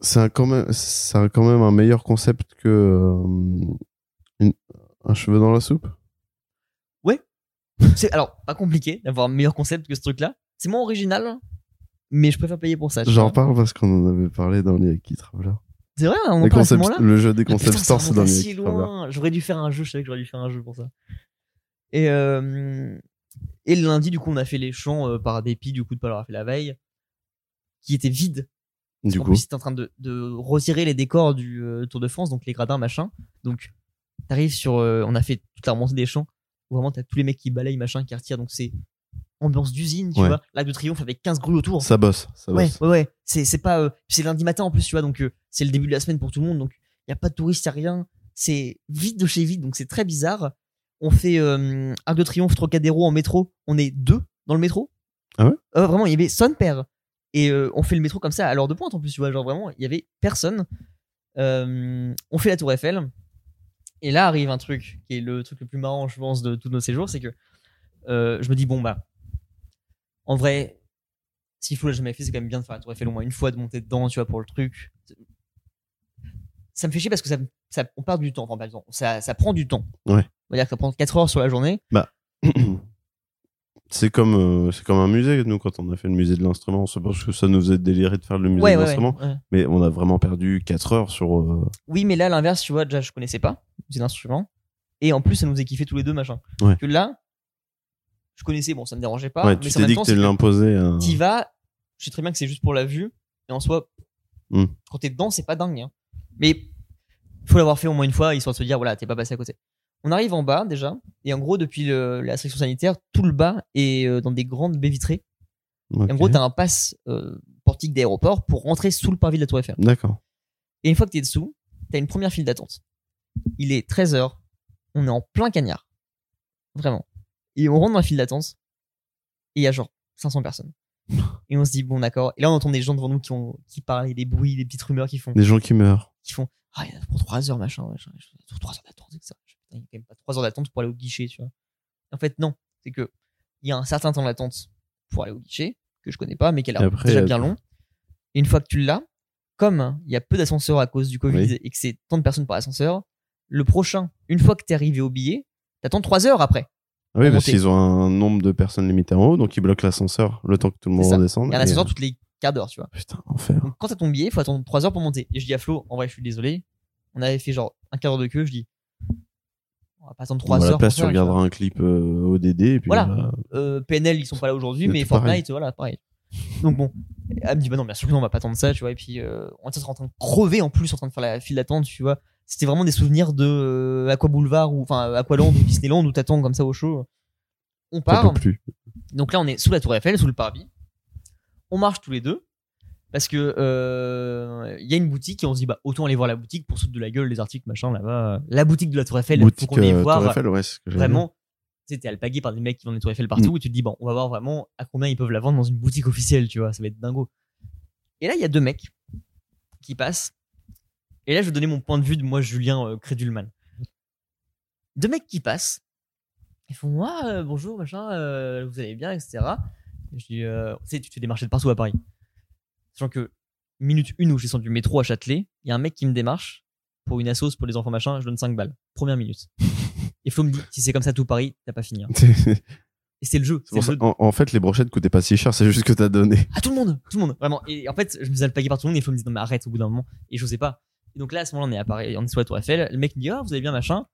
C'est un quand même, c'est un quand même un meilleur concept que euh, une- un cheveu dans la soupe. c'est, alors, pas compliqué d'avoir un meilleur concept que ce truc-là. C'est moins original, mais je préfère payer pour ça. tu J'en vois. parle parce qu'on en avait parlé dans les qui Traveler. C'est vrai, hein, on en Les parle à ce concepts- moment-là. le jeu des Mais concepts putain, ça stores, c'est remonte dans à les si qui Traveler. loin. J'aurais dû faire un jeu, je savais que j'aurais dû faire un jeu pour ça. Et, euh, et le lundi, du coup, on a fait les champs euh, par dépit, du coup, de pas l'avoir fait la veille, qui était vide. Du en coup, plus, t'es en train de, de retirer les décors du euh, Tour de France, donc les gradins, machin. Donc, t'arrives sur. euh, on a fait toute la remontée des champs, où vraiment t'as tous les mecs qui balayent, machin, qui retirent. Donc, c'est ambiance d'usine, tu Ouais. vois. L'arc de triomphe avec 15 grues autour. hein. ça bosse, ça ouais, bosse. ouais, ouais. C'est, c'est pas. euh, c'est lundi matin en plus, tu vois. Donc, euh, c'est le début de la semaine pour tout le monde. Donc, y a pas de touristes, y a rien. C'est vide de chez vide, donc c'est très bizarre. On fait euh, Arc de Triomphe, Trocadéro en métro. On est deux dans le métro. Ah ouais Euh, Vraiment, il y avait son père. Et euh, on fait le métro comme ça à l'heure de pointe en plus, tu vois. Genre vraiment, il y avait personne. Euh, on fait la Tour Eiffel. Et là arrive un truc qui est le truc le plus marrant, je pense, de tous nos séjours. C'est que euh, je me dis, bon, bah, en vrai, s'il faut l'a jamais fait, c'est quand même bien de faire la Tour Eiffel au moins une fois, de monter dedans, tu vois, pour le truc. Ça me fait chier parce que ça, me- ça- on perd du temps, enfin, pas du temps. Ça, ça prend du temps. Ouais. On va dire que ça prend 4 heures sur la journée. *clears throat* C'est comme, euh, c'est comme un musée. Nous, quand on a fait le musée de l'instrument, c'est parce que ça nous faisait délirer de faire le musée Ouais, de ouais, l'instrument. ouais, ouais. Mais on a vraiment perdu 4 heures sur. euh, Oui, mais là, à l'inverse, tu vois, déjà, je connaissais pas, c'est l'instrument. Et en plus, ça nous a kiffé tous les deux, machin. Ouais. Que là, je connaissais, bon, ça me dérangeait pas. ouais, Ah, mais tu en t'es même dit temps, que tu c'est que l'imposais. à- t'y vas, je sais très bien que c'est juste pour la vue, et en soi, Hmm. quand t'es dedans, c'est pas dingue. hein. Mais faut l'avoir fait au moins une fois, histoire de se dire, voilà, t'es pas passé à côté. On arrive en bas déjà, et en gros, depuis le- la section sanitaire, tout le bas est euh, dans des grandes baies vitrées. Ok. Et en gros, t'as un pass euh, portique d'aéroport pour rentrer sous le parvis de la Tour Eiffel. D'accord. Et une fois que t'es dessous, t'as une première file d'attente. Il est 13h, on est en plein cagnard. Vraiment. Et on rentre dans la file d'attente, et il y a genre 500 personnes. Et on se dit, bon d'accord. Et là, on entend des gens devant nous qui, ont, qui parlent, et des bruits, des petites rumeurs qui font, Des gens qui meurent. qui font, ah, il y en a pour 3 heures, machin, machin, machin, pour 3 heures d'attente, c'est ça. Putain, Il y a quand même pas 3 heures d'attente pour aller au guichet, tu vois. En fait, non. C'est que, il y a un certain temps d'attente pour aller au guichet, que je connais pas, mais qui a l'air Et après, déjà euh, bien long. Et une fois que tu l'as, comme il y a peu d'ascenseurs à cause du Covid Oui. et que c'est tant de personnes par ascenseur, le prochain, une fois que t'es arrivé au billet, t'attends 3 heures après. Ah oui, Pour parce monter. qu'ils ont un nombre de personnes limité en haut, donc ils bloquent l'ascenseur le temps que tout le monde C'est ça. redescende. Il y a un et, ascenseur euh, toutes les quarts d'heure, tu vois. Putain, enfer. Donc quand t'as ton billet, il faut attendre 3 heures pour monter. Et je dis à Flo, en vrai, je suis désolé. On avait fait genre un quart d'heure de queue, je dis, on va pas attendre 3 Bon, à heures. la place, pour faire, tu tu vois. regarderas un clip euh, ODD et puis. Voilà. bah, Euh, PNL, ils sont pas là aujourd'hui, C'est mais tout Fortnite, voilà, pareil. Donc bon, elle me dit, bah non, bien sûr que non, on va pas attendre ça, tu vois. Et puis, euh, on était en train de crever en plus, en train de faire la file d'attente, tu vois. C'était vraiment des souvenirs de euh, Aqua Boulevard ou enfin Aqualand ou Disneyland où t'attends comme ça au show. On t'en part. peux plus. Donc là, on est sous la Tour Eiffel, sous le parvis. On marche tous les deux parce que euh, il y a une boutique et on se dit bah autant aller voir la boutique pour foutre de la gueule les articles machin là-bas. La boutique de la Tour Eiffel, faut Boutique qu'on aille euh, voir Tour Eiffel, ouais, c'est ce que j'allais vraiment c'était alpagué par des mecs qui vendent des tours Eiffel partout où tu te dis bon on va voir vraiment à combien ils peuvent la vendre dans une boutique officielle tu vois ça va être dingo et là il y a deux mecs qui passent et là je vais donner mon point de vue de moi Julien euh, Crédulman deux mecs qui passent ils font ah euh, bonjour machin euh, vous allez bien etc je dis euh, tu sais tu te fais démarcher de partout à Paris sachant que minute une où je descends du métro à Châtelet il y a un mec qui me démarche pour une assos pour les enfants machin je donne 5 balles première minute et Flo me dit, si c'est comme ça tout Paris, t'as pas fini. hein. dire. C'est Et c'est le jeu. C'est pour le ça- jeu. en, en fait, les brochettes coûtaient pas si cher, c'est juste que t'as donné. À tout le monde, tout le monde, vraiment. Et en fait, je me faisais alpaguer par tout le monde et Flo me dit, non mais arrête au bout d'un moment. Et je sais pas. Et donc là, à ce moment-là, on est à Paris, on est sur la Tour Eiffel. Le mec me dit, ah, vous allez bien, machin.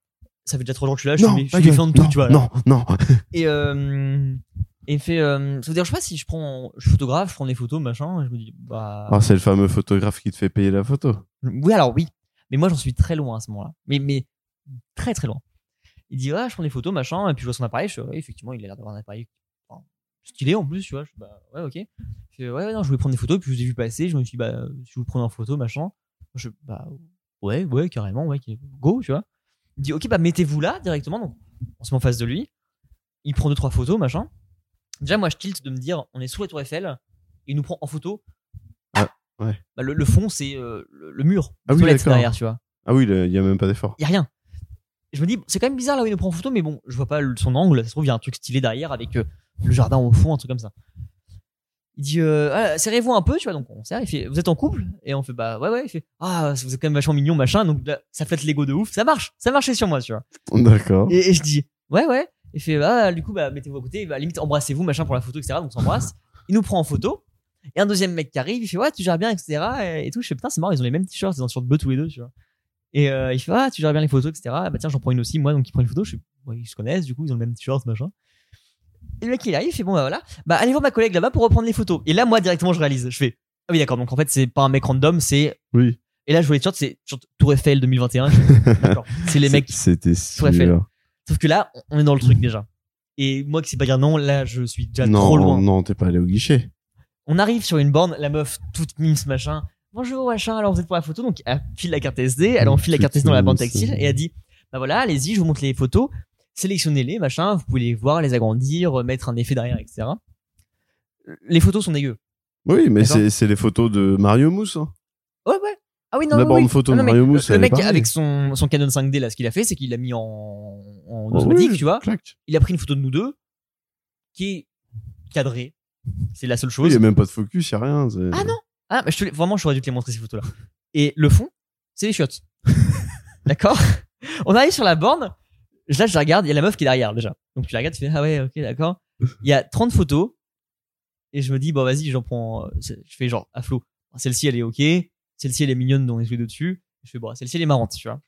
Ça fait déjà trois jours que Ah, je suis là, je non, suis ta je suis gueule, défendu de tout, non, tu vois. Non, non. Et, euh, et il me fait, euh, ça veut dire, je sais pas si je prends, je photographe, je prends des photos, machin. Et je me dis, bah. Ah, c'est le fameux photographe qui te fait payer la photo. Oui, alors oui. Mais moi, j'en suis très loin à ce moment-là. Mais, mais très, très loin. Il dit, ah, je prends des photos, machin. Et puis, je vois son appareil. Je fais, ouais, effectivement, il a l'air d'avoir un appareil enfin, stylé en plus, tu vois. Je fais, bah, ouais, ok. Je fais, ouais, ouais, non, je voulais prendre des photos. Puis, je vous ai vu passer. Je me suis dit, bah, si vous prenez en photo, machin. Je, bah, ouais, ouais, carrément, ouais, go, tu vois. Il dit, ok, bah, mettez-vous là directement. Donc, on se met en face de lui. Il prend deux, trois photos, machin. Déjà, moi, je tilte de me dire, on est sous la Tour Eiffel. Il nous prend en photo. Ah, ouais. Bah, le, le fond, c'est euh, le, le mur. Ah de oui, toilette d'accord. derrière, tu vois. Ah oui, le- il y a même pas d'effort. Il y a rien. Je me dis, c'est quand même bizarre là où il nous prend en photo, mais bon, je vois pas le- son angle. Ça se trouve, il y a un truc stylé derrière avec euh, le jardin au fond, un truc comme ça. Il dit, euh, Ah, serrez-vous un peu, tu vois. Donc on serre. Il fait, vous êtes en couple Et on fait, bah ouais, ouais. Il fait, ah, vous êtes quand même vachement mignon, machin. Donc là, ça flatte l'ego de ouf. Ça marche, ça marchait sur moi, tu vois. D'accord. Et, et je dis, ouais, ouais. Il fait, ah, du coup, bah, mettez-vous à côté, bah, limite, embrassez-vous, machin, pour la photo, etc. Donc, on s'embrasse. Il nous prend en photo. Et un deuxième mec qui arrive, il fait, ouais, tu gères bien, etc. Et, et tout. Je fais, putain, c'est marrant, ils ont les mêmes t-shirts, ils ont un t-shirt bleu tous les deux, tu vois. Et euh, il fait, ah, tu gères bien les photos, etc. Ah, Bah, tiens, j'en prends une aussi, moi, donc il prend une photo. Je fais, ouais, ils se connaissent, du coup, ils ont le même t-shirt, machin. Et le mec, il arrive, il fait, bon, bah voilà, bah, allez voir ma collègue là-bas pour reprendre les photos. Et là, moi, directement, je réalise. Je fais, ah oui, d'accord, donc en fait, c'est pas un mec random, c'est. Oui. Et là, je vois les t-shirts, c'est t-shirt Tour Eiffel 2021. Je fais, d'accord, c'est les mecs C'était Tour Eiffel. sûr. Sauf que là, on est dans le truc déjà. Et moi qui sais pas dire non, là, je suis déjà trop Mhm. Non, loin. non, t'es pas allé au guichet. On arrive sur une borne, la meuf toute mimes, machin. Bonjour, machin, alors vous êtes pour la photo. Donc, elle file la carte SD, elle enfile la carte SD dans la borne tactile et elle dit Bah voilà, allez-y, je vous montre les photos, sélectionnez-les, machin, vous pouvez les voir, les agrandir, mettre un effet derrière, etc. Les photos sont dégueu. Oui, mais D'accord. c'est c'est les photos de Mario Mousse. hein. Ouais, ouais. Ah oui, non, La oui, borne oui. photo Ah de non, mais Mario le- Mousse, Le elle est mec, pareille. avec son, son Canon 5D, là, ce qu'il a fait, c'est qu'il l'a mis en, en Oh, automatique, oui, tu vois. claque. il a pris une photo de nous deux qui est cadrée. C'est la seule Oui, Il chose. y a même pas de focus, il y a rien. c'est- Ah non Ah, mais je te l'ai- vraiment, j'aurais dû te les montrer ces photos-là. Et le fond, c'est les chiottes. *laughs* d'accord On arrive sur la borne. Là, je la regarde. Il y a la meuf qui est derrière déjà. Donc tu la regardes, tu fais Ah ouais, ok, d'accord. Il y a 30 photos. Et je me dis, bon, vas-y, j'en prends. euh, c'est- Je fais genre à flot. Celle-ci, elle est ok. Celle-ci, elle est mignonne, donc on est tous les deux dessus. Je fais, bon, celle-ci, elle est marrante, tu vois.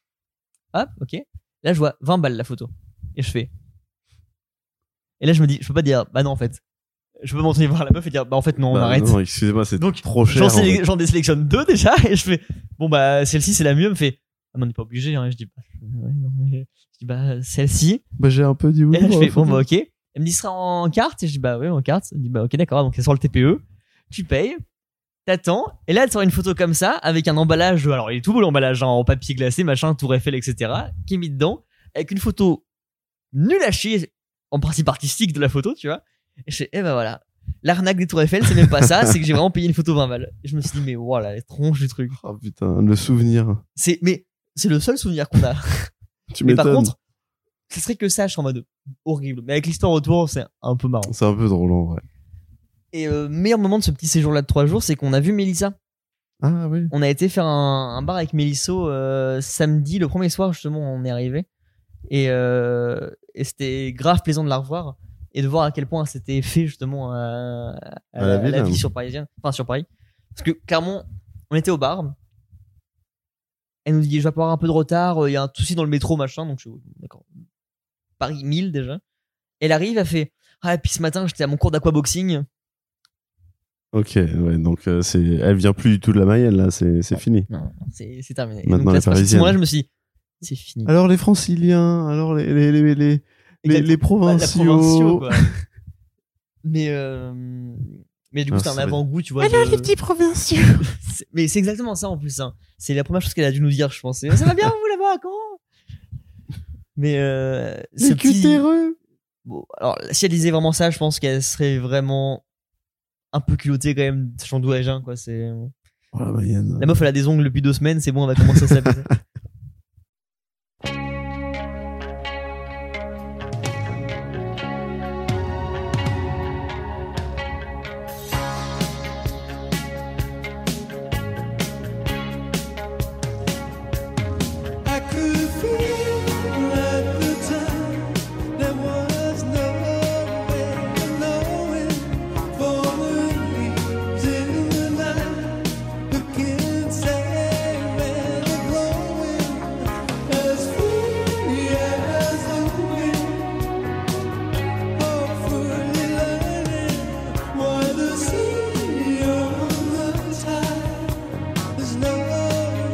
Hop, ok. Là, je vois 20 balles la photo. Et je fais, Et là, je me dis, je peux pas dire, bah non, en fait. Je peux m'entraîner voir la meuf et dire, bah en fait, non, on Bah, arrête. Non, excusez-moi, c'est Donc, trop cher. J'en en sélec- fait. J'en désélectionne deux déjà et je fais bon bah celle-ci c'est la mieux. Elle me fait ah mais on n'est pas obligé. Hein. Je dis bah, *laughs* ouais, non, mais- je dis bah celle-ci. Bah, j'ai un peu dit oui. Et là *laughs* je moi, fais faut- bon bah ok. Elle me dit ce sera en carte et je dis bah ouais en carte. Elle me dit bah ok d'accord donc elle sort le TPE. Tu payes, t'attends et là elle te sort une photo comme ça avec un emballage. Alors il est tout beau l'emballage hein, en papier glacé machin tour Eiffel etc. qui est mis dedans avec une photo nulle à chier en principe artistique de la photo tu vois. Et je fais eh ben voilà. L'arnaque des tours Eiffel, c'est même pas ça, c'est que j'ai vraiment payé une photo 20 balles. Et je me suis dit, mais voilà, les tronches du truc. Oh putain, le souvenir. C'est, mais c'est le seul souvenir qu'on a. Tu mais par m'étonnes. contre, ce serait que ça, je suis en mode horrible. Mais avec l'histoire autour, c'est un peu marrant. C'est un peu drôle en vrai. Et euh, meilleur moment de ce petit séjour là de 3 jours, c'est qu'on a vu Mélissa. Ah oui. On a été faire un, un bar avec Mélisso euh, samedi, le premier soir justement, on est arrivé. Et, euh, et c'était grave plaisant de la revoir et de voir à quel point c'était fait justement à, à À la la, ville, la vie hein. sur parisienne, enfin sur Paris. Parce que clairement, on était au bar. Elle nous dit, je vais avoir un peu de retard, euh, il y a un souci dans le métro, machin. Donc je d'accord. Paris 1000 déjà. Elle arrive, elle fait, ah et puis ce matin j'étais à mon cours d'aquaboxing. Ok, ouais, donc euh, c'est, elle vient plus du tout de la Mayenne là, c'est, c'est fini. Non, c'est c'est terminé. Et Maintenant, donc elle là, est c'est à partir de ce parisienne. moment-là, je me suis, dit, c'est fini. Alors les Franciliens, alors les les les les, les, Exactement. les Pas de la provinciaux. provinciaux, quoi. *laughs* mais euh, mais du coup Ah, c'est un ça va être- avant-goût tu vois de- provinciaux. *laughs* C'est- mais c'est exactement ça en plus hein. c'est la première chose qu'elle a dû nous dire je pense C'est, ça va bien vous là-bas comment mais euh, ce Les petit- cutéreux. bon, alors si elle disait vraiment ça je pense qu'elle serait vraiment un peu culottée quand même sachant d'où elle vient quoi c'est Oh la Mayenne. la meuf elle a des ongles depuis deux semaines c'est bon on va commencer à s'apaiser I could feel at the time there was no way of knowing for the reason the light looking sad and glowing as free as the wind, hopefully learning why the sea on the tide is no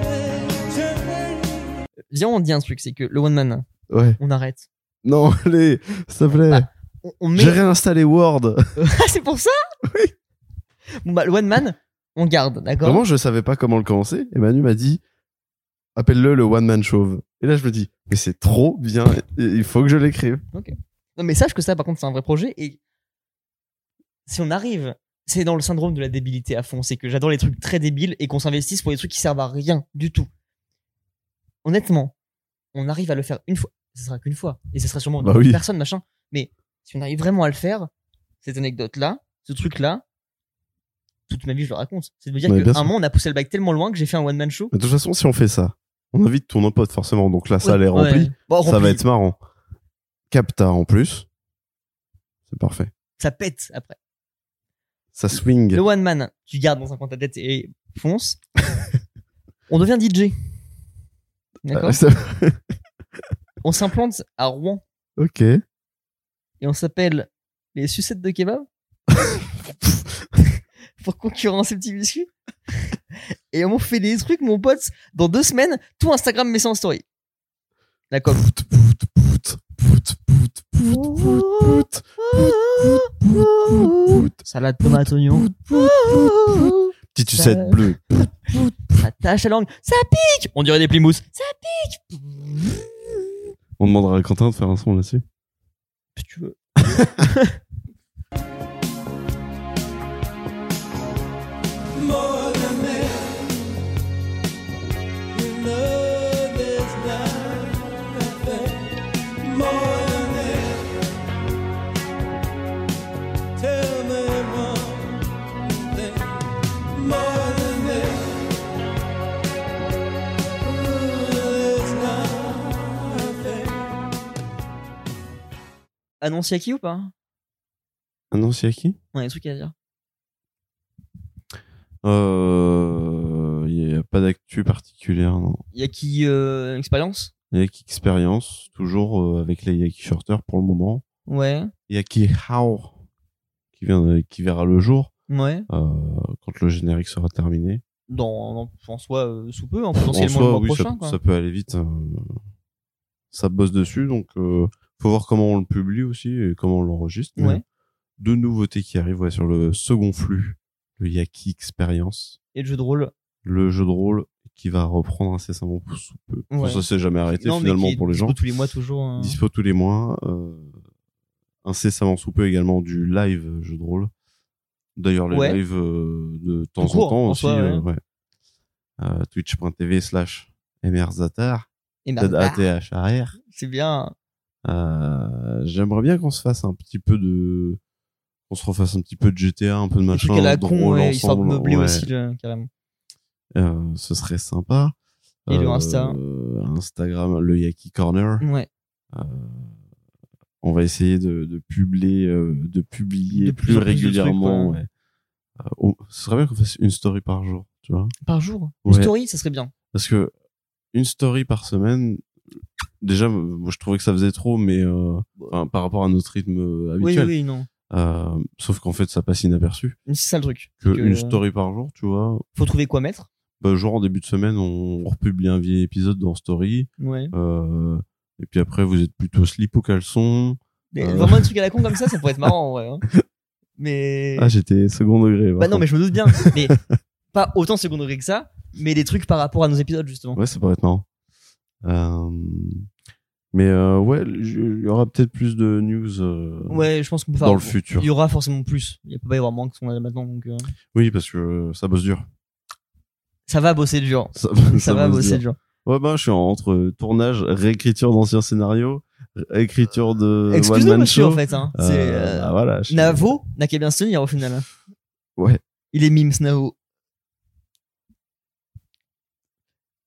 way turning. *laughs* viens on dit un truc c'est que le one man Ouais. on arrête Non, *laughs* allez, s'il te plaît. on, on met J'ai réinstallé Word. Ah, c'est pour ça Bon, bah, le one man, on garde, d'accord Vraiment, je savais pas comment le commencer. Et Manu m'a dit, appelle-le le One Man Chauve. Et là, je me dis, mais c'est trop bien. et- et Il faut que je l'écrive. Non, mais sache que ça, par contre, c'est un vrai projet. Et si on arrive, c'est dans le syndrome de la débilité à fond. C'est que j'adore les trucs très débiles et qu'on s'investisse pour des trucs qui servent à rien du tout. Honnêtement, on arrive à le faire une fois. Ce sera qu'une fois. Et ce sera sûrement Bah une oui. personne, machin. Mais si on arrive vraiment à le faire, cette anecdote-là, ce truc-là, toute ma vie, je le raconte. C'est de me dire Ouais, bien qu'à un sûr. moment, on a poussé le bac tellement loin que j'ai fait un one-man show. Mais de toute façon, si on fait ça, on invite ton pote forcément. Donc là, ça Ouais, l'est rempli. ouais. Bon, Ça va rempli. être marrant. Capta en plus. C'est parfait. ça pète après. Ça swing. Le one man, hein. tu gardes dans un coin de ta tête et *laughs* fonce. on devient DJ. D'accord Euh, ça- On s'implante à Rouen ok. et on s'appelle les sucettes de *laughs* kebab pour concurrencer Petit Biscuit. et on fait des trucs, mon pote, dans deux semaines, tout Instagram met ça en story. D'accord Pout, pout, pout, pout, pout, pout, pout, pout, pout, Salade, tomate, oignon. pout, pout. Petite sucette bleue. Attache la langue. Ça pique On dirait des plimousses. Ça pique On demandera à Quentin de faire un son là-dessus. Si tu veux. More than that, you know there's nothing more than that. Tell me one thing, more than that. There's nothing. Annonce à qui ou pas Annoncé à qui On a des trucs à dire. Euh. Il n'y a pas d'actu particulière, non. Il y a qui euh, expérience Yak Experience, toujours euh, avec les Yak Shorter pour le moment. Ouais. Il y a qui How qui, vient, qui verra le jour Ouais. euh, quand le générique sera terminé. Dans, dans- en soi, euh, sous peu, hein, En potentiellement soi, le mois oui, ça- prochain. ça, quoi. peut aller vite. euh, ça bosse dessus, donc euh, faut voir comment on le publie aussi et comment on l'enregistre. mais Ouais. Deux nouveautés qui arrivent ouais, sur le second flux, le Yaki Experience, Et le jeu de rôle. le jeu de rôle qui va reprendre incessamment sous peu. Enfin, Ouais. Ça s'est jamais arrêté Non, mais finalement qui est pour les dispo gens. Tous les mois, toujours. hein. Dispo tous les mois, euh, incessamment sous peu également du live jeu de rôle. D'ailleurs, les Ouais. lives euh, de temps court, en temps en aussi. soi, euh, ouais. Euh, Twitch.tv slash mrzatar. Et merde, ah, ZATH arrière. c'est bien. Euh, J'aimerais bien qu'on se fasse un petit peu de. qu'on se refasse un petit peu de GTA, un peu de Un machin. truc à la drôle con, ouais, histoire de ensemble, meubler ouais. aussi, le- carrément. Euh, ce serait sympa. Et le Insta. Euh, Instagram, le Yaki Corner. Ouais. Euh, on va essayer de, de publier, euh, de publier De plus, plus en plus de trucs, régulièrement. ouais. ouais. Euh, on- ce serait bien qu'on fasse une story par jour, tu vois. Par jour. Ouais. Une story, ça serait bien. Parce que une story par semaine, déjà, moi, je trouvais que ça faisait trop, mais euh, enfin, par rapport à notre rythme euh, Oui, habituel. oui, oui, non. Euh, sauf qu'en fait, ça passe inaperçu. Mais C'est ça le truc. Que C'est que, une euh, story par jour, tu vois. Faut trouver quoi mettre. Bah, genre en début de semaine, on republie un vieil épisode dans story. Ouais. Euh, et puis après, vous êtes plutôt slip au caleçon. Mais Euh. Vraiment un truc à la con comme ça, ça pourrait être marrant en vrai. *laughs* hein. Mais. Ah, j'étais second degré. bah non, par mais je me doute *laughs* bien. Mais pas autant second degré que ça, mais des trucs par rapport à nos épisodes justement. Ouais, ça pourrait être marrant. Euh, mais euh, ouais, je- il y aura peut-être plus de news euh, Ouais, je pense qu'on peut faire. dans le futur. Il y aura forcément plus. Il peut pas y avoir moins que ce qu'on a maintenant. Donc, euh, Oui, parce que euh, ça bosse dur. Ça va bosser dur. Ça, *laughs* Ça, ça va bosse bosser dur. dur. Ouais, ben, je suis entre euh, tournage, réécriture d'anciens scénarios, réécriture de Excuse-nous, one-man Euh, monsieur, Euh, show. en fait. Hein. Euh, C'est, euh, bah, voilà. je- Navo n'a qu'à bien se tenir au final. Ouais. Il est mimes, Navo.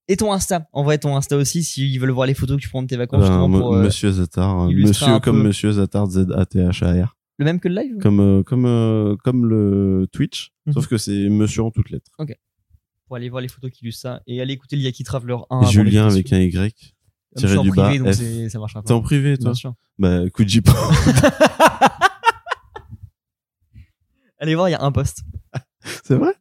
Et ton Insta. En vrai, ton Insta aussi, s'ils veulent voir les photos que tu prends de tes vacances, Ben, justement, mo- pour, euh, Monsieur Zatar, euh, illustrer monsieur un comme peu. Monsieur Zatar, Z-A-T-H-A-R, le même que le live comme, euh, comme, euh, comme le Twitch, Mhm. sauf que c'est Monsieur en toutes lettres. Pour aller voir les photos qui lui ça et aller écouter le Yaki Traveler 1. Et avant Julien l'épisode. avec un Y. Ah, mais je suis tiré en du privé, bas, donc F. c'est- ça marchera T'es pas. en privé, toi Bien sûr. Bah, coup de jip. Allez voir, il y a un post. C'est vrai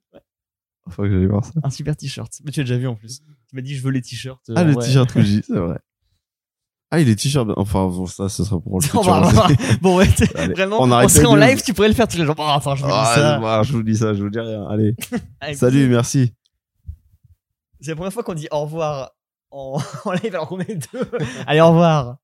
Oh, Faut que j'aille voir ça. Un super t-shirt. Mais tu l'as déjà vu en plus. Tu m'as dit, je veux les t-shirts. euh, Ah, le ouais. t-shirt Koji, c'est vrai. Ah, il est t-shirt. Enfin, bon, ça, ce sera pour le *laughs* On futur. va *laughs* voir. *laughs* Bon, ouais, t'es- Allez, vraiment, on on, arrête serait la en news. live, tu pourrais le faire. Tu serais genre, Ah, enfin, je vous dis Ah, ça. bah, je vous dis ça, je vous dis rien. Allez, Avec salut, merci. *laughs* C'est la première fois qu'on dit au revoir en, en live alors qu'on est deux. Allez, au revoir. Oh,